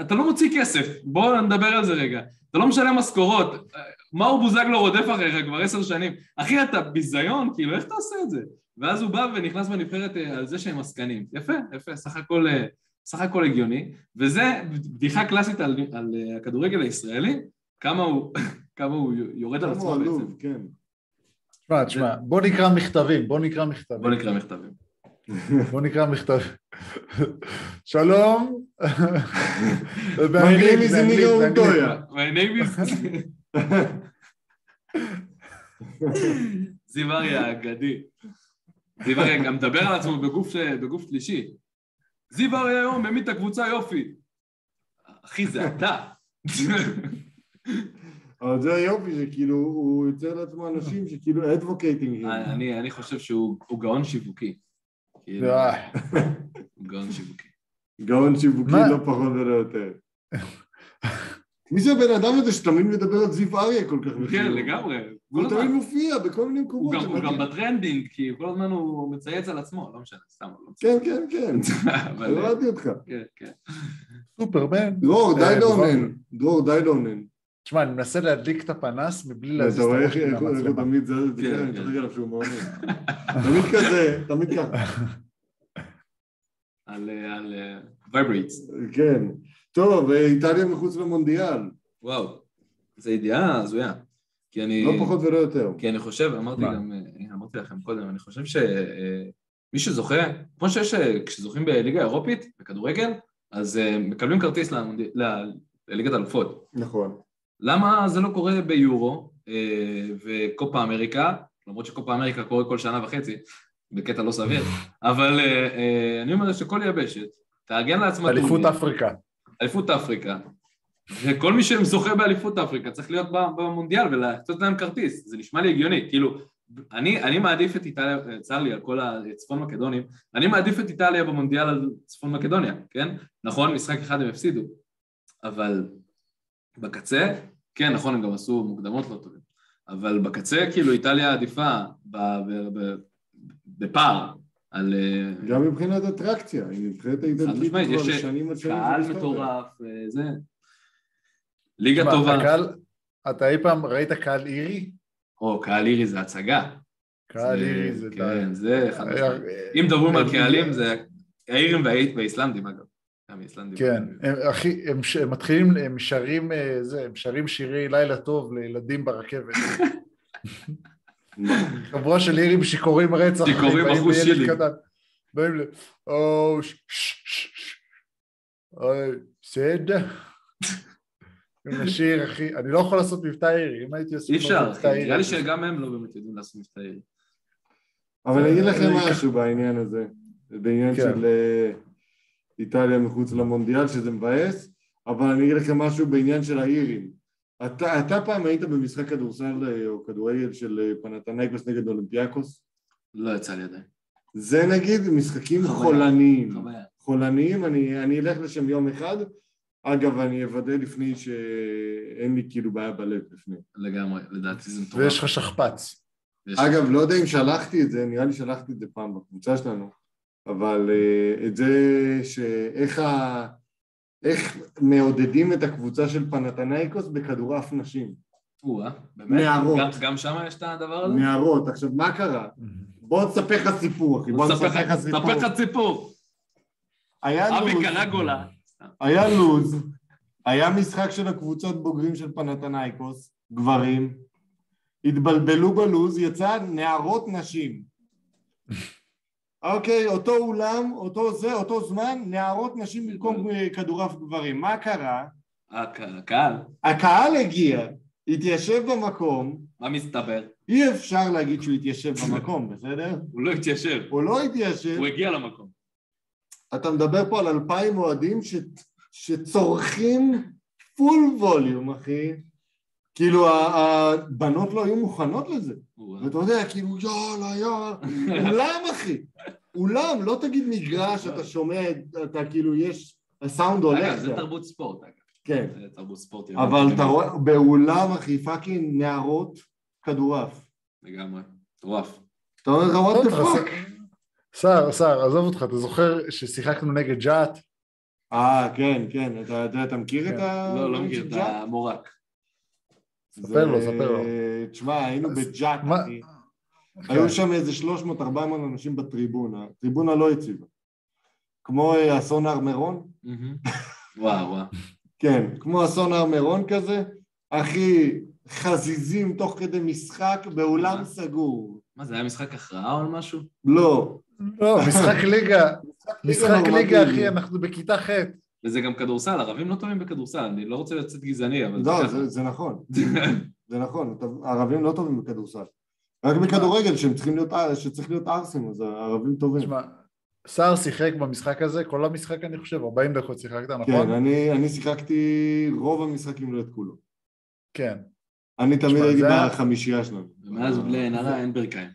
B: אתה לא מוציא כסף, בואו נדבר על זה רגע. אתה לא משלם משכורות, מאור בוזגלו רודף אחריך כבר עשר שנים. אחי, אתה ביזיון, כאילו, איך אתה עושה את זה? ואז הוא בא ונכנס בנבחרת אה, על זה שהם עסקנים. יפה, יפה, סך הכל, אה, סך הכל הגיוני. וזה בדיחה קלאסית על, על אה, הכדורגל הישראלי, כמה הוא, כמה הוא יורד על
A: כמה הוא
B: עצמו בעצם.
A: עלוב, כן.
C: תשמע, תשמע, בוא נקרא מכתבים, בוא נקרא מכתבים.
B: בוא נקרא מכתבים.
C: בוא נקרא מכתב. שלום.
A: My name is Inigo
C: Oh,
A: Montoya.
B: My name is... זיו אריה האגדי. זיו אריה גם מדבר על עצמו בגוף, ש- בגוף שלישי. זיו אריה היום ממיט את הקבוצה יופי. אחי, זה אתה.
A: אבל זה היופי שכאילו הוא יוצר לעצמו אנשים שכאילו אדווקייטינג.
B: אני, אני חושב שהוא הוא גאון שיווקי. כאילו,
C: אה.
B: הוא גאון שיווקי.
A: גאון שיווקי
C: מה?
A: לא פחות ולא יותר. מי זה הבן אדם הזה שתמיד מדבר על זיו אריה כל כך
B: כן,
A: בחיוב?
B: לגמרי. כל
A: הוא
B: הזמן.
A: תמיד מופיע בכל מיני מקומות.
B: הוא גם- הוא
A: שמעתי.
B: גם בטרנדינג, כי כל הזמן הוא מצייץ על עצמו, לא משנה, סתם, לא
A: כן, כן, כן.
B: משנה. אבל, אה,
A: הבנתי אותך.
B: כן, כן.
C: סופרמן.
A: דרור, די
C: אה,
A: לאונן. דרור, די לא לאונן.
C: תשמע, אני מנסה להדליק את הפנס מבלי להזיז
A: אתה
C: את
A: רואה
C: הראש
A: איך איך הוא איך הוא
C: מהמצלמה.
A: תמיד זה, זה,
B: כן,
A: אני
B: כן.
A: צוחק עליו שהוא מאוד... תמיד כזה, תמיד ככה.
B: על, אה, על אה, vibrates.
A: כן. טוב, אה, איטליה מחוץ למונדיאל.
B: וואו, זו ידיעה הזויה. כי אני...
A: לא פחות ולא יותר.
B: כי אני חושב, אמרתי
C: מה?
B: גם, אה, אמרתי לכם קודם, אני חושב שמי שזוכה, כמו שיש, אה, כשזוכים בליגה האירופית, בכדורגל, אז אה, מקבלים כרטיס למונד- ל- לליגת אלופות.
A: נכון.
B: למה זה לא קורה ביורו אה, וקופה אמריקה, למרות שקופה אמריקה קורה כל שנה וחצי, בקטע לא סביר, אבל אה, אה, אני אומר שכל יבשת, תארגן לעצמה
C: אליפות
B: טורניר,
C: אפריקה.
B: אליפות אפריקה, וכל מי שזוכה באליפות אפריקה צריך להיות ב- במונדיאל ולתת להם כרטיס, זה נשמע לי הגיוני, כאילו, אני, אני מעדיף את איטליה, אה, צר לי על כל הצפון מקדונים, אני מעדיף את איטליה במונדיאל על צפון מקדוניה, כן? נכון, משחק אחד הם הפסידו, אבל בקצה, כן, נכון, הם גם עשו מוקדמות לא טובים, אבל בקצה, כאילו, איטליה עדיפה ב, ב, ב, בפער על... אה,
A: גם מבחינת אטרקציה, היא נבחרת
B: חד
A: האיטלקית
B: משמעית,
A: כבר
B: יש אה,
A: שנים עד שנים. זה
B: קהל
A: מסתובב.
B: מטורף, אה, זה... ליגה
C: תשמע,
B: טובה.
C: הקהל- אתה אי פעם ראית קהל אירי?
B: או, קהל אירי זה הצגה.
C: קהל
B: זה-
C: אירי זה... אה,
B: כן, זה... חד
C: היה-
B: משמעית. אם מדברים על קהלים, זה האירים והאי- והאיסלנדים, אגב. גם האיסלנדים.
C: כן, הם- אחי, הם ש- הם מתחילים, הם שרים אה, זה, הם שרים שירי לילה טוב לילדים ברכבת. חבורה של אירים שיכורים רצח. אחי,
B: שיכורים
C: באים
B: אחוז
C: לילד
B: שילינג.
C: קטן. באים ל... או... ש- ש- ש- ש- אה, אוי, בסדר. גם לשיר, אחי, אני לא יכול לעשות מבטא אירי, אם הייתי עושה
B: אי אפשר,
C: מבטא
B: אחי.
C: אירי,
B: נראה לי
C: הייתי עושה-
B: שגם הם לא באמת יודעים לעשות מבטא אירי.
A: אבל אני אגיד לכם
B: אה,
C: אני-
A: משהו בעניין הזה, בעניין
C: כן.
A: של אה, איטליה מחוץ למונדיאל, שזה מבאס, אבל אני אגיד לכם משהו בעניין של האירים. אתה, אתה פעם היית במשחק כדורסל אה, או כדורגל של אה, פנתנייקוס נגד אולימפיאקוס?
B: לא יצא לי עדיין.
A: זה נגיד משחקים
B: חוויה.
A: חולניים.
B: חוויה.
A: חולניים, אני, אני אלך לשם יום אחד. אגב, אני אוודא לפני שאין לי כאילו בעיה בלב לפני.
B: לגמרי, לדעתי זה מטורף.
C: ויש לך שכפ"ץ.
B: ויש-
A: אגב, לא יודע אם שלחתי את זה, נראה לי שלחתי את זה פעם בקבוצה שלנו, אבל אה, את זה שאיך ה... איך מעודדים את הקבוצה של פנתנייקוס בכדורעף נשים,
B: או-אה, אה? באמת?
A: נערות.
B: גם- גם שם יש את הדבר הזה?
A: נערות. עכשיו, מה קרה? בוא נספר לך סיפור, אחי, בוא נספר לך סיפור.
B: ספר לך סיפור.
A: היה
B: אבי
A: לוז,
B: קרגולה.
A: היה לוז, היה משחק של הקבוצות בוגרים של פנתנייקוס, גברים, התבלבלו בלוז, יצא נערות נשים. אוקיי, אותו אולם, אותו זה, אותו זמן, נערות נשים במקום אה, כדורעף גברים. מה קרה?
B: הק- הקהל,
A: הקהל הגיע, התיישב במקום,
B: מה מסתבר?
A: אי אפשר להגיד שהוא התיישב במקום, בסדר?
B: הוא לא התיישב,
A: הוא לא התיישב,
B: הוא הגיע למקום.
A: אתה מדבר פה על אלפיים אוהדים ש... שצורכים פול ווליום, אחי. כאילו, ה- הבנות לא היו מוכנות לזה.
B: או-אה.
A: ואתה יודע, כאילו, יאללה, יאללה, אולם, אחי. אולם, לא תגיד מגרש, אתה שומע, אתה כאילו, יש, הסאונד
B: אגב,
A: הולך.
B: זה
A: גם.
B: תרבות ספורט, אגב.
A: כן.
B: זה תרבות ספורט.
A: אבל אתה רואה, באולם, אחי, פאקינג נערות כדורעף.
B: לגמרי. מטורף.
A: אתה אומר לך, what the
C: טוב, אז-
A: fuck?
C: סער, סער, עזוב אותך, אתה זוכר ששיחקנו נגד ג'אט?
A: אה, כן, כן, אתה יודע, אתה מכיר את
C: כן.
A: ה...
B: לא, לא מכיר את
A: ג'אט?
B: המורק.
A: זה-
C: ספר לו, ספר לו.
A: תשמע, היינו
C: אז-
A: בג'אט,
C: מה- כן.
A: אחי. היו שם איזה 300-400 אנשים בטריבונה, הטריבונה לא יציבה. כמו אה, אסון הר מירון?
B: וואו, וואו.
A: כן, כמו אסון הר מירון כזה, אחי, חזיזים תוך כדי משחק באולם
B: מה?
C: אה.
A: סגור.
B: מה, זה היה משחק הכרעה או משהו?
A: לא,
C: לא, משחק ליגה, משחק ליגה,
A: נורמטיבי.
C: אחי, אנחנו בכיתה ח'.
B: וזה גם כדורסל, ערבים לא טובים בכדורסל, אני לא רוצה לצאת גזעני,
C: אה,
B: אבל...
A: לא,
C: כן.
B: ככה.
A: זה- זה נכון, זה נכון, אתה- הערבים לא טובים בכדורסל. רק בכדורגל, שהם צריכים להיות, שצריך להיות ערסים, אז הערבים טובים.
C: תשמע, סער שיחק במשחק הזה, כל המשחק אני חושב, 40 דקות שיחקת,
A: כן,
C: נכון?
A: אני, אני שיחקתי רוב המשחקים, לא את כולו.
C: כן.
A: אני תמיד
C: תשמע,
A: הייתי
C: זה היה-
A: בחמישייה שלנו.
B: ומאז בלי עין הרע אין ברכיים.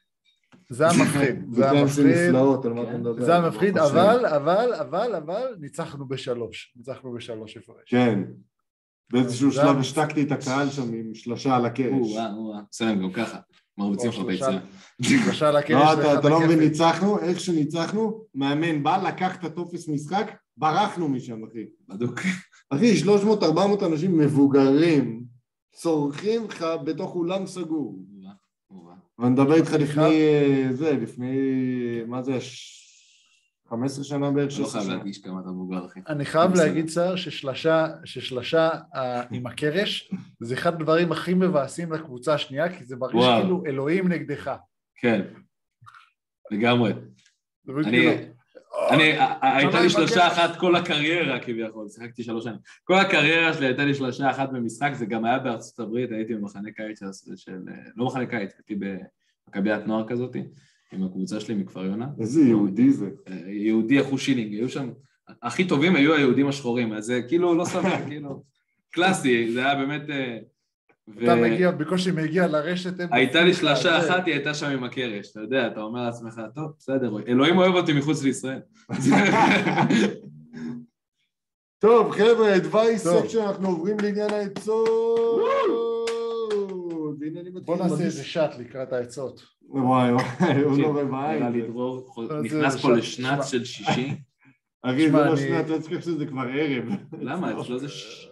C: זה היה מפחיד, זה היה
A: בגלל זה
C: מפחיד,
A: נפלאות, על מה אתה
B: כן.
A: מדבר?
C: זה היה מפחיד,
A: ברוך השם.
C: אבל, אבל, אבל, אבל, ניצחנו בשלוש. ניצחנו בשלוש הפרש.
A: כן. באיזשהו
C: זה היה-
A: שלב השתקתי את הקהל שם עם שלושה על הקרש.
B: או-אה, או-אה. בסדר, גם ככה. מרביצים לך
C: או, שלושה.
B: ביצה.
C: שלושה על הקרש
A: לא,
C: ואחד
A: אתה- אתה לא
C: לכפל.
A: מבין, ניצחנו, איך שניצחנו, מאמן בא, לקח את הטופס משחק, ברחנו משם, אחי.
B: בדוק.
A: אחי, 300-400 אנשים מבוגרים, צורכים לך בתוך אולם סגור.
B: או-אה, או-אה.
A: ואני מדבר איתך
C: אני
A: לפני,
C: חייב-
A: אה, זה, לפני, מה זה, ש- 15 שנה בערך,
B: אתה לא
A: 16
B: חייב
A: שנה.
B: להרגיש כמה אתה מבוגר, אחי.
C: אני חייב
B: בסדר.
C: להגיד, סער, ששלשה, ששלשה אה, עם הקרש, זה אחד הדברים הכי מבאסים לקבוצה השנייה, כי זה מרגיש
B: וואו.
C: כאילו אלוהים נגדך.
B: כן. לגמרי.
C: זה מרגיש
B: אני-
C: כאילו, "אה,
B: אני, ה- ה- הייתה לי
C: אבל
B: שלושה
C: בגלל-
B: אחת כל הקריירה כביכול, שיחקתי שלוש שנים. כל הקריירה שלי הייתה לי שלושה אחת במשחק, זה גם היה בארצות הברית, הייתי במחנה קיץ של- של... לא מחנה קיץ, הייתי במכביית נוער כזאת, עם הקבוצה שלי מכפר יונה.
A: איזה יהודי זה.
B: אה, יהודי אחו שילינג, היו שם... הכי טובים היו היהודים השחורים, אז זה כאילו לא סביר, כאילו... קלאסי, זה היה באמת... אה, ו-
C: אתה מגיע, בקושי מגיע לרשת, הם
B: הייתה לי
C: דופקים לך,
B: שלשה
C: זה-
B: אחת, היא הייתה שם עם הקרש, אתה יודע, אתה אומר לעצמך, טוב, בסדר, אלוהים אוהב אותי מחוץ לישראל.
A: טוב, חבר'ה, advice
C: טוב.
A: section, אנחנו עוברים לעניין העצות. והנה אני מתחיל.
C: בוא נעשה
A: מרגיש-
C: איזה שאט לקראת העצות.
A: וואי, וואי, הוא
B: תקשיב,
A: לא רואה
B: כן. נראה לי
A: בעין.
B: דרור חוז-
A: אה,
C: זה-
B: נכנס
C: זה
B: פה
C: שם-
B: לשנץ של שישי.
A: אחי, זה
C: תשמע,
A: לא
C: אני-
A: שנת, אל תשכח שזה כבר ערב.
B: למה? אצלו זה ש...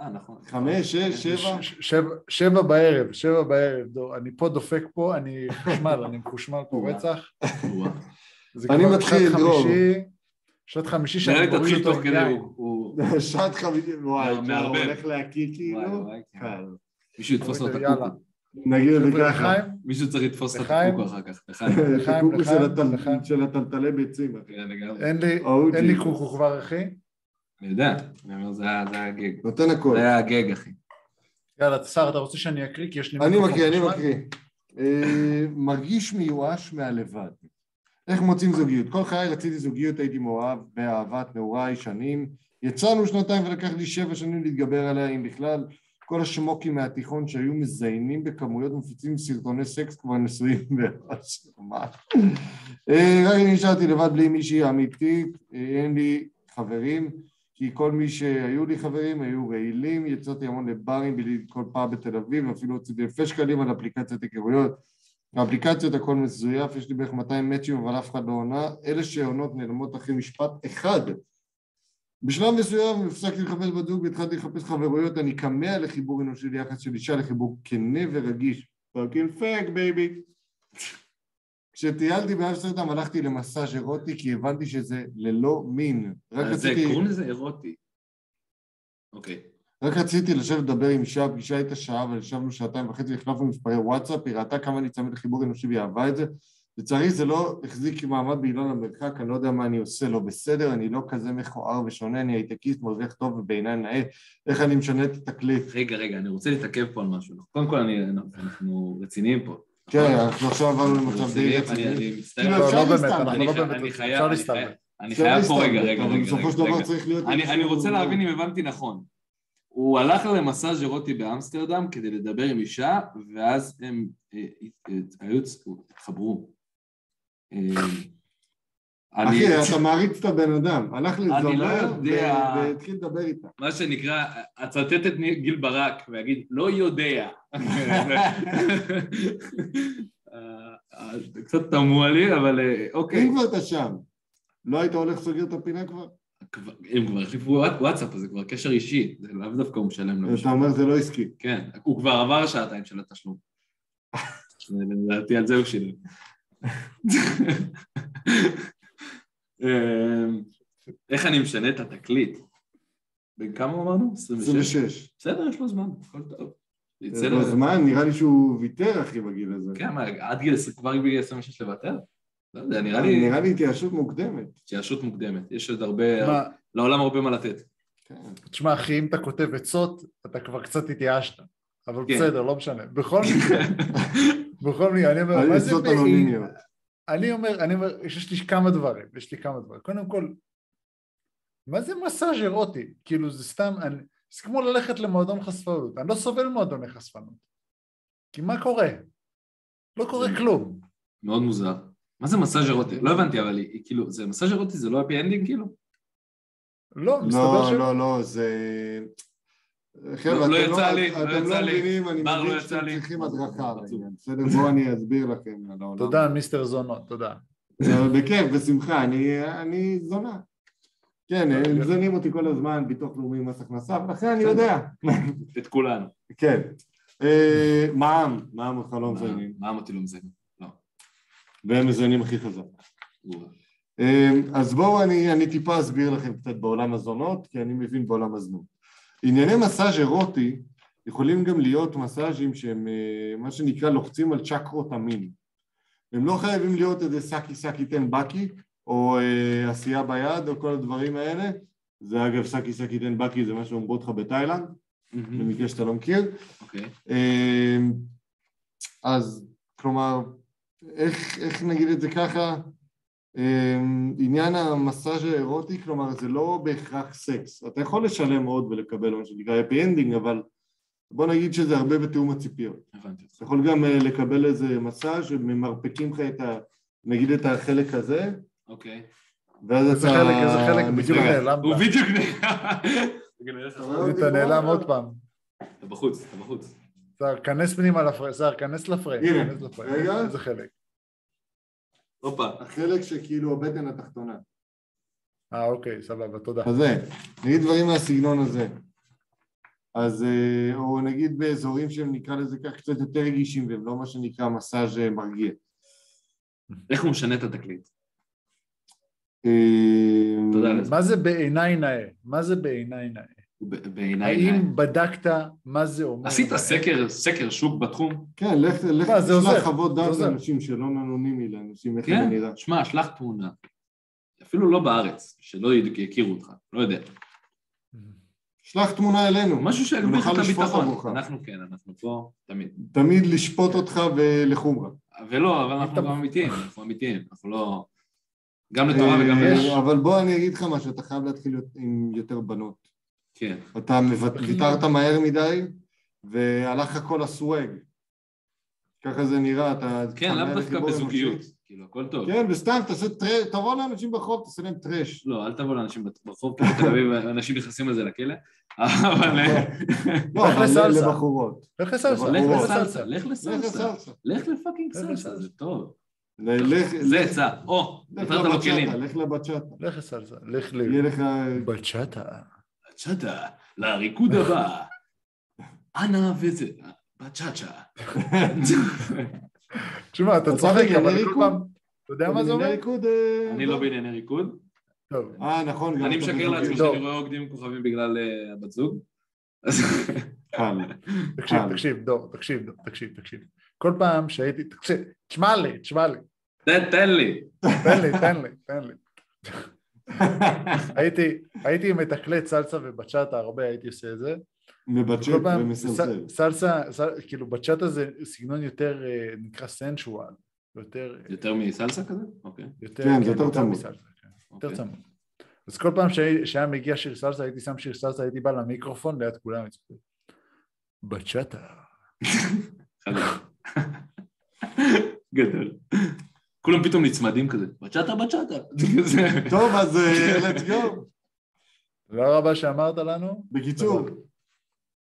B: אה, נכון.
A: חמש, שש, שבע?
C: ש- שבע- שבע בערב, שבע בערב, דו, אני פה דופק פה, אני חשמל, אני מחושמל פה רצח.
B: וואו.
C: זה
A: אני
C: כבר
A: מתחיל,
C: שעת
A: דרור.
C: חמישי- שעת חמישי
B: נראה
C: שאני
B: לי
C: מוריד
B: תתחיל
C: אותו
B: תוך
C: עם
B: כדי,
C: יין.
B: הוא- הוא...
A: שעת חמישים, וואי,
B: לא,
A: תשמע, הוא
B: מערבב.
A: הולך להקיא
B: וואי,
A: כאילו.
B: וואי, כן.
A: קל.
B: מישהו יתפוס לו את
C: יאללה.
B: הקוקו.
A: נגיד את זה
C: חבר'ה,
A: ככה.
C: לחיים,
B: מישהו צריך לתפוס לו את
C: לחיים.
B: הקוקו אחר כך. לחיים.
A: זה
C: לחיים,
A: קוקו של
C: לחיים,
A: הטל-
C: לחיים.
A: של הטלטלי ביצים, אחי.
B: כן, לגמרי.
C: אין לי-
A: Oh,
C: אין לי
A: Jesus.
C: קוקו כבר, אחי.
B: אני יודע, אני אומר, זה היה זה היה הגג.
A: נותן הכל.
B: זה היה הגג, אחי.
C: יאללה, שר, אתה רוצה שאני אקריא? כי יש לי...
A: אני
C: מיקרופון
A: מקריא, אני
C: חשמל.
A: מקריא. אה, מרגיש מיואש מהלבד. איך מוצאים זוגיות? כל חיי רציתי זוגיות, הייתי מאוהב באהבת נעוריי שנים. יצאנו שנתיים ולקח לי שבע שנים להתגבר עליה, אם בכלל. כל השמוקים מהתיכון שהיו מזיינים בכמויות מפיצים סרטוני סקס כבר נשואים בארץ. מה? אה, רק אני נשארתי לבד בלי מישהי אמיתית, אה, אין לי חברים, כי כל מי שהיו לי חברים היו רעילים, יצאתי המון לברים בלי כל פעם בתל אביב, אפילו הוצאתי אלפי שקלים על אפליקציית היכרויות. האפליקציות הכל מזויף, יש לי בערך 200 מאצ'ים אבל אף אחד לא עונה, אלה שעונות נעלמות אחרי משפט אחד. בשלב מסוים הפסקתי לחפש בת זוג והתחלתי לחפש חברויות, אני כמה לחיבור אנושי ליחס של אישה לחיבור כנה ורגיש. פאקינג פאק בייבי. כשטיילתי באמסטרדם הלכתי למסאז' אירוטי כי הבנתי שזה ללא מין. רק
B: אז אה, זה,
A: רציתי...
B: קוראים לזה אירוטי. אוקיי.
A: רק רציתי לשבת לדבר עם אישה, הפגישה הייתה שעה, אבל ישבנו שעתיים וחצי, החלפנו מספרי וואטסאפ, היא ראתה כמה אני צמד לחיבור אנושי והיא אהבה את זה. לצערי זה לא החזיק מעמד בעילון המרחק, אני לא יודע מה אני עושה לא בסדר, אני לא כזה מכוער ושונה, אני הייטקיסט, מרוויח טוב ובעיניי נאה, איך אני משנה את התקליט.
B: רגע, רגע, אני רוצה להתעכב פה על משהו. קודם כל, אני- אנחנו רציניים פה.
A: כן,
B: נכון?
A: אנחנו עכשיו עברנו
B: אנחנו
A: למצב די
B: רציניים,
A: רציני.
B: אני- אני
A: כאילו,
B: מצטער.
C: לא,
A: אפשר
C: לא באמת,
A: להסתלבט.
C: אנחנו
B: אני
C: לא
B: ח-
C: באמת,
B: אני חייב-
C: אפשר
B: אני
C: להסתלבט.
B: חייב- אני חייב פה רגע,
A: אפשר
B: רגע,
A: להסתלבט, אבל
B: רגע,
A: בסופו של דבר
B: רגע.
A: צריך להיות...
B: אני אני רוצה
A: איזשהו-
B: להבין אם הבנתי נכון. הוא הלך למסאז' אירוטי באמסטרדם כדי לדבר עם אישה, ואז הם אה, אה, היו, צ- התחברו. אה, אני-
A: אחי, אתה מעריץ את הבן אדם, הלך
B: לא
A: לזמר
B: יודע.
A: ו- והתחיל לדבר איתה.
B: מה שנקרא, אצטט את גיל ברק ואגיד, לא יודע. אה, קצת תמוה לי, אבל אה, אוקיי.
A: אם כבר אתה שם, לא היית הולך סוגר את הפינה כבר?
B: כבר- הם כבר החליפו וואט- וואטסאפ, אז זה כבר קשר אישי, זה לאו דווקא הוא משלם לו.
A: אתה אומר זה לא עסקי.
B: כן, הוא כבר עבר שעתיים של התשלום. לדעתי על זה הוא שילם. אמ, איך אני משנה את התקליט? בן כמה אמרנו? 26?
A: 26.
B: בסדר, יש לו זמן, הכל טוב. יצא
A: זה
B: לו...
A: לא זמן, נראה לי שהוא ויתר אחי בגיל הזה.
B: כן, מה, עד גיל 20, כבר בגיל 26 לוותר? לא יודע, נראה לי
A: נראה לי התייאשות מוקדמת.
B: התייאשות מוקדמת. יש עוד הרבה...
C: מה,
B: לעולם הרבה מה לתת.
A: כן.
C: תשמע אחי, אם אתה כותב עצות, אתה כבר קצת התייאשת. אבל
B: כן.
C: בסדר, לא משנה. בכל מקרה, בכל מקרה, אני אומר,
A: היו
C: לא, מה זה
A: עצות
C: בעי-
A: אנונימיות.
C: אני אומר, אני אומר, יש לי כמה דברים, יש לי כמה דברים. קודם כל, מה זה מסאז' אירוטי? כאילו זה סתם, אני, זה כמו ללכת למועדון חשפנות. אני לא סובל מועדוני חשפנות. כי מה קורה? לא קורה
B: זה-
C: כלום.
B: מאוד מוזר. מה זה מסאז' אירוטי? לא הבנתי, אבל היא- היא כאילו, זה מסאז' אירוטי זה לא הפי אנדינג כאילו?
C: לא, מסתבר
A: לא,
C: ש...
A: לא, לא, זה...
B: לא
A: חבר'ה, אתם
B: יצא לי, לא
A: אתם לא
B: יצא לי.
A: מבינים, אני
B: בר, לא
A: מבין
B: יצא
A: שאתם
B: לי.
A: צריכים הדרכה על העניין.
B: עצוב.
A: בסדר, בואו אני אסביר לכם על העולם.
C: תודה, מיסטר זונות, תודה.
A: זה בכיף, בשמחה, אני, אני זונה. כן, הם זונים אותי כל הזמן, ביטוח לאומי, מס הכנסה, ולכן אני יודע.
B: את כולנו.
A: כן. אה, מע"מ, מע"מ אותך לא מזיינים,
B: מה אמרתי לו מזיינים?
A: והם מזיינים הכי חזק. אה, אז בואו אני, אני טיפה אסביר לכם קצת בעולם הזונות, כי אני מבין בעולם הזנות. ענייני מסאז' אירוטי יכולים גם להיות מסאז'ים שהם אה, מה שנקרא לוחצים על צ'קרות המין. הם לא חייבים להיות איזה סאקי סאקי תן בקי, או אה, עשייה ביד, או כל הדברים האלה. זה אגב סאקי סאקי תן בקי, זה מה שאומרות לך בתאילנד, במקרה שאתה לא מכיר.
B: אוקיי.
A: אמ, אז כלומר, איך, איך נגיד את זה ככה? אמ, עניין המסאז' האירוטי, כלומר זה לא בהכרח סקס. אתה יכול לשלם עוד ולקבל מה שנקרא happy ending, אבל בוא נגיד שזה הרבה בתיאום הציפיות.
B: הבנתי אותך.
A: אתה יכול גם אה, לקבל איזה מסאז' שממרפקים לך את ה... נגיד את החלק הזה,
B: אוקיי.
A: ואז אתה...
C: איזה חלק, איזה חלק,
A: אה,
C: בדיוק
B: רגע,
C: נעלמת.
B: הוא בדיוק נעלם.
A: לא
C: אתה נעלם
A: דיבור.
C: עוד פעם.
B: אתה בחוץ, אתה בחוץ.
C: סער, כנס פנימה לפריים, סער, כנס לפריים.
A: הנה,
C: כנס לפריים.
A: רגע.
C: איזה חלק.
B: הופה.
A: החלק שכאילו הבטן התחתונה.
C: אה, אוקיי, סבבה, תודה.
A: אז זה, נגיד דברים מהסגנון הזה. אז, אה, או נגיד באזורים שהם נקרא לזה כך קצת יותר רגישים והם לא מה שנקרא מסאז' אה, מרגיע.
B: איך הוא משנה את התקליט?
A: אה,
B: תודה על זה.
C: מה זה בעיניי נאה? מה זה בעיניי נאה?
B: הוא ב- בעיניי... נעים.
C: האם בדקת מה זה אומר?
B: עשית
C: נאה?
B: סקר, סקר שוק בתחום?
A: כן, לך לך
C: מה, זה עוזר,
A: תשלח חוות
C: זה
A: דעת
C: עוזר.
A: לאנשים שלא אנונימי לאנשים איך
B: כן.
A: זה נראה.
B: שמע, שלח תמונה. אפילו לא בארץ, שלא יד- יכירו אותך, לא יודע.
A: שלח תמונה אלינו,
B: משהו שיגביר לך
A: נוכל
B: את
A: לשפוט עבורך.
B: הביטחון. אנחנו כן, אנחנו פה תמיד.
A: תמיד לשפוט אותך ולחומרה.
B: ולא, אבל אנחנו
C: אתה-
B: גם אמיתיים, אנחנו אמיתיים, אנחנו לא... גם לתורה וגם
A: אה,
B: לרע.
A: אבל בוא אני אגיד לך משהו, אתה חייב להתחיל להיות עם יותר בנות.
B: כן.
A: אתה מוות- ויתרת מהר מדי והלך לך כל הסוואג. ככה זה נראה, אתה...
B: כן,
A: אתה
B: לאו
A: מלא
B: דווקא
A: חיבור
B: בזוגיות.
A: אנושי.
B: כאילו, הכל טוב.
A: כן, וסתם תעשה טרש, תבוא לאנשים ברחוב, תעשה להם טרש.
B: לא, אל תבוא לאנשים ברחוב, כי בתל אביב אנשים נכנסים על זה לכלא. אבל... אה,
A: לא,
C: לך
A: אבל
C: לסלסה.
A: לבחורות.
C: לך לסלסה,
A: אבל
B: לך
A: לא, ברור.
B: לסלסה, לך
A: לך
B: לסלסה.
A: לסלסה.
B: לך לפאקינג
C: לך
B: סלסה,
C: לסלסה.
B: זה טוב.
A: ל- לך
B: זה עצה. או,
A: לך לא,
B: נתת לו כלים.
A: לבצ'אטה, לך לבצ'אטה.
C: לך לסלסה, לך ל...
A: יהיה לך...
C: בצ'אטה.
B: בצ'אטה, לריקוד הבא. אנה וזה... בצ'אצ'ה.
C: תשמע, אתה
A: אתה
C: צוחק,
A: בענייני
C: אבל כל
A: אוקיי, ריקוד?
C: פעם... אתה יודע מה זה אומר?
A: ריקוד, אה,
B: אני לא בענייני ריקוד.
C: טוב.
A: אה, נכון. גם
B: אני
A: אתה
B: משקר
A: בזוגיות.
B: לעצמי
C: טוב.
B: שאני רואה עוקדים עם כוכבים בגלל אה, הבת זוג. אז
A: קל.
C: תקשיב,
A: אה.
C: תקשיב, דור, תקשיב, דור, תקשיב, תקשיב. כל פעם שהייתי... תקשיב, תשמע לי, תשמע לי.
B: תן- תן לי.
C: תן לי, תן לי, תן לי. הייתי, הייתי מתקלט סלסה ובצ'אטה הרבה, הייתי עושה את זה.
A: מבצ'ט
C: כל פעם
A: ומסלסל.
C: ס- סלסה, סל- כאילו בצ'אטה זה סגנון יותר אה, נקרא סנשואל. יותר... אה,
B: יותר מסלסה כזה? אוקיי.
C: יותר,
A: כן, זה יותר צמוד.
C: מסלסה, כן, יותר
B: אוקיי.
C: צמוד. אז כל פעם שהי- שהיה מגיע שיר סלסה, הייתי שם שיר סלסה, הייתי בא למיקרופון ליד כולם, הייתי אומר, בצ'אטה.
B: חזק. גדול. כולם פתאום נצמדים כזה, בצ'אטה בצ'אטה. כזה.
A: טוב, אה, אז לטס גו.
C: תודה רבה שאמרת לנו.
A: בקיצור,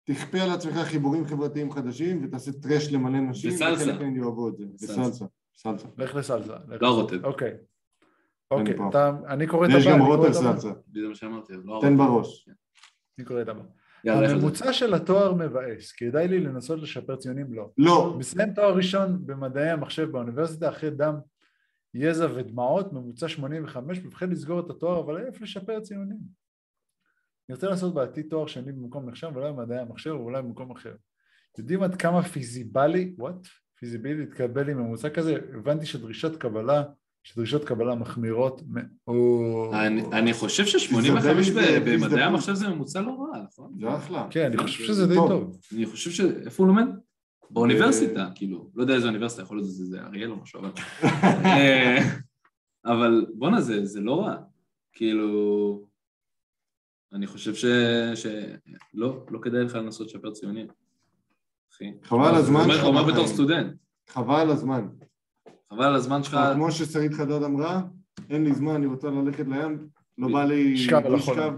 A: תכפה על עצמך חיבורים חברתיים חדשים ותעשה טרש למלא נשים.
B: בסלסה.
A: וחלק מהן יאהבו את זה.
B: בסלסה.
A: בסלסה. בסלסה.
C: לך לסלסה. לך
B: לא
C: לסלסה.
B: רוטב,
C: אוקיי. אוקיי,
A: פה.
C: אתה- אני קורא את הבא.
A: יש גם
C: אני קורא
A: רוטל
C: את הבא.
A: סלסה.
B: זה מה שאמרתי, לא
A: תן
B: רוטב.
A: בראש.
C: אני קורא את הבא.
B: יאללה, לך על זה.
C: הממוצע של התואר מבאס, כדאי לי לנסות לשפר ציונים? לא.
A: לא.
C: מסיים תואר ראשון במדעי המחשב באוניברסיטה אחרי דם, יזע ודמעות, ממוצע 85, מבחן לסגור את התואר, אבל עייף לשפר ציונים. נרצה לעשות בעתיד תואר שני במקום נחשב, אולי במדעי המחשב, או אולי במקום אחר. יודעים עד כמה פיזיבלי, וואט? פיזיבילי להתקבל עם ממוצע כזה? הבנתי שדרישות קבלה, שדרישות קבלה מחמירות מאוד.
B: אני- אני חושב ש-85
A: תזדמני זה-
B: במדעי
A: תזדמני.
B: המחשב זה ממוצע לא רע, נכון?
A: זה אחלה.
C: כן, אני חושב שזה די
A: טוב.
C: טוב.
B: אני חושב ש... איפה הוא לומד? באוניברסיטה, כאילו, לא יודע איזה אוניברסיטה, יכול להיות שזה זה אריאל או משהו, אבל... אה, אבל בואנה, זה, זה לא רע. כאילו, אני חושב ש... ש... לא, לא כדאי לך לנסות לשפר ציונים. אחי.
A: חבל על הזמן
B: הוא אומר-
A: שלך
B: הוא אומר
A: בחיים.
B: בתור סטודנט.
A: חבל על הזמן.
B: חבל על הזמן שלך,
A: אבל כמו ששרית חדד אמרה, אין לי זמן, אני רוצה ללכת לים, לא בא לי
C: שכב על החול.
A: לשכב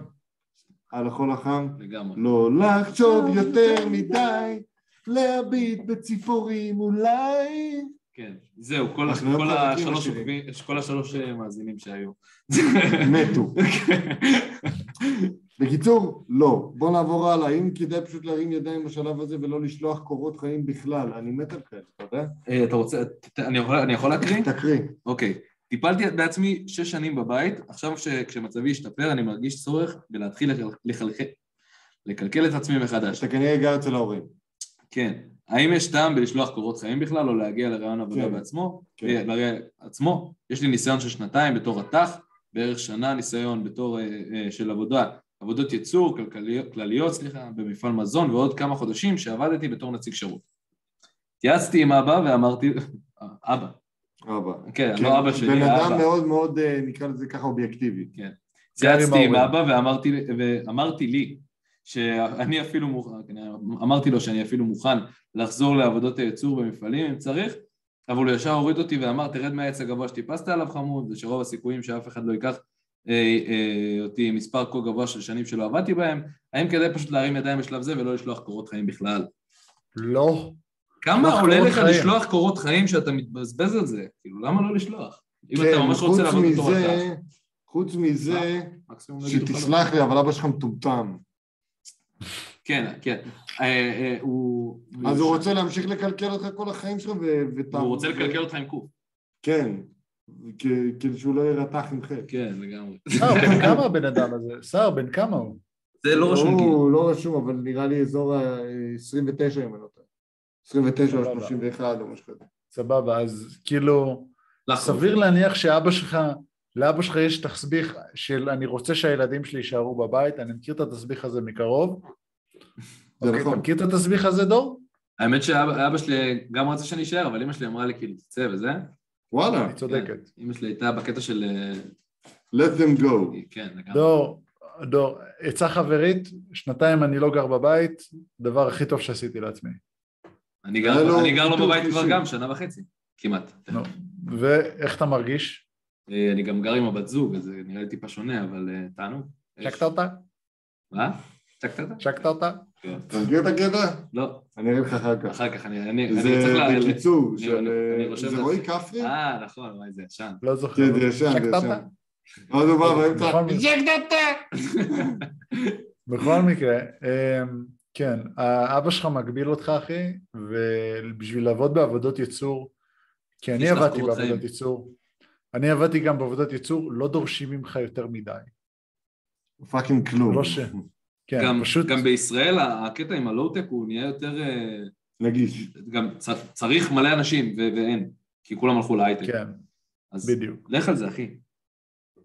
A: על החול החם.
B: לגמרי.
A: לא לחשוב יותר מדי, להביט בציפורים אולי.
B: כן, זהו, כל,
A: אנחנו לא
B: כל,
A: מחזקים
B: השלוש,
A: השירים.
B: עוקבים- כל השלוש אה, מאזינים שהיו.
A: מתו. בקיצור, לא. בוא נעבור הלאה. אם כדאי פשוט להרים ידיים בשלב הזה ולא לשלוח קורות חיים בכלל, אני מת על כאלה, אתה יודע?
B: אה, אתה רוצה, ת- אני יכול, אני יכול להקריא?
A: תקריא.
B: אוקיי. טיפלתי בעצמי שש שנים בבית, עכשיו כש- כשמצבי השתפר אני מרגיש צורך בלהתחיל לכל- לחלחל, לקלקל את עצמי מחדש.
A: שאתה כנראה גר אצל ההורים.
B: כן. האם יש טעם בלשלוח קורות חיים בכלל, או להגיע לרעיון עבודה
A: כן.
B: בעצמו?
A: כן.
B: אה, לרעיון עצמו. יש לי ניסיון של שנתיים בתור רת"ח, בערך שנה ניסיון בתור אה, אה, של עבודה, עבודות ייצור, כלכליות- כלליות, סליחה, במפעל מזון, ועוד כמה חודשים שעבדתי בתור נציג שירות. התייעצתי עם אבא ואמרתי, אה, אבא,
A: אבא.
B: כן,
A: כן,
B: לא אבא שלי,
A: בן
B: אבא.
A: אדם מאוד מאוד, אה, נקרא לזה ככה, אובייקטיבי.
B: צייצתי עם
C: ההורים.
B: אבא ואמרתי, ואמרתי לי שאני אפילו מוכן, אני אמרתי לו שאני אפילו מוכן לחזור לעבודות הייצור במפעלים אם צריך, אבל הוא ישר הוריד אותי ואמר תרד מהעץ הגבוה שטיפסת עליו חמוד, זה שרוב הסיכויים שאף אחד לא ייקח אה, אה, אותי עם מספר כה גבוה של שנים שלא עבדתי בהם, האם כדאי פשוט להרים ידיים בשלב זה ולא לשלוח קורות חיים בכלל?
C: לא.
B: כמה
C: לשלוח
B: עולה
C: קורות
B: לך
C: חיים.
B: לשלוח קורות חיים שאתה מתבזבז על זה? כאילו למה לא לשלוח? אם
A: כן,
B: אתה ממש רוצה
A: חוץ
B: לעבוד בתור לא
A: מזה- חוץ מזה, שתסלח לי, אבל אבא שלך מטומטם.
B: כן, כן. אה, אה, הוא...
A: אז הוא רוצה להמשיך לקלקל אותך כל החיים שלך ו- ואתה...
B: הוא רוצה לקלקל אותך עם קוף.
A: כן. כ- כדי שהוא לא יהיה רתח עם חטא.
B: כן, לגמרי.
C: סער, בן כמה הבן אדם הזה? סער, בן כמה הוא?
B: זה לא רשום גיל.
A: הוא לא רשום, אבל נראה לי אזור ה-29 אם אני לא טועה. 29 או
B: לא,
C: סבבה.
A: 31 או משהו כזה.
C: סבבה, אז כאילו,
B: לך.
C: סביר להניח שאבא שלך, לאבא שלך יש תסביך של אני רוצה שהילדים שלי יישארו בבית, אני מכיר את התסביך הזה מקרוב.
A: זה
C: אוקיי, אתה
A: נכון.
C: מכיר את התסביך הזה, דור?
B: האמת שאבא אבא שלי גם רצה שאני אשאר, אבל אמא שלי אמרה לי כאילו תצא וזה.
A: וואלה,
C: היא צודקת.
B: אמא שלי הייתה בקטע של... אה,
A: let them go.
B: כן, לגמרי.
C: דור, דור, עצה חברית, שנתיים אני לא גר בבית, דבר הכי טוב שעשיתי לעצמי.
B: אני גר-
A: היה
C: לא
A: לו
B: אני גר לו
A: פיתוח
B: בבית כבר
A: אישי.
B: גם שנה וחצי, כמעט.
A: כן.
C: נו. ואיך אתה מרגיש?
B: אה, אני גם גר עם הבת זוג, אז זה נראה לי טיפה שונה, אבל אה, תענוג.
C: שקת אותה?
B: מה? שקת אותה?
C: שקת אותה?
B: כן.
A: אתה מכיר את הקטע?
B: לא,
A: אני אראה לך אחר כך.
B: אחר כך אני אני- אני
A: זה
B: צריך ל...
A: בקיצור,
B: אני-
A: של...
B: אני
A: אה,
B: רושם
A: זה
B: לעצמי.
A: רועי כפרי?
B: אה, נכון, וואי, זה ישן.
C: לא זוכר.
A: כן, זה ישן, זה
C: שקת
A: ישן.
C: אותה?
A: ואז הוא בא באמצע,
C: בכל מקרה- בכל מקרה, אמ, כן, האבא שלך מגביל אותך אחי, ובשביל לעבוד בעבודות ייצור, כי אני
B: יש לך
C: עבדתי
B: קורות חיים.
C: בעבודות ייצור, אני עבדתי גם בעבודות ייצור, לא דורשים ממך יותר מדי.
A: פאקינג כלום.
C: לא ש- כן,
B: גם,
C: פשוט,
B: גם בישראל ה- הקטע עם הלואו-טק הוא נהיה יותר, אה,
A: נגיש.
B: גם צ- צריך מלא אנשים ו- ואין, כי כולם הלכו להייטק.
C: כן,
B: אז
C: בדיוק,
B: לך על זה אחי.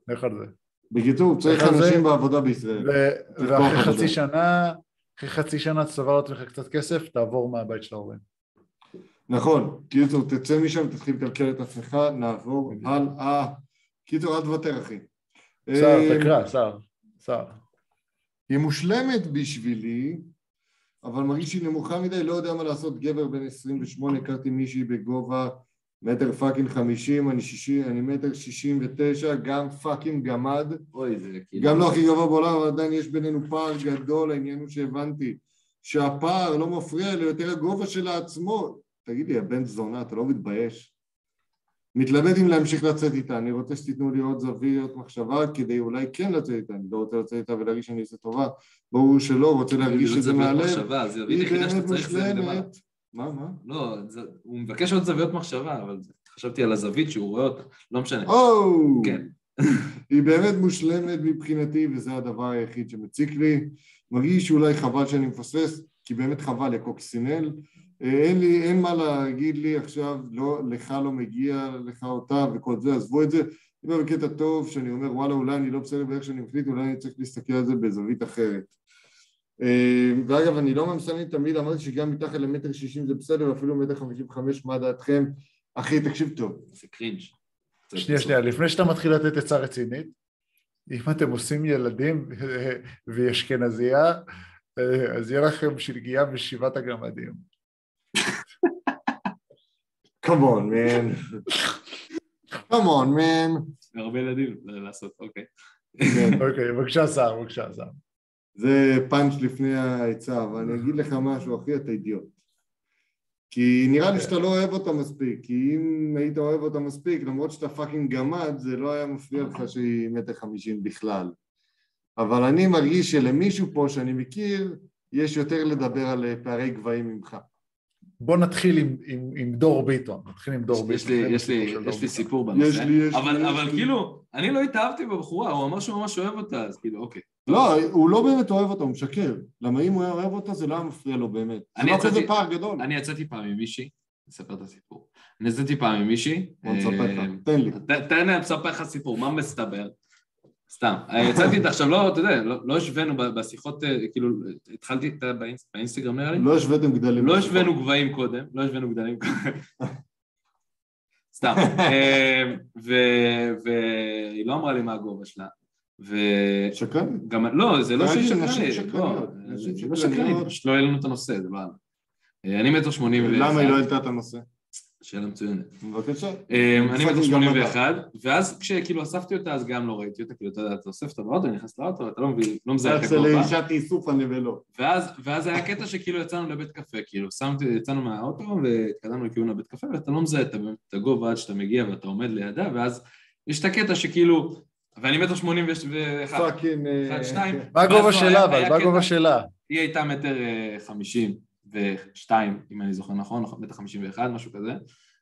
C: לך על זה.
A: בקיצור, צריך
C: אבל זה-
A: אנשים בעבודה בישראל.
C: ו-
A: כוח
C: ואחרי
A: עבודה.
C: חצי שנה, אחרי חצי שנה תצבר לעצמך קצת כסף, תעבור מהבית של ההורים.
A: נכון, קיצור, תצא משם, תתחיל לקלקל את עצמך, נעבור
C: בדיוק.
A: הלאה. קיצור, אל תוותר, אחי.
C: סער,
B: אמ,
A: אה,
C: תקרא, סער, סער.
A: היא מושלמת בשבילי, אבל מרגיש שהיא נמוכה מדי, לא יודע מה לעשות. גבר בן 28, הכרתי מישהי בגובה מטר פאקינג 50, אני, 60, אני מטר 69, גם פאקינג גמד.
B: אוי, זה כאילו...
A: לא גם לא הכי גבוה בעולם, אבל עדיין יש בינינו פער גדול, העניין הוא שהבנתי שהפער לא מפריע ליותר הגובה שלה עצמו. תגיד לי, הבן זונה, אתה לא מתבייש? מתלבט אם להמשיך לצאת איתה, אני רוצה שתיתנו לי עוד זוויות מחשבה כדי אולי כן לצאת איתה, אני לא רוצה לצאת איתה ולהרגיש שאני עושה טובה, ברור שלא, רוצה להרגיש את זה מהלב,
B: מחשבה, הזווית
A: היא
B: היחידה
A: באמת
B: שאתה צריך זה למעלה.
A: מושלמת. מה, מה?
B: לא, זה- הוא מבקש עוד זוויות מחשבה, אבל חשבתי על הזווית שהוא רואה אותה, לא משנה.
A: או!
B: כן.
A: היא באמת מושלמת מבחינתי, וזה הדבר היחיד שמציק לי. מרגיש שאולי חבל שאני מפספס, כי באמת חבל לקוקסינל. אה, אין לי, אין מה להגיד לי עכשיו, לא, לך לא מגיע, לך אותה וכל זה, עזבו את זה. זה באמת קטע טוב, שאני אומר, וואלה, אולי אני לא בסדר באיך שאני מחליט, אולי אני צריך להסתכל על זה בזווית אחרת. אה, ואגב, אני לא ממשלני תמיד, אמרתי שגם מתחת למטר שישים זה בסדר, ואפילו מטר חמישים וחמש, מה דעתכם? אחי, תקשיב טוב.
B: זה קרינג'.
C: שנייה, שנייה, לפני שאתה מתחיל לתת עצה רצינית, אם אתם עושים ילדים והיא אשכנזייה, אה, אז יהיה לכם שלגיה בשבעת הגמדים.
A: Come on, man. Come on, man.
B: הרבה ילדים ל- לעשות, אוקיי.
A: כן,
C: אוקיי, בבקשה שר, בבקשה שר.
A: זה פאנץ' לפני העצה, אבל אני אגיד לך משהו, אחי, אתה אידיוט. כי נראה לי שאתה לא אוהב אותה מספיק, כי אם היית אוהב אותה מספיק, למרות שאתה פאקינג גמד, זה לא היה מפריע לך שהיא מטר חמישים בכלל. אבל אני מרגיש שלמישהו פה שאני מכיר, יש יותר לדבר על אה, פערי גבהים ממך.
C: בוא נתחיל עם- עם- עם דור ביטון, נתחיל עם דור ביטון.
B: יש לי-
C: זה
B: יש לי-
C: הסיפור של
B: יש
C: דור
B: לי
C: ביטון.
B: סיפור בנושא.
A: יש לי, יש לי,
B: אבל
A: יש
B: אבל
A: לי.
B: כאילו, אני לא התאהבתי בבחורה, הוא אמר שהוא ממש אוהב אותה, אז כאילו, אוקיי.
A: לא, הוא לא באמת אוהב אותה, הוא משקר. למה אם הוא היה אוהב אותה, זה לא היה מפריע לו באמת. זה
B: אני
A: לא כזה
B: יצאתי-
A: פער גדול.
B: אני יצאתי פעם עם מישהי, נספר את הסיפור. אני יצאתי פעם עם מישהי.
A: בוא נספר לך,
B: אה,
A: תן לי.
B: ת- תן לי לספר לך סיפור, מה מסתבר? סתם. אה, יצאתי איתה עכשיו, לא, אתה יודע, לא לא השווינו ב- בשיחות, אה, כאילו, התחלתי איתה באינס- באינסטגרם נראה לי.
A: לא השוויתם גדלים.
B: לא השווינו גבהים קודם, לא השווינו גדלים קודם. סתם. אה, ו- והיא לא אמרה לי מה הגובה שלה. וגם,
A: שקרן?
B: לא, זה לא
A: נראה לי
B: שהיא
A: שנשים
B: שקרנית. לא,
A: שקרניות, נשים
B: היא לא
A: שקרניות.
B: שקרנית, פשוט לא העלינו את הנושא, זה לא עלה. אה, אני מטר שמונים ו...
A: למה היא לא העלתה את הנושא?
B: שאלה מצוינת.
A: בבקשה.
B: אמ, אני מטר
A: פאקינג גם
B: שמונים ואחד, ואז כשכאילו אספתי אותה אז גם לא ראיתי אותה, כאילו אתה יודע, אתה אוסף אותה באוטו, אני נכנס לאוטו, ואתה לא מבין, לא מזהה את
A: זה
B: הגובה.
A: לאישת איסוף הנבלות.
B: ואז, ואז היה קטע שכאילו יצאנו לבית קפה, כאילו שמתי, יצאנו מהאוטו והתקדמנו לכיוון הבית קפה, ואתה לא מזהה את, ה- את הגובה עד שאתה מגיע ואתה עומד לידה, ואז יש את הקטע שכאילו, ואני מטר שמונים וש- ואחד,
A: פאקינג... אה,
B: אחד, שניים.
A: כן.
C: מה
B: ואז לא,
C: הגובה
B: היה-
C: שלה אבל?
B: היה
C: מה
B: קטע.
C: הגובה שלה?
B: היא הייתה מטר אה, חמישים ושתיים, אם אני זוכר נכון, נכון, מטר חמישים ואחד, משהו כזה.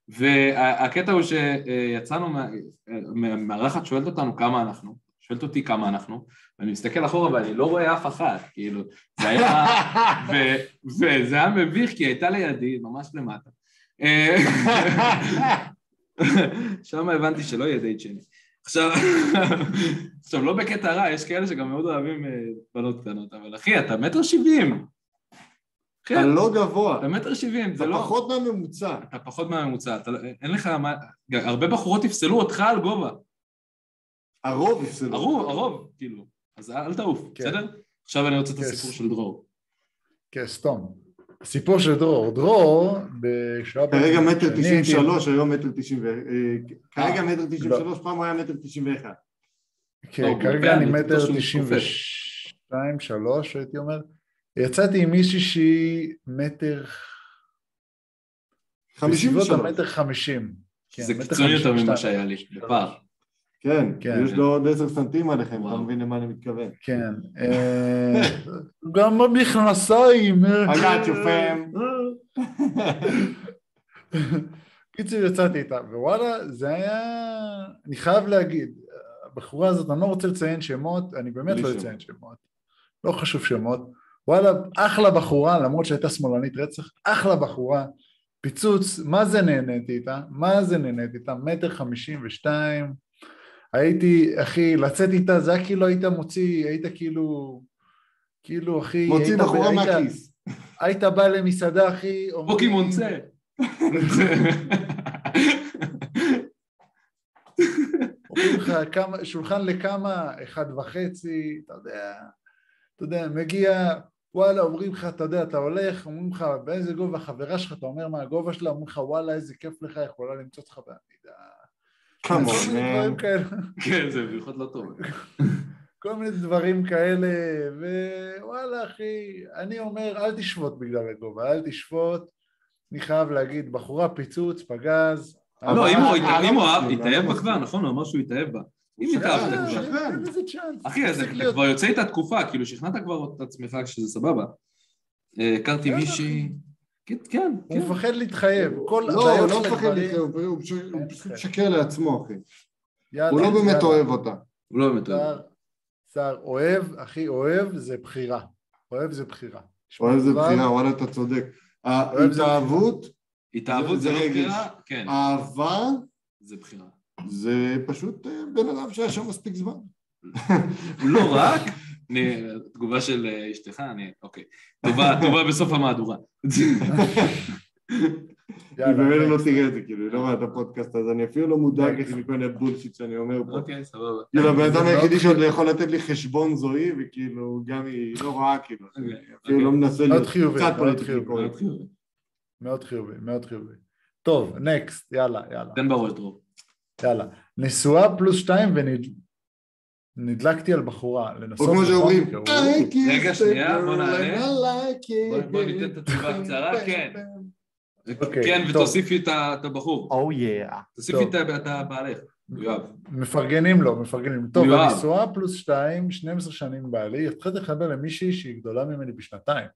B: והקטע הוא שיצאנו, מה- אה, מה- מהמארחת שואלת אותנו כמה אנחנו, שואלת אותי כמה אנחנו, ואני מסתכל אחורה ואני לא רואה אף אחת, כאילו, זה היה, ו- וזה היה מביך כי היא הייתה לידי, ממש למטה. אה, שם הבנתי שלא יהיה דייט שני. עכשיו, עכשיו, לא בקטע רע, יש כאלה שגם מאוד אוהבים אה, בנות קטנות, אבל אחי, אתה מטר שבעים. אחי,
A: אתה לא גבוה.
B: אתה מטר שבעים,
A: אתה
B: זה לא...
A: פחות מהממוצע.
B: אתה פחות מהממוצע, אתה לא- אין לך מה... גם הרבה בחורות יפסלו אותך על גובה.
A: הרוב הפסדו.
B: כן. הרוב, הרוב, כאילו. אז אל תעוף,
C: כן.
B: בסדר? עכשיו אני רוצה את
C: כן.
B: הסיפור של דרור.
C: כן, סתום. הסיפור של דרור, דרור, כשהוא היה...
A: כרגע
C: בן-
A: מטר
C: כשאני
A: תשעים
C: הייתי-
A: שלוש, היום מטר תשעים ו... אה, כרגע מטר תשעים
C: לא.
A: שלוש, פעם הוא היה מטר תשעים ואחד.
B: לא,
C: כן,
B: הוא
C: כרגע
B: קובע,
C: אני
B: אני בטוח
C: מטר
B: שהוא
C: תשעים
B: מתכופף.
C: ושתיים, שלוש, הייתי אומר. יצאתי עם מישהי שהיא מטר...
A: חמישים
C: בסביבות
A: ושלוש.
C: המטר חמישים. כן,
B: זה
C: מטר
B: קיצוני יותר ממה
C: 52.
B: שהיה לי, בפער.
A: כן,
C: כן.
A: יש לו עוד עשר סנטים עליכם, אתה
B: וואו.
A: מבין למה אני מתכוון.
C: כן. אה, גם במכנסיים. אה, כן.
A: I got you, fam.
C: קיצור, יצאתי איתה, ווואלה, זה היה... אני חייב להגיד, הבחורה הזאת, אני לא רוצה לציין שמות, אני באמת
A: בלי
C: לא
A: שמות.
C: אציין שמות. לא חשוב שמות. וואלה, אחלה בחורה, למרות שהייתה שמאלנית רצח, אחלה בחורה. פיצוץ, מה זה נהניתי איתה? מה זה נהניתי איתה? מטר חמישים ושתיים. הייתי, אחי, לצאת איתה, זה היה כאילו היית מוציא, היית כאילו... כאילו, אחי...
A: מוציא
C: היית-
A: בחורה
C: היית-
A: מהכיס.
C: היית בא למסעדה, אחי... אומרים-
B: פוקימון צא.
C: אומרים לך כמה, שולחן לכמה, אחד וחצי, אתה יודע, אתה יודע, מגיע, וואלה, אומרים לך, אתה יודע, אתה הולך, אומרים לך, באיזה גובה חברה שלך, אתה אומר מה הגובה שלה, אומרים לך, וואלה, איזה כיף לך, יכולה למצוא אותך בעמידה.
A: Come
C: כל
A: on,
C: מיני
A: man.
C: דברים כאלה.
B: כן, זה בדיחות לא טוב.
C: כל מיני דברים כאלה, ווואלה אחי, אני אומר אל תשבות בגלל הגובה, אל תשבות, אני חייב להגיד, בחורה פיצוץ, פגז,
A: אבל
B: לא, אם הוא
A: אני
B: הת-
A: לא
B: אם הוא אהב-
A: מסכים,
B: התאהב
A: אני לא
B: בה כבר,
A: מסכים.
B: נכון? הוא אמר שהוא התאהב בה. אם
A: הוא
B: התאהבת
A: שקרן,
C: אה,
B: כבר...
A: הוא שקרן.
C: אין לזה צ'אנס,
B: אחי, אז
C: תפסיק
B: אתה
C: להיות-
B: כבר יוצא איתה תקופה, כאילו שכנעת כבר את עצמך שזה סבבה. אה, הכרתי
C: כן,
B: מישהי... כן, כן,
C: הוא
B: כן.
C: מפחד להתחייב, כל
A: לא, הוא
C: הבעיות
A: לא
C: של
A: מפחד
C: הגברים-
A: להתחייב, הוא פשוט- הוא
C: אין
A: פשוט
C: חלק.
A: משקר לעצמו, אחי.
C: כן. יאללה,
A: הוא לא באמת
C: יאללה.
A: אוהב אותה.
B: הוא לא באמת אוהב.
C: צער, צער, אוהב, אחי, אוהב זה בחירה. אוהב זה בחירה.
A: אוהב זה
C: כבר-
A: בחירה, וואלה, אתה צודק.
C: אוהב זה
A: ההתאהבות,
B: התאהבות
A: זה- זה
B: זה לא
A: רגש. אה.
B: בחירה? כן,
A: אהבה,
B: זה בחירה.
A: זה פשוט אה, בן אדם שהיה שם מספיק זמן.
B: לא רק, אני- תגובה של אה, אשתך, אני... אוקיי. טובה- טובה בסוף המהדורה.
A: היא באמת לא
C: next.
A: תראה את זה, כאילו, היא לא רואה את הפודקאסט הזה, אני אפילו לא מודאג
C: כן.
A: איך מכל מיני בולשיט שאני אומר פה.
B: אוקיי, סבבה.
A: כאילו, הבן
C: זה
A: אדם
C: מאוד
A: היחידי שעוד יכול לתת לי חשבון זוהי, וכאילו, גם היא לא רואה, כאילו,
B: אוקיי,
A: אפילו לא מנסה
C: מאוד
A: להיות
C: חיובי,
A: קצת
C: מאוד
A: פוליטיקלי
C: חיובי.
A: קורקט.
B: אוקיי.
C: מאוד חיובי, מאוד חיובי. טוב, נקסט, יאללה, יאללה,
B: תן בראש, דרור.
C: יאללה. נשואה פלוס שתיים ונדלקתי על בחורה,
A: או
C: לנסות...
A: כמו
C: בכל
A: שאומרים,
C: מקרה,
A: I like it,
B: רגע, שנייה, בוא
A: I
B: נעלה.
A: like it.
B: בוא- בוא ניתן את התשובה הקצרה, כן.
C: אוקיי,
B: כן,
C: טוב.
B: ותוסיפי את ה- את הבחור.
D: או יאה.
B: תוסיפי את ה- את הבעלך, יואב.
C: מפרגנים לו, מפרגנים. טוב,
B: יואב.
C: נשואה פלוס שתיים, 12 שנים בעלי, התחלתי לחבר למישהי שהיא גדולה ממני בשנתיים.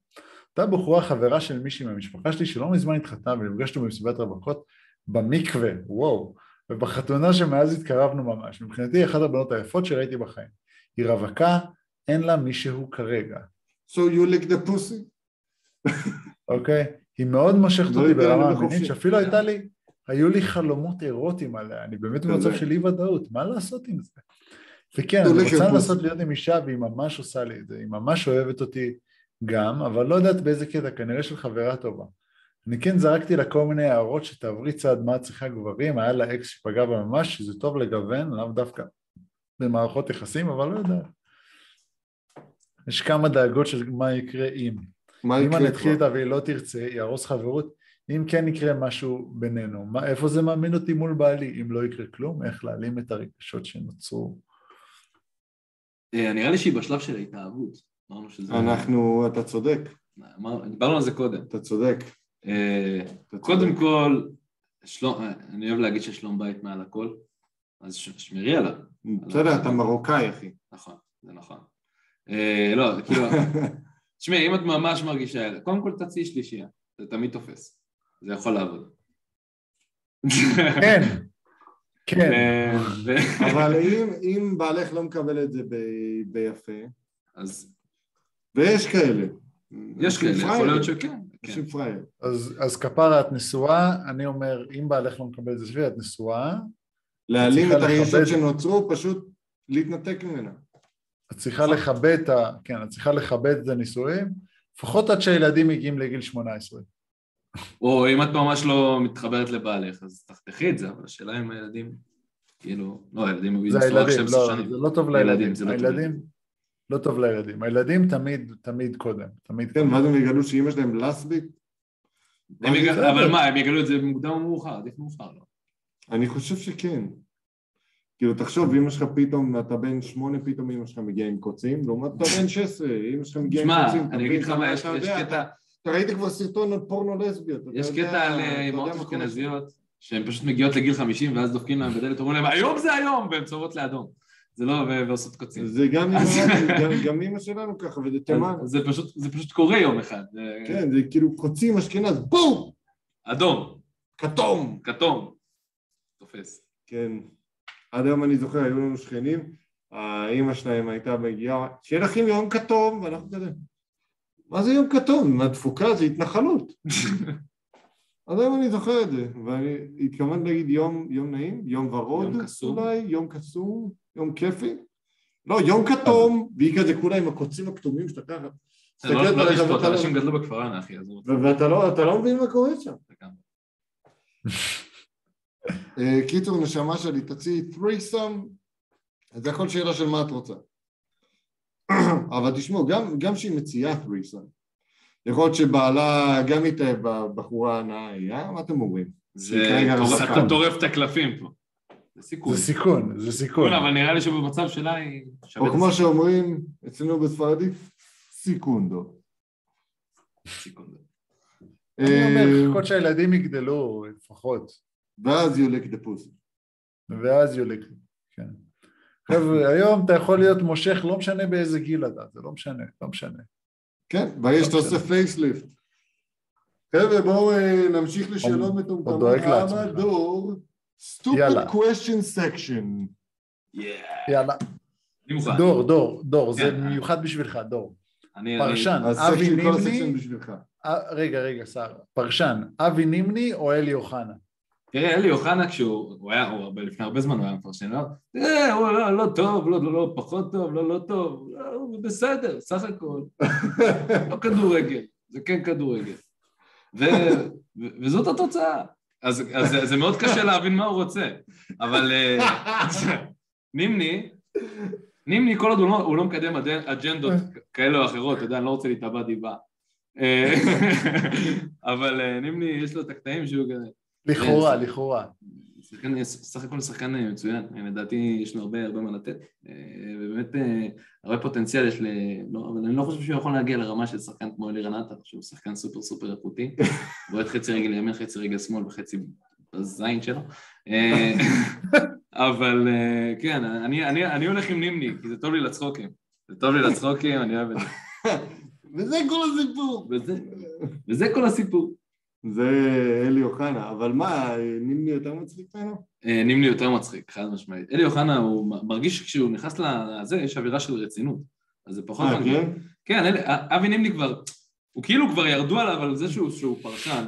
C: אותה בחורה חברה של מישהי מהמשפחה שלי שלא מזמן התחתנה ונפגשנו במסיבת רווקות במקווה, וואו. ובחתונה שמאז התקרבנו ממש. מבחינתי היא אחת הבנות היפות שראיתי בחיים. היא רווקה, אין לה מישהו כרגע,
A: So you lick the pussy?
C: אוקיי? היא מאוד מושכת
A: לא
C: אותי
A: ייתן לנו
C: ברמה
A: בחופשי.
C: המינית, שאפילו הייתה לי, היו לי חלומות אירוטיים עליה, אני
A: כן.
C: באמת במצב של אי ודאות, מה לעשות עם זה? וכן, אני
A: דולקת
C: רוצה
A: בוס.
C: לנסות להיות עם אישה והיא ממש עושה לי את זה, היא ממש אוהבת אותי גם, אבל לא יודעת באיזה קטע, כנראה של חברה טובה. אני כן זרקתי לה כל מיני הערות שתעברי צעד מה את צריכה גברים, היה לה אקס שפגע בה ממש, שזה טוב לגוון, לאו דווקא במערכות יחסים, אבל לא יודע. יש כמה דאגות של מה יקרה אם.
A: מה
C: אם אני
A: יקרה
C: אתחיל
A: כבר?
C: איתה והיא לא תרצה, יהרוס חברות, אם כן יקרה משהו בינינו, מה, איפה זה מעמיד אותי מול בעלי? אם לא יקרה כלום, איך להעלים את הרגשות שנוצרו?
B: אה, נראה לי שהיא בשלב של ההתאהבות. אמרנו שזה...
A: אנחנו, אתה צודק,
B: אמר- דיברנו על זה קודם.
A: אתה צודק.
B: אה,
A: אתה צודק.
B: קודם כל, שלום, אה, אני אוהב להגיד ששלום בית מעל הכל, אז ש- שמרי עליו.
A: בסדר, אתה מרוקאי, אחי.
B: נכון, זה נכון. אה, לא, כאילו, תשמעי, אם את ממש מרגישה, קודם כל תציעי שלישייה, זה תמיד תופס. זה יכול לעבוד.
C: כן, כן,
B: אה, ו-
A: אבל אם, אם בעלך לא מקבל את זה ב, ביפה,
B: אז
A: ויש כאלה.
B: יש
A: אנשים
B: כאלה, יכול
A: פראיירים,
B: להיות שכן. כן.
A: אנשים פראיירים.
C: אז, אז כפרה את נשואה, אני אומר, אם בעלך לא מקבל את זה שלי, את נשואה,
A: להעלים
C: צריכה
A: את הרגשות
C: לכבד.
A: שנוצרו, פשוט להתנתק ממנה.
C: את צריכה
B: נכון.
C: לכבד את ה... כן, את צריכה לכבד את הנישואים, לפחות עד שהילדים מגיעים לגיל 18.
B: או אם את ממש לא מתחברת לבעלך, אז תחתכי את זה, אבל השאלה אם הילדים, כאילו, לא, הילדים יהיו
C: זה
B: נשואים רק
C: הילדים,
B: 12
C: לא,
B: שנים.
C: זה לא טוב
B: לילדים,
C: לילדים.
B: זה לא טוב
C: הילדים,
B: לילדים.
C: לא טוב לילדים. הילדים תמיד, תמיד קודם, תמיד
A: כן,
C: קודם.
A: ואז הם יגלו שאימא שלהם לסבית? לא
B: הם יגל-
C: בסדר.
B: אבל מה, הם יגלו את זה מוקדם או מאוחר, עדיף מאוחר, לא?
A: אני חושב שכן. כאילו, תחשוב, אימא שלך פתאום, אתה בן שמונה, פתאום אימא שלך מגיעה עם קוצים, לעומת אתה בן 16, אימא שלך מגיעה עם
B: שמע,
A: קוצים. אתה
B: אני אגיד לך
A: מבין,
B: מה,
A: אתה
B: יש יש
A: יודע,
B: קטע,
A: אתה ראית כבר סרטון על פורנו לסביות. אתה
B: יש
A: יודע-
B: קטע על
A: אתה יודע
B: אה, אמהות
A: מה קורה.
B: אשכנזיות, שהן פשוט מגיעות לגיל 50 ואז דופקים להם בדלת, אומרים להם, היום זה היום, והן צובעות לאדום. זה לא, ו- ועושות קוצים.
A: זה גם
B: אז-
A: אימא- גם- גם אימא שלנו ככה, וזה תימן.
B: זה פשוט- זה פשוט קורה יום אחד. זה-
A: כן, זה כאילו קוצים אשכנז, בום!
B: אדום,
A: כתום!
B: כתום. תופס.
A: כן. עד היום אני זוכר, היו לנו שכנים, האימא שלהם הייתה מגיעה, שיהיה לכם יום כתום, ואנחנו כזה, מה זה יום כתום? מהתפוקה זה התנחלות. עד היום אני זוכר את זה, ואני התכוונתי להגיד יום, יום נעים, יום ורוד,
B: יום קסום.
A: אולי, יום קסום, יום כיפי. לא, יום כתום, והיא כזה כולה עם הקוצים הכתומים שאתה ככה.
B: זה לא
A: מסתכלת
B: לא
A: עליך
B: לשתות,
A: ואתה לא-
B: אנשים גדלו בכפר ענה, אחי, עזוב אותך.
A: ו- ואתה לא, אתה לא מבין מה קורה שם.
B: לגמרי.
A: אה, קיצור, נשמה שלי, תציעי threesome, זה הכל שאלה של מה את רוצה. אבל תשמעו, גם, גם שהיא מציעה threesome, יכול להיות שבעלה גם התאהב בבחורה הנאה, אה? מה אתם אומרים?
B: זה-
A: כרגע
B: אתה
A: רווקה.
B: טורף את הקלפים פה. זה סיכון.
C: זה סיכון, זה סיכון.
B: סיכון, לא, אבל נראה לי שבמצב שלה היא...
A: או
B: שווה את
A: כמו שאומרים אצלנו בספרדית, סיכונדו.
B: הסיכון.
C: אני אומר,
A: אה,
C: לחכות שהילדים יגדלו לפחות,
A: ואז יולק דה פוסי.
C: ואז יולק. כן. חבר'ה, היום אתה יכול להיות מושך, לא משנה באיזה גיל אתה, זה לא משנה, לא משנה.
A: כן, ויש, אתה עושה פייסליפט. חבר'ה, בואו אה, נמשיך לשאלות
C: הוא
A: מטומטמות.
C: דואג
A: למה
C: לעצמך.
A: דור?
C: יאללה.
A: stupid question section.
B: יאה.
C: יאללה,
B: אני מוכן.
C: דור, דור, דור, זה
B: כן.
C: מיוחד בשבילך, דור.
B: אני- אני-
C: פרשן,
A: אז
C: אבי
A: section, כל
C: נימני,
A: הסקשן בשבילך.
C: אה, רגע, רגע, שר, פרשן, אבי נימני או אלי אוחנה?
B: תראה, אלי אוחנה כשהוא הוא היה, הוא הרבה, לפני הרבה זמן הוא היה מפרשן, לא? "אה, הוא לא, לא טוב, לא, לא, לא פחות טוב, לא, לא טוב, לא, הוא בסדר, סך הכל. לא כדורגל, זה כן כדורגל. ו, ו, וזאת התוצאה. אז, אז זה, זה מאוד קשה להבין מה הוא רוצה, אבל אה, נימני, נימני כל עוד הוא לא, הוא לא מקדם אד- אג'נדות כאלה או אחרות, אתה יודע, אני לא רוצה להיטבע דיבה. אה, אבל אה, נימני יש לו את הקטעים שהוא כזה,
C: לכאורה,
B: זה-
C: לכאורה.
B: שחקן, סך הכל שחקן אה, מצוין, אה, לדעתי יש לו הרבה הרבה מה לתת, אה, ובאמת אה, הרבה פוטנציאל יש ל... לא, אבל אני לא חושב שהוא יכול להגיע לרמה של שחקן כמו אלירן עטר, שהוא שחקן סופר סופר איכותי, בועט חצי רגל ימין, חצי רגל שמאל וחצי בזין שלו, אה, אבל אה, כן, אני, אני, אני הולך עם נימני, כי זה טוב לי לצחוקים, זה טוב לי לצחוקים, אני אוהב את זה,
A: וזה כל הסיפור.
B: וזה, וזה כל הסיפור.
A: זה אלי אוחנה, אבל מה, נימני יותר מצחיק ממנו?
B: אה, נימני יותר מצחיק, חד משמעית. אלי אוחנה, הוא מ- מרגיש שכשהוא נכנס לזה, יש אווירה של רצינות. אז זה פחות
A: אה,
B: מרגיש.
A: כן?
B: כן, אלי- א- אבי נימני כבר, הוא כאילו כבר ירדו עליו על זה שהוא שהוא פרשן,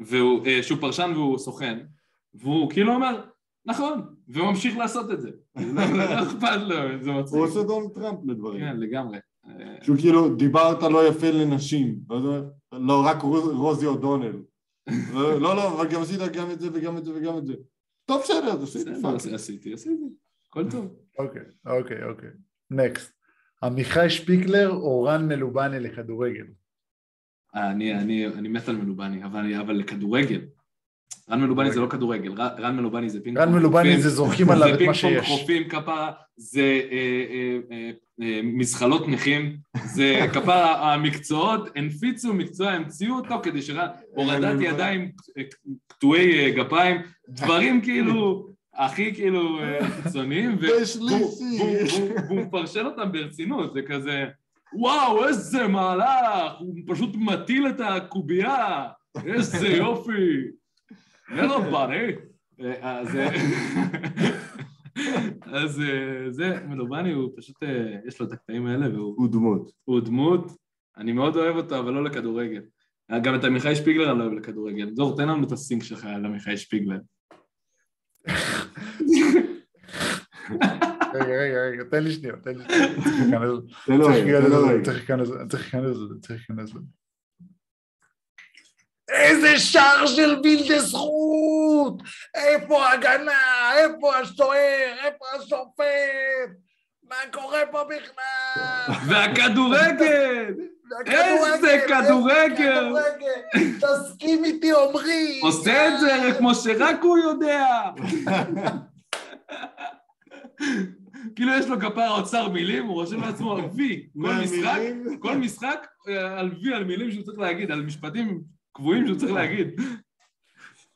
B: והוא, אה, שהוא פרשן והוא סוכן, והוא כאילו אומר, נכון, וממשיך לעשות את זה. לא לא אכפת לו, זה מצחיק.
A: הוא עושה דונלד טראמפ לדברים.
B: כן, לגמרי. אה,
A: שהוא כאילו, דיברת לא יפה לנשים. ואז הוא אומר, לא, רק רוז- רוזי אודונל. לא, לא, אבל גם עשית גם את זה וגם את זה וגם את זה. טוב, בסדר, תעשי
B: בסדר,
A: את זה.
B: עשי- עשיתי, עשיתי, הכל טוב.
C: אוקיי, אוקיי, אוקיי. נקסט. עמיחי שפיקלר או רן מלובני לכדורגל?
B: אה, אני, אני, אני מת על מלובני, אבל, אבל לכדורגל. רן מלובני זה לא כדורגל, ר- רן מלובני זה פינג
C: רן מלובני
B: חופים.
C: זה זורקים עליו את מה
B: זה
C: שיש.
B: פינג פונג חופים כפרה, זה אה, אה, אה, אה, מזחלות נכים, זה כפרה, המקצועות, הנפיצו מקצוע, המציאו אותו כדי שרן, הורדת ידיים, אה, קטועי אה, גפיים, דברים כאילו הכי כאילו אה, קיצוניים, ו-
A: בשלישי.
B: והוא- והוא- והוא מפרשן אותם ברצינות, זה כזה, וואו, איזה מהלך, הוא פשוט מטיל את הקובייה, איזה יופי, יאללה בני. אה, אז אה, אז, אה, זה, מלובני הוא פשוט, אה, יש לו את הקטעים האלה והוא
A: הוא דמות.
B: הוא דמות, אני מאוד אוהב אותו, אבל לא לכדורגל. אה, גם את עמיחי שפיגלר אני לא אוהב לכדורגל. דור, תן לנו את הסינק שלך על עמיחי שפיגלר.
C: רגע, רגע, רגע, תן לי שנייה, תן לי שנייה. צריך
A: תן לו
C: להיכנס לזה, צריך
A: רגע, תן
C: להיכנס
A: לו
C: לזה,
A: לא, רגע.
C: צריך להיכנס לזה, צריך להיכנס לזה, צריך להיכנס לזה. איזה שער של בלתי זכות! איפה ההגנה? איפה השוער? איפה השופט? מה קורה פה בכלל?
B: והכדורגל! איזה כדורגל!
C: תסכים איתי עמרי!
B: עושה את זה כמו שרק הוא יודע! כאילו יש לו כפר האוצר מילים, הוא רושם לעצמו על וי. כל משחק,
A: מהמילים?
B: כל משחק אה, על וי, על מילים שהוא צריך להגיד, על משפטים קבועים שהוא צריך להגיד.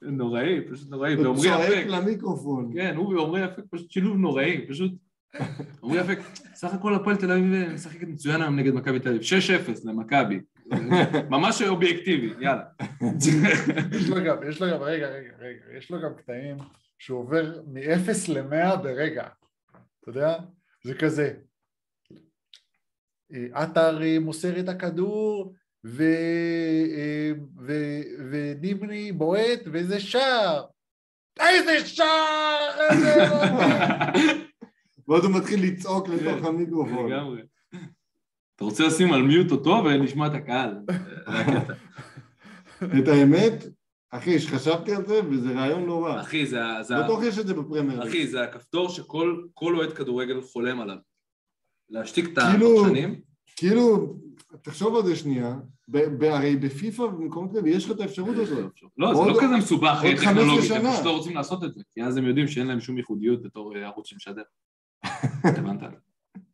B: נוראי, פשוט נוראי.
A: הוא
B: ועמרי
A: צועק
B: אפק,
A: למיקרופון.
B: כן, הוא ועמרי אפק פשוט שילוב נוראי, פשוט... עמרי אפק, סך הכל הפועל תל אביב אה, משחקת מצוין היום נגד מכבי תל אביב, 6-0 למכבי. ממש אובייקטיבי, יאללה.
C: יש לו גם, יש לו גם, רגע, רגע, רגע, יש לו גם קטעים שהוא עובר מ-0 ל-100 ברגע, אתה יודע? זה כזה, אה, עטר אה, מוסר את הכדור, ו... אה, ו... ונימני בועט, וזה שער! איזה שער! איזה...
A: ואז הוא מתחיל לצעוק
B: כן.
A: לתוך המיקרופון.
B: לגמרי. אתה רוצה לשים על מיוט אותו ולשמוע את הקהל.
A: נכון. את האמת, אחי, שחשבתי על זה, וזה רעיון לא רע.
B: אחי, זה ה- זה ה-
A: בטוח יש את זה בפרמייר. ליג.
B: אחי, זה הכפתור שכל כל אוהד כדורגל חולם עליו. להשתיק את
A: כאילו-
B: הפרשנים.
A: כאילו, תחשוב על זה שנייה, ב- ב- הרי בפיפ"א ובמקומות כאלה יש לך את האפשרות הזאת.
B: לא, זה
A: עוד-
B: לא כזה מסובך
A: עוד
B: אה,
A: 15
B: טכנולוגית, הם
A: שנה.
B: פשוט לא רוצים לעשות את זה, כי אז הם יודעים שאין להם שום ייחודיות בתור אה, ערוץ שמשדר. אתה הבנת?
A: כן.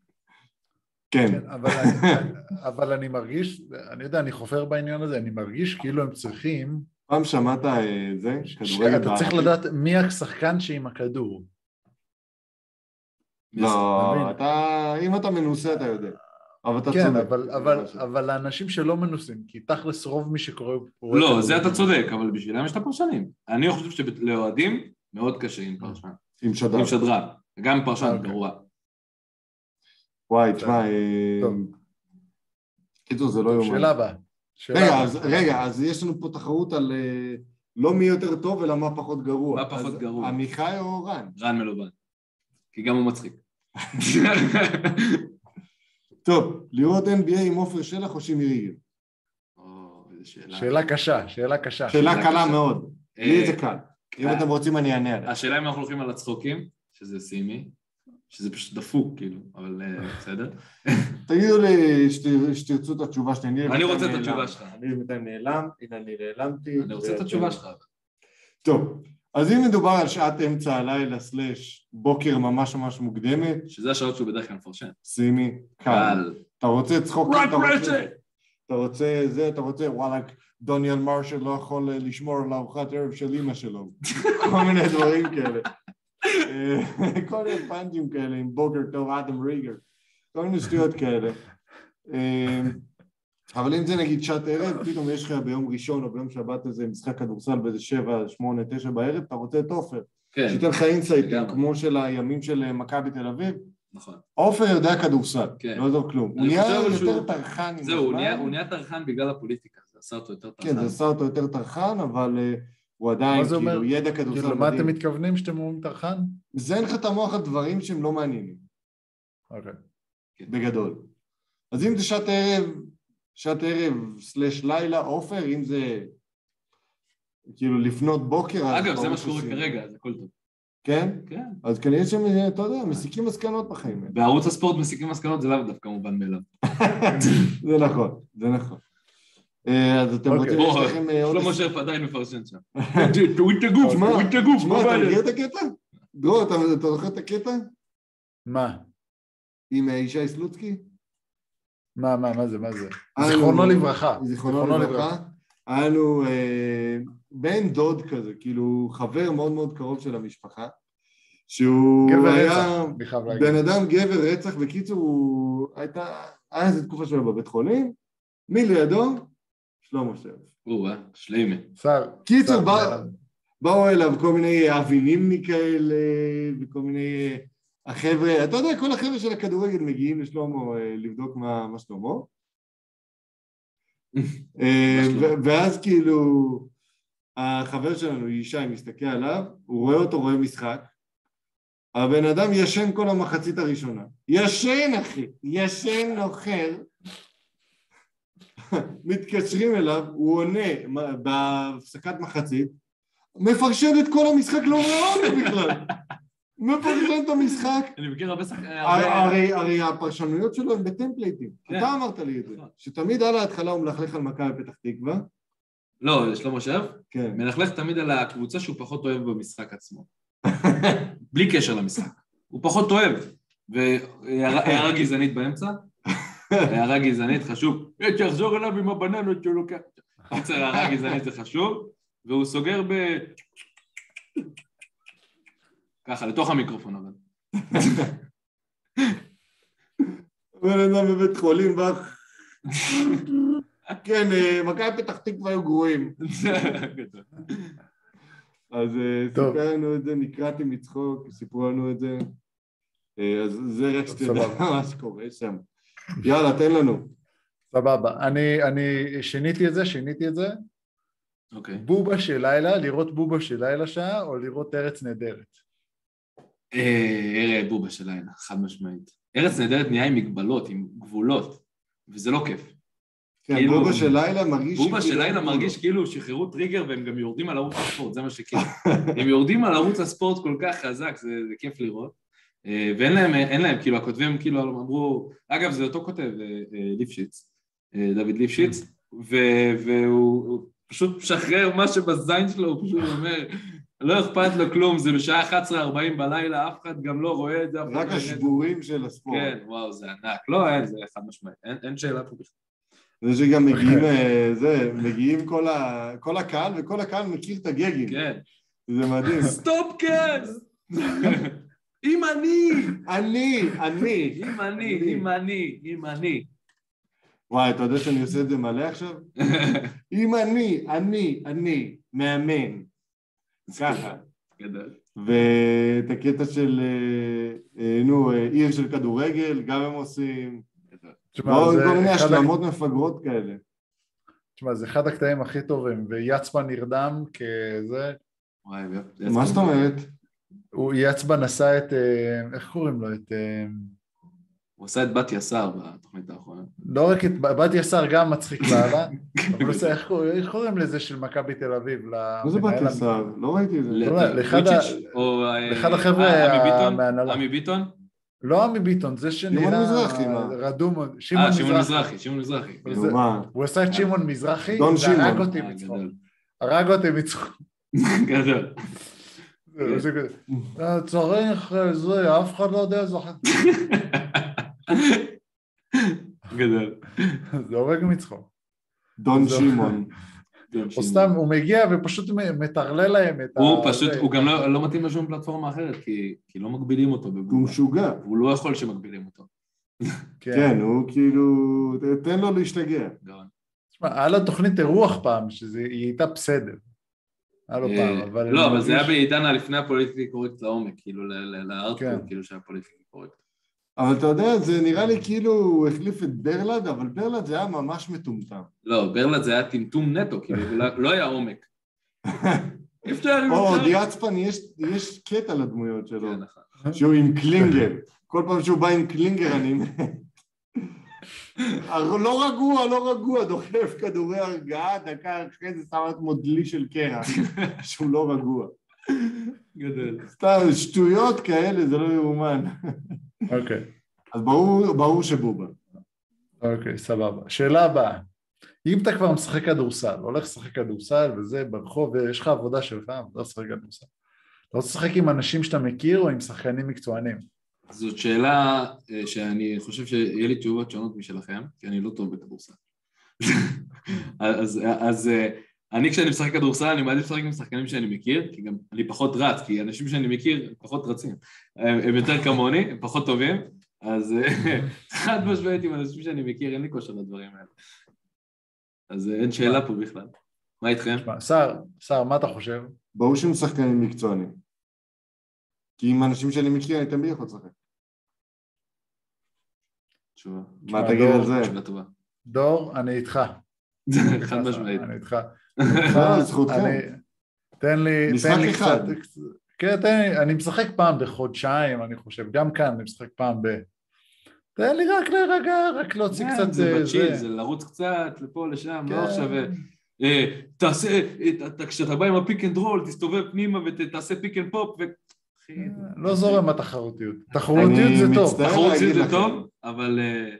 C: כן, אבל, אני, אבל אני מרגיש, אני יודע, אני חופר בעניין הזה, אני מרגיש כאילו הם צריכים,
A: פעם שמעת אה, זה? כדורגל
C: אתה צריך
A: בערבית?
C: לדעת מי השחקן שעם הכדור.
A: לא,
C: מבין.
A: אתה, אם אתה מנוסה אתה יודע. אבל אתה
C: כן,
A: צודק.
C: אבל, אבל, אבל האנשים שלא מנוסים, כי תכלס רוב מי שקורא... רואה
B: לא,
C: כדורגל-
B: זה אתה צודק, אבל בשבילם יש את הפרשנים. אני חושב שלאוהדים מאוד קשה עם פרשן,
A: עם שדר.
B: עם שדרן, גם עם פרשן
C: אוקיי.
B: גרוע.
A: וואי, תשמע, אה,
C: טוב.
A: קיצור זה לא יאומן.
C: שאלה הבאה. שאלה
A: רגע,
C: הבאה.
A: אז, רגע, אז יש לנו פה תחרות על אה, לא מי יותר טוב, אלא מה פחות גרוע.
B: מה פחות
A: אז
B: גרוע.
A: עמיחי או אורן?
B: רן מלובן. כי גם הוא מצחיק.
A: טוב, לראות NBA עם עופר שלח או שימי ריגר?
B: או, איזה שאלה.
C: שאלה קשה, שאלה קשה.
A: שאלה
B: שאלה
A: קלה
B: קשה.
A: מאוד.
B: אה,
A: לי זה קל. אם
B: אה,
A: אתם רוצים אני אענה עליה.
B: השאלה אם אנחנו הולכים על הצחוקים, שזה סימי, שזה פשוט דפוק, כאילו, אבל אה, בסדר.
A: תגידו לי שת- שתרצו את התשובה שלי.
B: אני רוצה את
A: נעלם.
B: התשובה שלך.
A: אני בינתיים נעלם, הנה אני נעלמתי.
B: אני רוצה את
A: ואתם-
B: התשובה שלך.
A: טוב, אז אם מדובר על שעת אמצע הלילה סלאש בוקר ממש ממש מוקדמת,
B: שזה השעות שהוא בדרך כלל מפרשן.
A: שימי קל.
B: אבל...
A: אתה רוצה צחוק?
B: רק
A: אתה רוצה-
B: רשת!
A: אתה רוצה זה, אתה רוצה, וואלכ, דוניאל מרשל לא יכול אה, לשמור על ארוחת ערב של אימא שלו. כל מיני דברים כאלה. אה, כל מיני פאנג'ים כאלה עם בוקר טוב, אדם ריגר. כל מיני שטויות כאלה. אה, אבל אם זה נגיד שעת ערב, פתאום יש לך ביום ראשון או ביום שבת איזה משחק כדורסל באיזה שבע, שמונה, תשע בערב, אתה רוצה את עופר.
B: כן,
A: שייתן לך אינסייטים,
B: לגמרי.
A: כמו של הימים של אה, מכבי תל אביב.
B: נכון.
A: עופר יודע כדורסל,
B: כן.
A: לא עזוב כלום. הוא
B: אני
A: נהיה
B: חושב
A: יותר
B: שהוא-
A: טרחן עם
B: זהו, הוא
A: הזמן.
B: נהיה- הוא נהיה טרחן בגלל הפוליטיקה, זה עשה אותו יותר
A: כן,
B: טרחן.
A: זה עשה אותו יותר טרחן, אבל אה, הוא עדיין,
C: מה זה
A: כאילו,
C: אומר?
A: ידע כדורסל
C: כאילו,
A: מדהים.
C: למה אתם מתכוונים שאתם אומרים טרחן?
A: מזיין לך את המוח על דברים שהם לא מעניינים,
C: אוקיי.
A: בגדול. אז אם זה שעת ערב, שעת ערב סלש לילה, עופר, אם זה כאילו לפנות בוקר, אז
B: אגב, זה
A: ברור
B: מה שקורה
A: שזה-
B: כרגע, אז הכל טוב.
A: כן?
B: כן.
A: אז כנראה שהם, אתה יודע, מסיקים מסקנות בחיים האלה.
B: בערוץ הספורט מסיקים מסקנות, זה לאו דווקא מובן מאליו.
A: זה נכון, זה נכון. אה, אז אתם
C: אוקיי.
A: רוצים, יש לכם אה, עוד...
B: שלמה שרף עדיין מפרשן שם. תוריד את הגוף,
A: תשמע,
B: תוריד את הגוף,
A: תשמע,
B: מה
A: אתה
B: הבעיה?
A: מכיר את הקטע? דרור, אתה אתה זוכר את הקטע?
C: מה?
A: עם אה, ישי סלוצקי?
C: מה, מה, מה זה, מה זה?
A: אה,
C: זיכרונו
A: הוא-
C: לברכה.
A: זיכרונו לברכה. היה לנו אה, בן דוד כזה, כאילו חבר מאוד מאוד קרוב של המשפחה, שהוא
C: גבר
A: היה
C: רצח, אני חייב להגיד.
A: בן אדם גבר רצח, בקיצור הוא הייתה, היה איזו תקופה שלו בבית חולים, מי לידו? שלמה שרף.
B: או, אה, שלימי.
C: שר.
A: קיצור,
C: שר,
A: בא-
C: בן
A: באו אליו כל מיני אבינים מכאלה, וכל מיני... אה, החבר'ה, אתה יודע, כל החבר'ה של הכדורגל מגיעים לשלמה אה, לבדוק מה, מה שלמה. אה,
B: מה שלמה?
A: ו- ואז כאילו, החבר שלנו, ישי, מסתכל עליו, הוא רואה אותו, רואה משחק. הבן אדם ישן כל המחצית הראשונה. ישן, אחי, ישן נוחר. מתקשרים אליו, הוא עונה מה- בהפסקת מחצית, מפרשן את כל המשחק, לא רואה אותו בכלל. מפרשן את המשחק.
B: אני מכיר הרבה שחקנים.
A: אה, הרי, הרי הפרשנויות שלו הן בטמפלייטים.
B: כן.
A: אתה אמרת לי את זה,
B: נכון.
A: שתמיד על ההתחלה הוא מלכלך על מכבי פתח תקווה.
B: לא, שלמה שרף,
A: כן.
B: מלכלך תמיד על הקבוצה שהוא פחות אוהב במשחק עצמו. בלי קשר למשחק. הוא פחות אוהב. והערה גזענית באמצע, הערה גזענית חשוב. "אה, תחזור אליו עם הבננות שהוא לוקח. קיצר, הערה גזענית זה חשוב, והוא סוגר ב... ככה, לתוך המיקרופון אבל.
A: בן אדם בבית חולים, ואח... כן, אה, מכבי פתח תקווה היו גרועים. אז אה,
C: טוב.
A: סיפר לנו את זה, נקרעתי מצחוק, סיפרו לנו את זה. אה, אז זה רק שתדע
C: סבבה.
A: מה שקורה שם. יאללה, תן לנו.
C: סבבה. אני, אני שיניתי את זה, שיניתי את זה.
B: אוקיי.
C: בובה של לילה, לראות בובה של לילה שעה, או לראות ארץ נהדרת.
B: אה, אראה בובה של לילה, חד משמעית. ארץ נהדרת נהיה עם מגבלות, עם גבולות, וזה לא כיף.
A: כן,
B: כאילו-
A: בובה של לילה מרגיש...
B: בובה של
A: שכאילו-
B: לילה מרגיש כאילו שחררו טריגר והם גם יורדים על ערוץ הספורט, זה מה שכיף. הם יורדים על ערוץ הספורט כל כך חזק, זה, זה כיף לראות. אה, ואין להם, אין להם, כאילו, הכותבים כאילו אמרו, אגב, זה אותו כותב, אה, אה, ליפשיץ, אה, דוד ליפשיץ,
A: Mm.
B: ו- והוא הוא פשוט משחרר מה שבזין שלו, הוא פשוט אומר, לא אכפת לו כלום, זה בשעה 11:40 בלילה, אף אחד גם לא רואה את זה, אף אחד
A: רק
B: לא מבין את זה.
A: השבורים של הספורט.
B: כן, וואו, זה ענק. לא, אין, זה חד משמעית, אין, אין שאלה פה בכלל.
A: זה שגם
C: אוקיי.
A: מגיעים, אה, זה, מגיעים כל ה- כל הקהל, וכל הקהל מכיר את הגגים.
B: כן.
A: זה מדהים.
B: סטופ קאס! אם אני!
A: אני, אני.
B: אם אני, אם אני, אם אני.
A: וואי, אתה יודע שאני עושה את זה מלא עכשיו? אם אני, אני, אני, מאמן. ככה.
B: גדול.
A: ואת הקטע של, אה, אה, נו, אה, עיר של כדורגל, גם הם עושים.
B: גדול.
C: תשמע,
A: ועוד
C: זה
A: כל מיני
C: אחד ה-
A: השלמות מפגרות כאלה.
C: תשמע, זה אחד הקטעים הכי טובים, ויצבן נרדם כזה,
B: וואי,
A: מה זאת אומרת?
C: הוא יצבן עשה את, אה, איך קוראים לו? את... אה,
B: הוא עשה את בת יסר בתוכנית האחרונה.
C: לא רק את... בת יסר גם מצחיק לאללה, אבל הוא עושה, איך קוראים- איך קוראים לזה של מכבי תל אביב?
A: מה זה
C: למנהל
A: בת יסר? לא ראיתי את זה.
B: ל-
C: לא, לאחד ה-
B: לויצ'יץ' או... אה,
C: לאחד החבר'ה
B: אה, עמי ביטון?
C: מההנהלה.
B: עמי ביטון?
C: לא עמי ביטון, זה שנראה...
A: שמעון מזרחי, מה?
C: רדום, שמעון
B: אה, שמעון
C: מזרחי.
B: מזרחי, שמעון מזרחי.
C: זה-
A: נו, מה?
C: הוא עשה את שמעון מזרחי,
A: אה, דון
C: זה הרג
A: שמעון.
C: אותי
B: אה,
C: מצחוק.
B: גדול.
C: הרג אותי מצחוק.
B: גדול.
A: כן.
C: זה- זה כזה, "אה, צריך אה, זה, אף אחד לא יודע איזה אחד.
B: גדול.
C: זה הורג מצחוק.
A: דון
C: זה-
A: שמעון.
B: דון
C: הוא
B: שמעון.
C: סתם, אה, הוא מגיע ופשוט מ- מטרלל להם את
B: כאילו. הוא פשוט,
C: זה.
B: הוא גם לא- לא מתאים לשום פלטפורמה אחרת, כי כי לא מגבילים אותו
A: הוא
B: בבובה.
A: משוגע.
B: הוא לא יכול שמגבילים אותו.
C: כן.
A: כן, הוא כאילו... תן לו להשתגע.
B: גאון.
C: תשמע, היה לו תוכנית אירוח פעם, שהיא הייתה בסדר. היה לו
B: אה,
C: פעם, אבל...
B: לא,
C: אני
B: אבל זה היה
C: מרגיש-
B: בעידן הלפני הפוליטיקלי קורקט לעומק, כאילו ל- ל- לארטקור,
C: כן.
B: כאילו שהיה פוליטיקלי קורקט.
A: אבל אתה יודע, זה נראה לי כאילו הוא החליף את ברלד, אבל ברלד זה היה ממש מטומטם.
B: לא, ברלד זה היה טמטום נטו, כאילו לא- לא היה עומק. אי אפשר, אי
A: או,
B: אפשר.
A: דיאצפן, יש, יש קטע לדמויות שלו,
B: כן, נכון.
A: שהוא עם קלינגר. כל פעם שהוא בא עם קלינגר אני מת. הר- לא רגוע, לא רגוע, דוחף כדורי הרגעה, דקה אחרי זה שם לעצמו דלי של קרח, שהוא לא רגוע.
B: גדול.
A: סתם, שטויות כאלה, זה לא יאומן.
C: אוקיי,
A: אז ברור, ברור שבובה.
C: אוקיי, סבבה. שאלה הבאה. אם אתה כבר משחק כדורסל, הולך לשחק כדורסל וזה, ברחוב, ויש לך עבודה שלך, עבודה לשחק כדורסל. אתה רוצה לשחק עם אנשים שאתה מכיר או עם שחקנים מקצוענים?
B: כן. זאת שאלה אה, שאני חושב שיהיה לי תשובות שונות משלכם, כי אני לא טוב בכדורסל. אז, אז אה, אני כשאני משחק כדורסל, אני מעדיף לשחק עם שחקנים שאני מכיר, כי גם אני פחות רץ, כי אנשים שאני מכיר הם פחות רצים. הם, הם יותר כמוני, הם פחות טובים, אז אה, חד משמעית עם אנשים שאני מכיר, אין לי כושר לדברים האלה. אז אה, אין שאלה פה בכלל. מה איתכם?
C: תשמע, שר, שר, מה אתה חושב?
A: ברור שהם שחקנים מקצוענים. כי עם אנשים שאני מכיר, אני תמיד יכול לשחק.
B: תשובה.
A: מה
C: לא,
A: תגיד
C: לא,
A: על זה?
B: תשובה טובה.
C: דור, אני איתך.
B: חד משמעית.
C: אני איתך.
A: לא, זכותכם.
C: אה, אני- תן לי,
A: משחק
C: תן לי
A: אחד.
C: קצת... כן, תן לי, אני משחק פעם בחודשיים, אני חושב, גם כאן אני משחק פעם ב... תן לי רק להירגע, רק להוציא
B: כן,
C: קצת...
B: זה
C: אה,
B: בצ'יל, זה לרוץ קצת לפה, לשם,
C: כן.
B: לא עכשיו... אה, אה, תעשה, אה, ת- ת- כשאתה בא עם הפיק אנד רול, תסתובב פנימה ותעשה פיק אנד פופ, ו... אה, אחי,
C: לא זורם התחרותיות. תחרותיות זה טוב.
A: מצטער.
B: תחרות
A: להגיד
B: זה
A: לכם.
B: טוב, אבל אה,
A: אני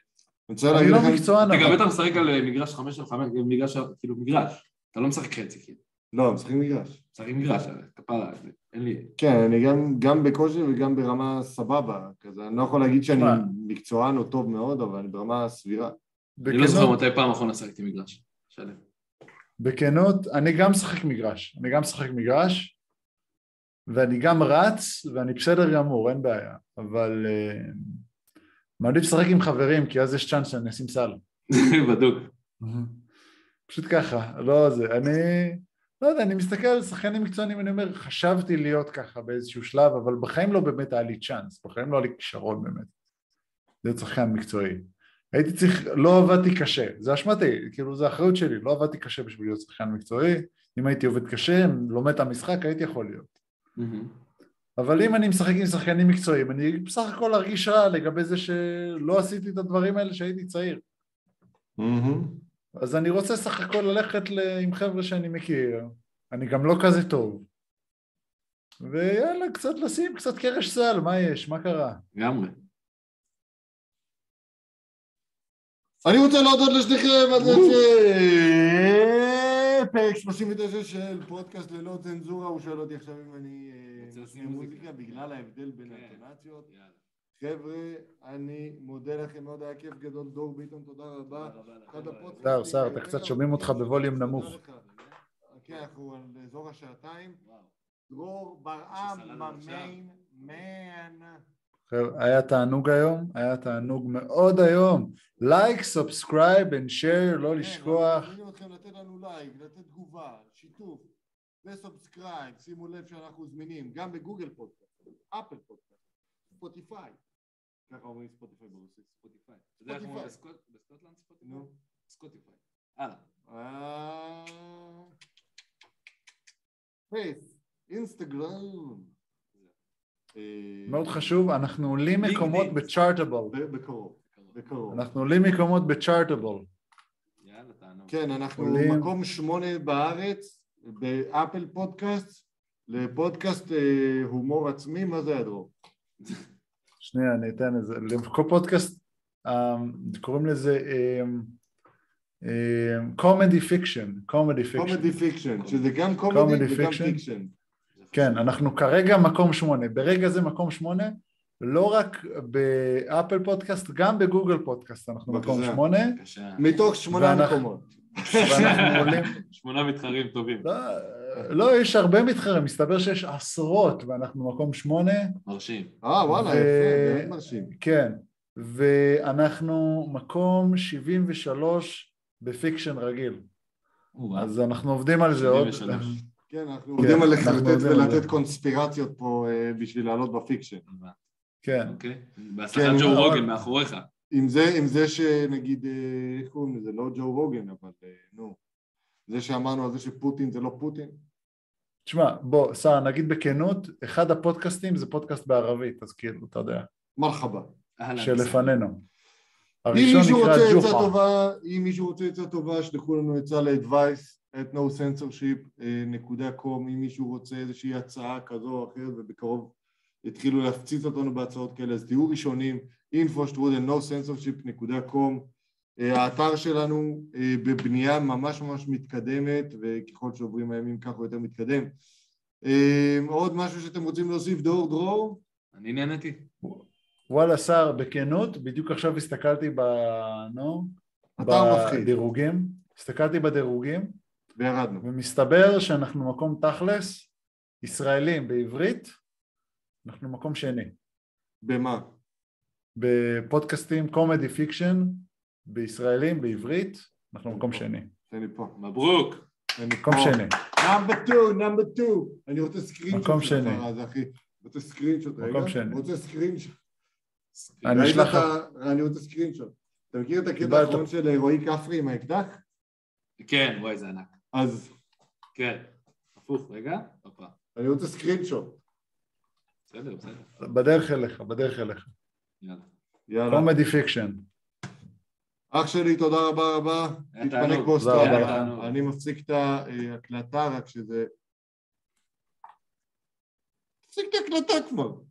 A: רוצה
C: אני
A: להגיד
C: לא
A: לכם...
C: מקצוען,
B: אתה גם
C: אבל...
B: בטח משחק על אה, מגרש חמש על חמש, מגרש, כאילו מגרש, אתה לא משחק חצי, כאילו,
A: לא, משחקים מגרש.
B: משחק עם מגרש, אה, כפרה, זה- אין לי...
A: כן, אני גם, גם בכושר וגם ברמה סבבה. כזה, אני לא יכול להגיד שאני
C: מה?
A: מקצוען או טוב מאוד, אבל אני ברמה סבירה.
B: אני לא זוכר
C: בכנות-
B: מתי פעם אחרונה שחקתי מגרש. שלם.
C: בכנות, אני גם משחק מגרש. אני גם משחק מגרש, ואני גם רץ, ואני בסדר גמור, אין בעיה. אבל... אה, מעדיף לשחק עם חברים, כי אז יש צ'אנס שאני אשים סל.
B: בדוק.
C: פשוט ככה, לא זה, אני, לא יודע, אני מסתכל על שחקנים מקצוענים, אני אומר, חשבתי להיות ככה באיזשהו שלב, אבל בחיים לא באמת היה לי צ'אנס, בחיים לא היה לי כישרון באמת, להיות שחקן מקצועי. הייתי צריך, לא עבדתי קשה, זה אשמתי, כאילו זה האחריות שלי, לא עבדתי קשה בשביל להיות שחקן מקצועי, אם הייתי עובד קשה, לומד את המשחק, הייתי יכול להיות.
B: מהמם.
C: אבל אם אני משחק עם שחקנים מקצועיים, אני בסך הכל ארגיש רע לגבי זה שלא עשיתי את הדברים האלה כשהייתי צעיר. אז אני רוצה סך הכל ללכת ל... עם חבר'ה שאני מכיר, אני גם לא כזה טוב. ויאללה, קצת לשים קצת קרש סל, מה יש? מה קרה?
B: לגמרי.
A: אני רוצה להודות לשניכם על זה ש... פרק 39 של פודקאסט ללא צנזורה, הוא שואל אותי עכשיו אם אני... אה,
B: רוצה לשים
A: משמיע
B: מוזיקה?
A: מוזיקה בגלל ההבדל בין
B: כן.
A: האינטונציות.
B: יאללה.
A: חבר'ה, אני מודה לכם מאוד, היה כיף גדול. דור ביטון, תודה רבה.
B: תודה רבה
A: אחד
B: לכם.
A: הפודקאסטים
C: סער, סער, אתה קצת שומעים אותך בווליום נמוך.
A: תודה לך. כן, אנחנו על אזור השעתיים.
B: וואו.
A: דרור ברעם,
B: שסלל לנו עכשיו.
A: ממיין, מן.
C: חבר'ה, היה תענוג היום, היה תענוג מאוד היום. לייק, סאבסקרייב אנד שייר, לא
A: כן,
C: לשכוח.
A: אנחנו מזמינים אתכם לתת לנו לייק, לתת תגובה, שיתוף וסובסקרייב. שימו לב שאנחנו זמינים גם בגוגל פודקאסט, אפל פודקאסט, ספוטיפיי. ככה אומרים ספוטיפיי ברוסית.
B: ספוטיפיי. אתה יודע איך אומרים בסקוט- בסקוטלנד ספוטיפיי?
A: נו.
B: סקוטיפיי. הלאה.
A: אה, פייס, אינסטגרם. אה,
C: מאוד חשוב, אנחנו עולים
B: ביג
C: מקומות
B: דיל.
C: בצ'ארטבול.
A: ב- בקרוב,
B: בקרוב.
A: בקרוב.
C: אנחנו עולים מקומות בצ'ארטבול.
B: יאללה, תענוג.
A: כן, אנחנו
C: עולים.
A: מקום שמונה בארץ, באפל פודקאסט, לפודקאסט אה, הומור עצמי, מה זה הדרור?
C: שנייה, אני אתן איזה, לכל פודקאסט, אה, קוראים לזה אמ, קומדי פיקשן, קומדי פיקשן.
A: קומדי פיקשן, שזה גם
C: Comedy
A: קומדי וגם
C: fiction.
A: פיקשן.
C: כן, אנחנו כרגע מקום שמונה, ברגע זה מקום שמונה, לא רק באפל פודקאסט, גם בגוגל פודקאסט אנחנו מקום
A: בבקשה.
C: שמונה,
B: בבקשה.
A: מתוך שמונה
C: ואנחנו-
A: מקומות.
C: ואנחנו עולים,
B: שמונה מתחרים טובים.
C: לא, לא, יש הרבה מתחרים, מסתבר שיש עשרות ואנחנו מקום שמונה,
B: מרשים.
A: אה, וואלה,
C: ו-
A: יפה, באמת מרשים.
C: כן, ואנחנו מקום 73 בפיקשן רגיל,
B: אה,
C: אז אנחנו עובדים על זה עוד,
B: 73.
A: כן, אנחנו עובדים על
C: אנחנו
A: לחרטט
C: עובדים על זה.
A: ולתת קונספירציות פה אה, בשביל לעלות בפיקשן.
C: כן,
B: אוקיי. בהצלחת
A: כן,
B: ג'ו
C: אבל-
B: רוגן מאחוריך.
A: עם זה, עם זה שנגיד, אה, איך קוראים לזה, לא ג'ו רוגן, אבל אה, נו. זה שאמרנו על זה שפוטין זה לא פוטין.
C: תשמע, בוא, סער, נגיד בכנות, אחד הפודקאסטים זה פודקאסט בערבית, אז כאילו, אתה יודע.
A: מרחבה.
B: אהלן.
C: שלפנינו.
A: אם
C: הראשון
A: מישהו
C: נקרא
A: רוצה עצה
C: ג'וחה.
A: טובה, אם מישהו רוצה עצה טובה, שלחו לנו עצה ל-advice at nocensorship.com, אם מישהו רוצה איזושהי הצעה כזו או אחרת, ובקרוב יתחילו להפציץ אותנו בהצעות כאלה, אז תהיו ראשונים, info.nocensorship.com. אה, האתר שלנו אה, בבנייה ממש ממש מתקדמת, וככל שעוברים הימים כך הוא יותר מתקדם. אה, עוד משהו שאתם רוצים להוסיף, דור דרור?
B: אני נהניתי.
C: וואלה סער, בכנות, בדיוק עכשיו הסתכלתי ב... נו,
A: אתה מפחיד,
C: בדירוגים, הסתכלתי בדירוגים,
A: וירדנו.
C: ומסתבר שאנחנו מקום תכלס, ישראלים בעברית, אנחנו מקום שני.
A: במה?
C: בפודקאסטים קומדי פיקשן, בישראלים בעברית, אנחנו מקום שני.
A: תן לי פה.
B: מברוק.
A: תן לי
C: מקום
A: פה.
C: שני,
A: נאמבר 2, נאמבר 2. אני רוצה סקרינשוט.
C: מקום שני.
A: אז אחי, רוצה סקרינשוט.
C: מקום
A: רגע,
C: שני.
A: רוצה סקרינשוט.
C: אני
A: ראית
C: אשלח
A: את ה- אני רוצה סקרינשוט. אתה מכיר את הקטע
C: קיבלת.
A: האחרון של אה, רועי כפרי עם האקדח?
B: כן, וואי, זה ענק.
A: אז
B: כן. הפוך, רגע. הופה.
A: אני רוצה סקרינשוט.
B: בסדר, בסדר.
C: בדרך אליך, בדרך אליך.
B: יאללה.
A: יאללה.
C: קומדי פיקשן.
A: אח שלי, תודה רבה רבה.
B: היה
A: תתפנק
B: תענוג.
C: תודה
A: באוסטרליה.
C: רבה.
B: תענוג.
A: אני מפסיק את אה, ההקלטה, רק שזה... תפסיק את ההקלטה כבר.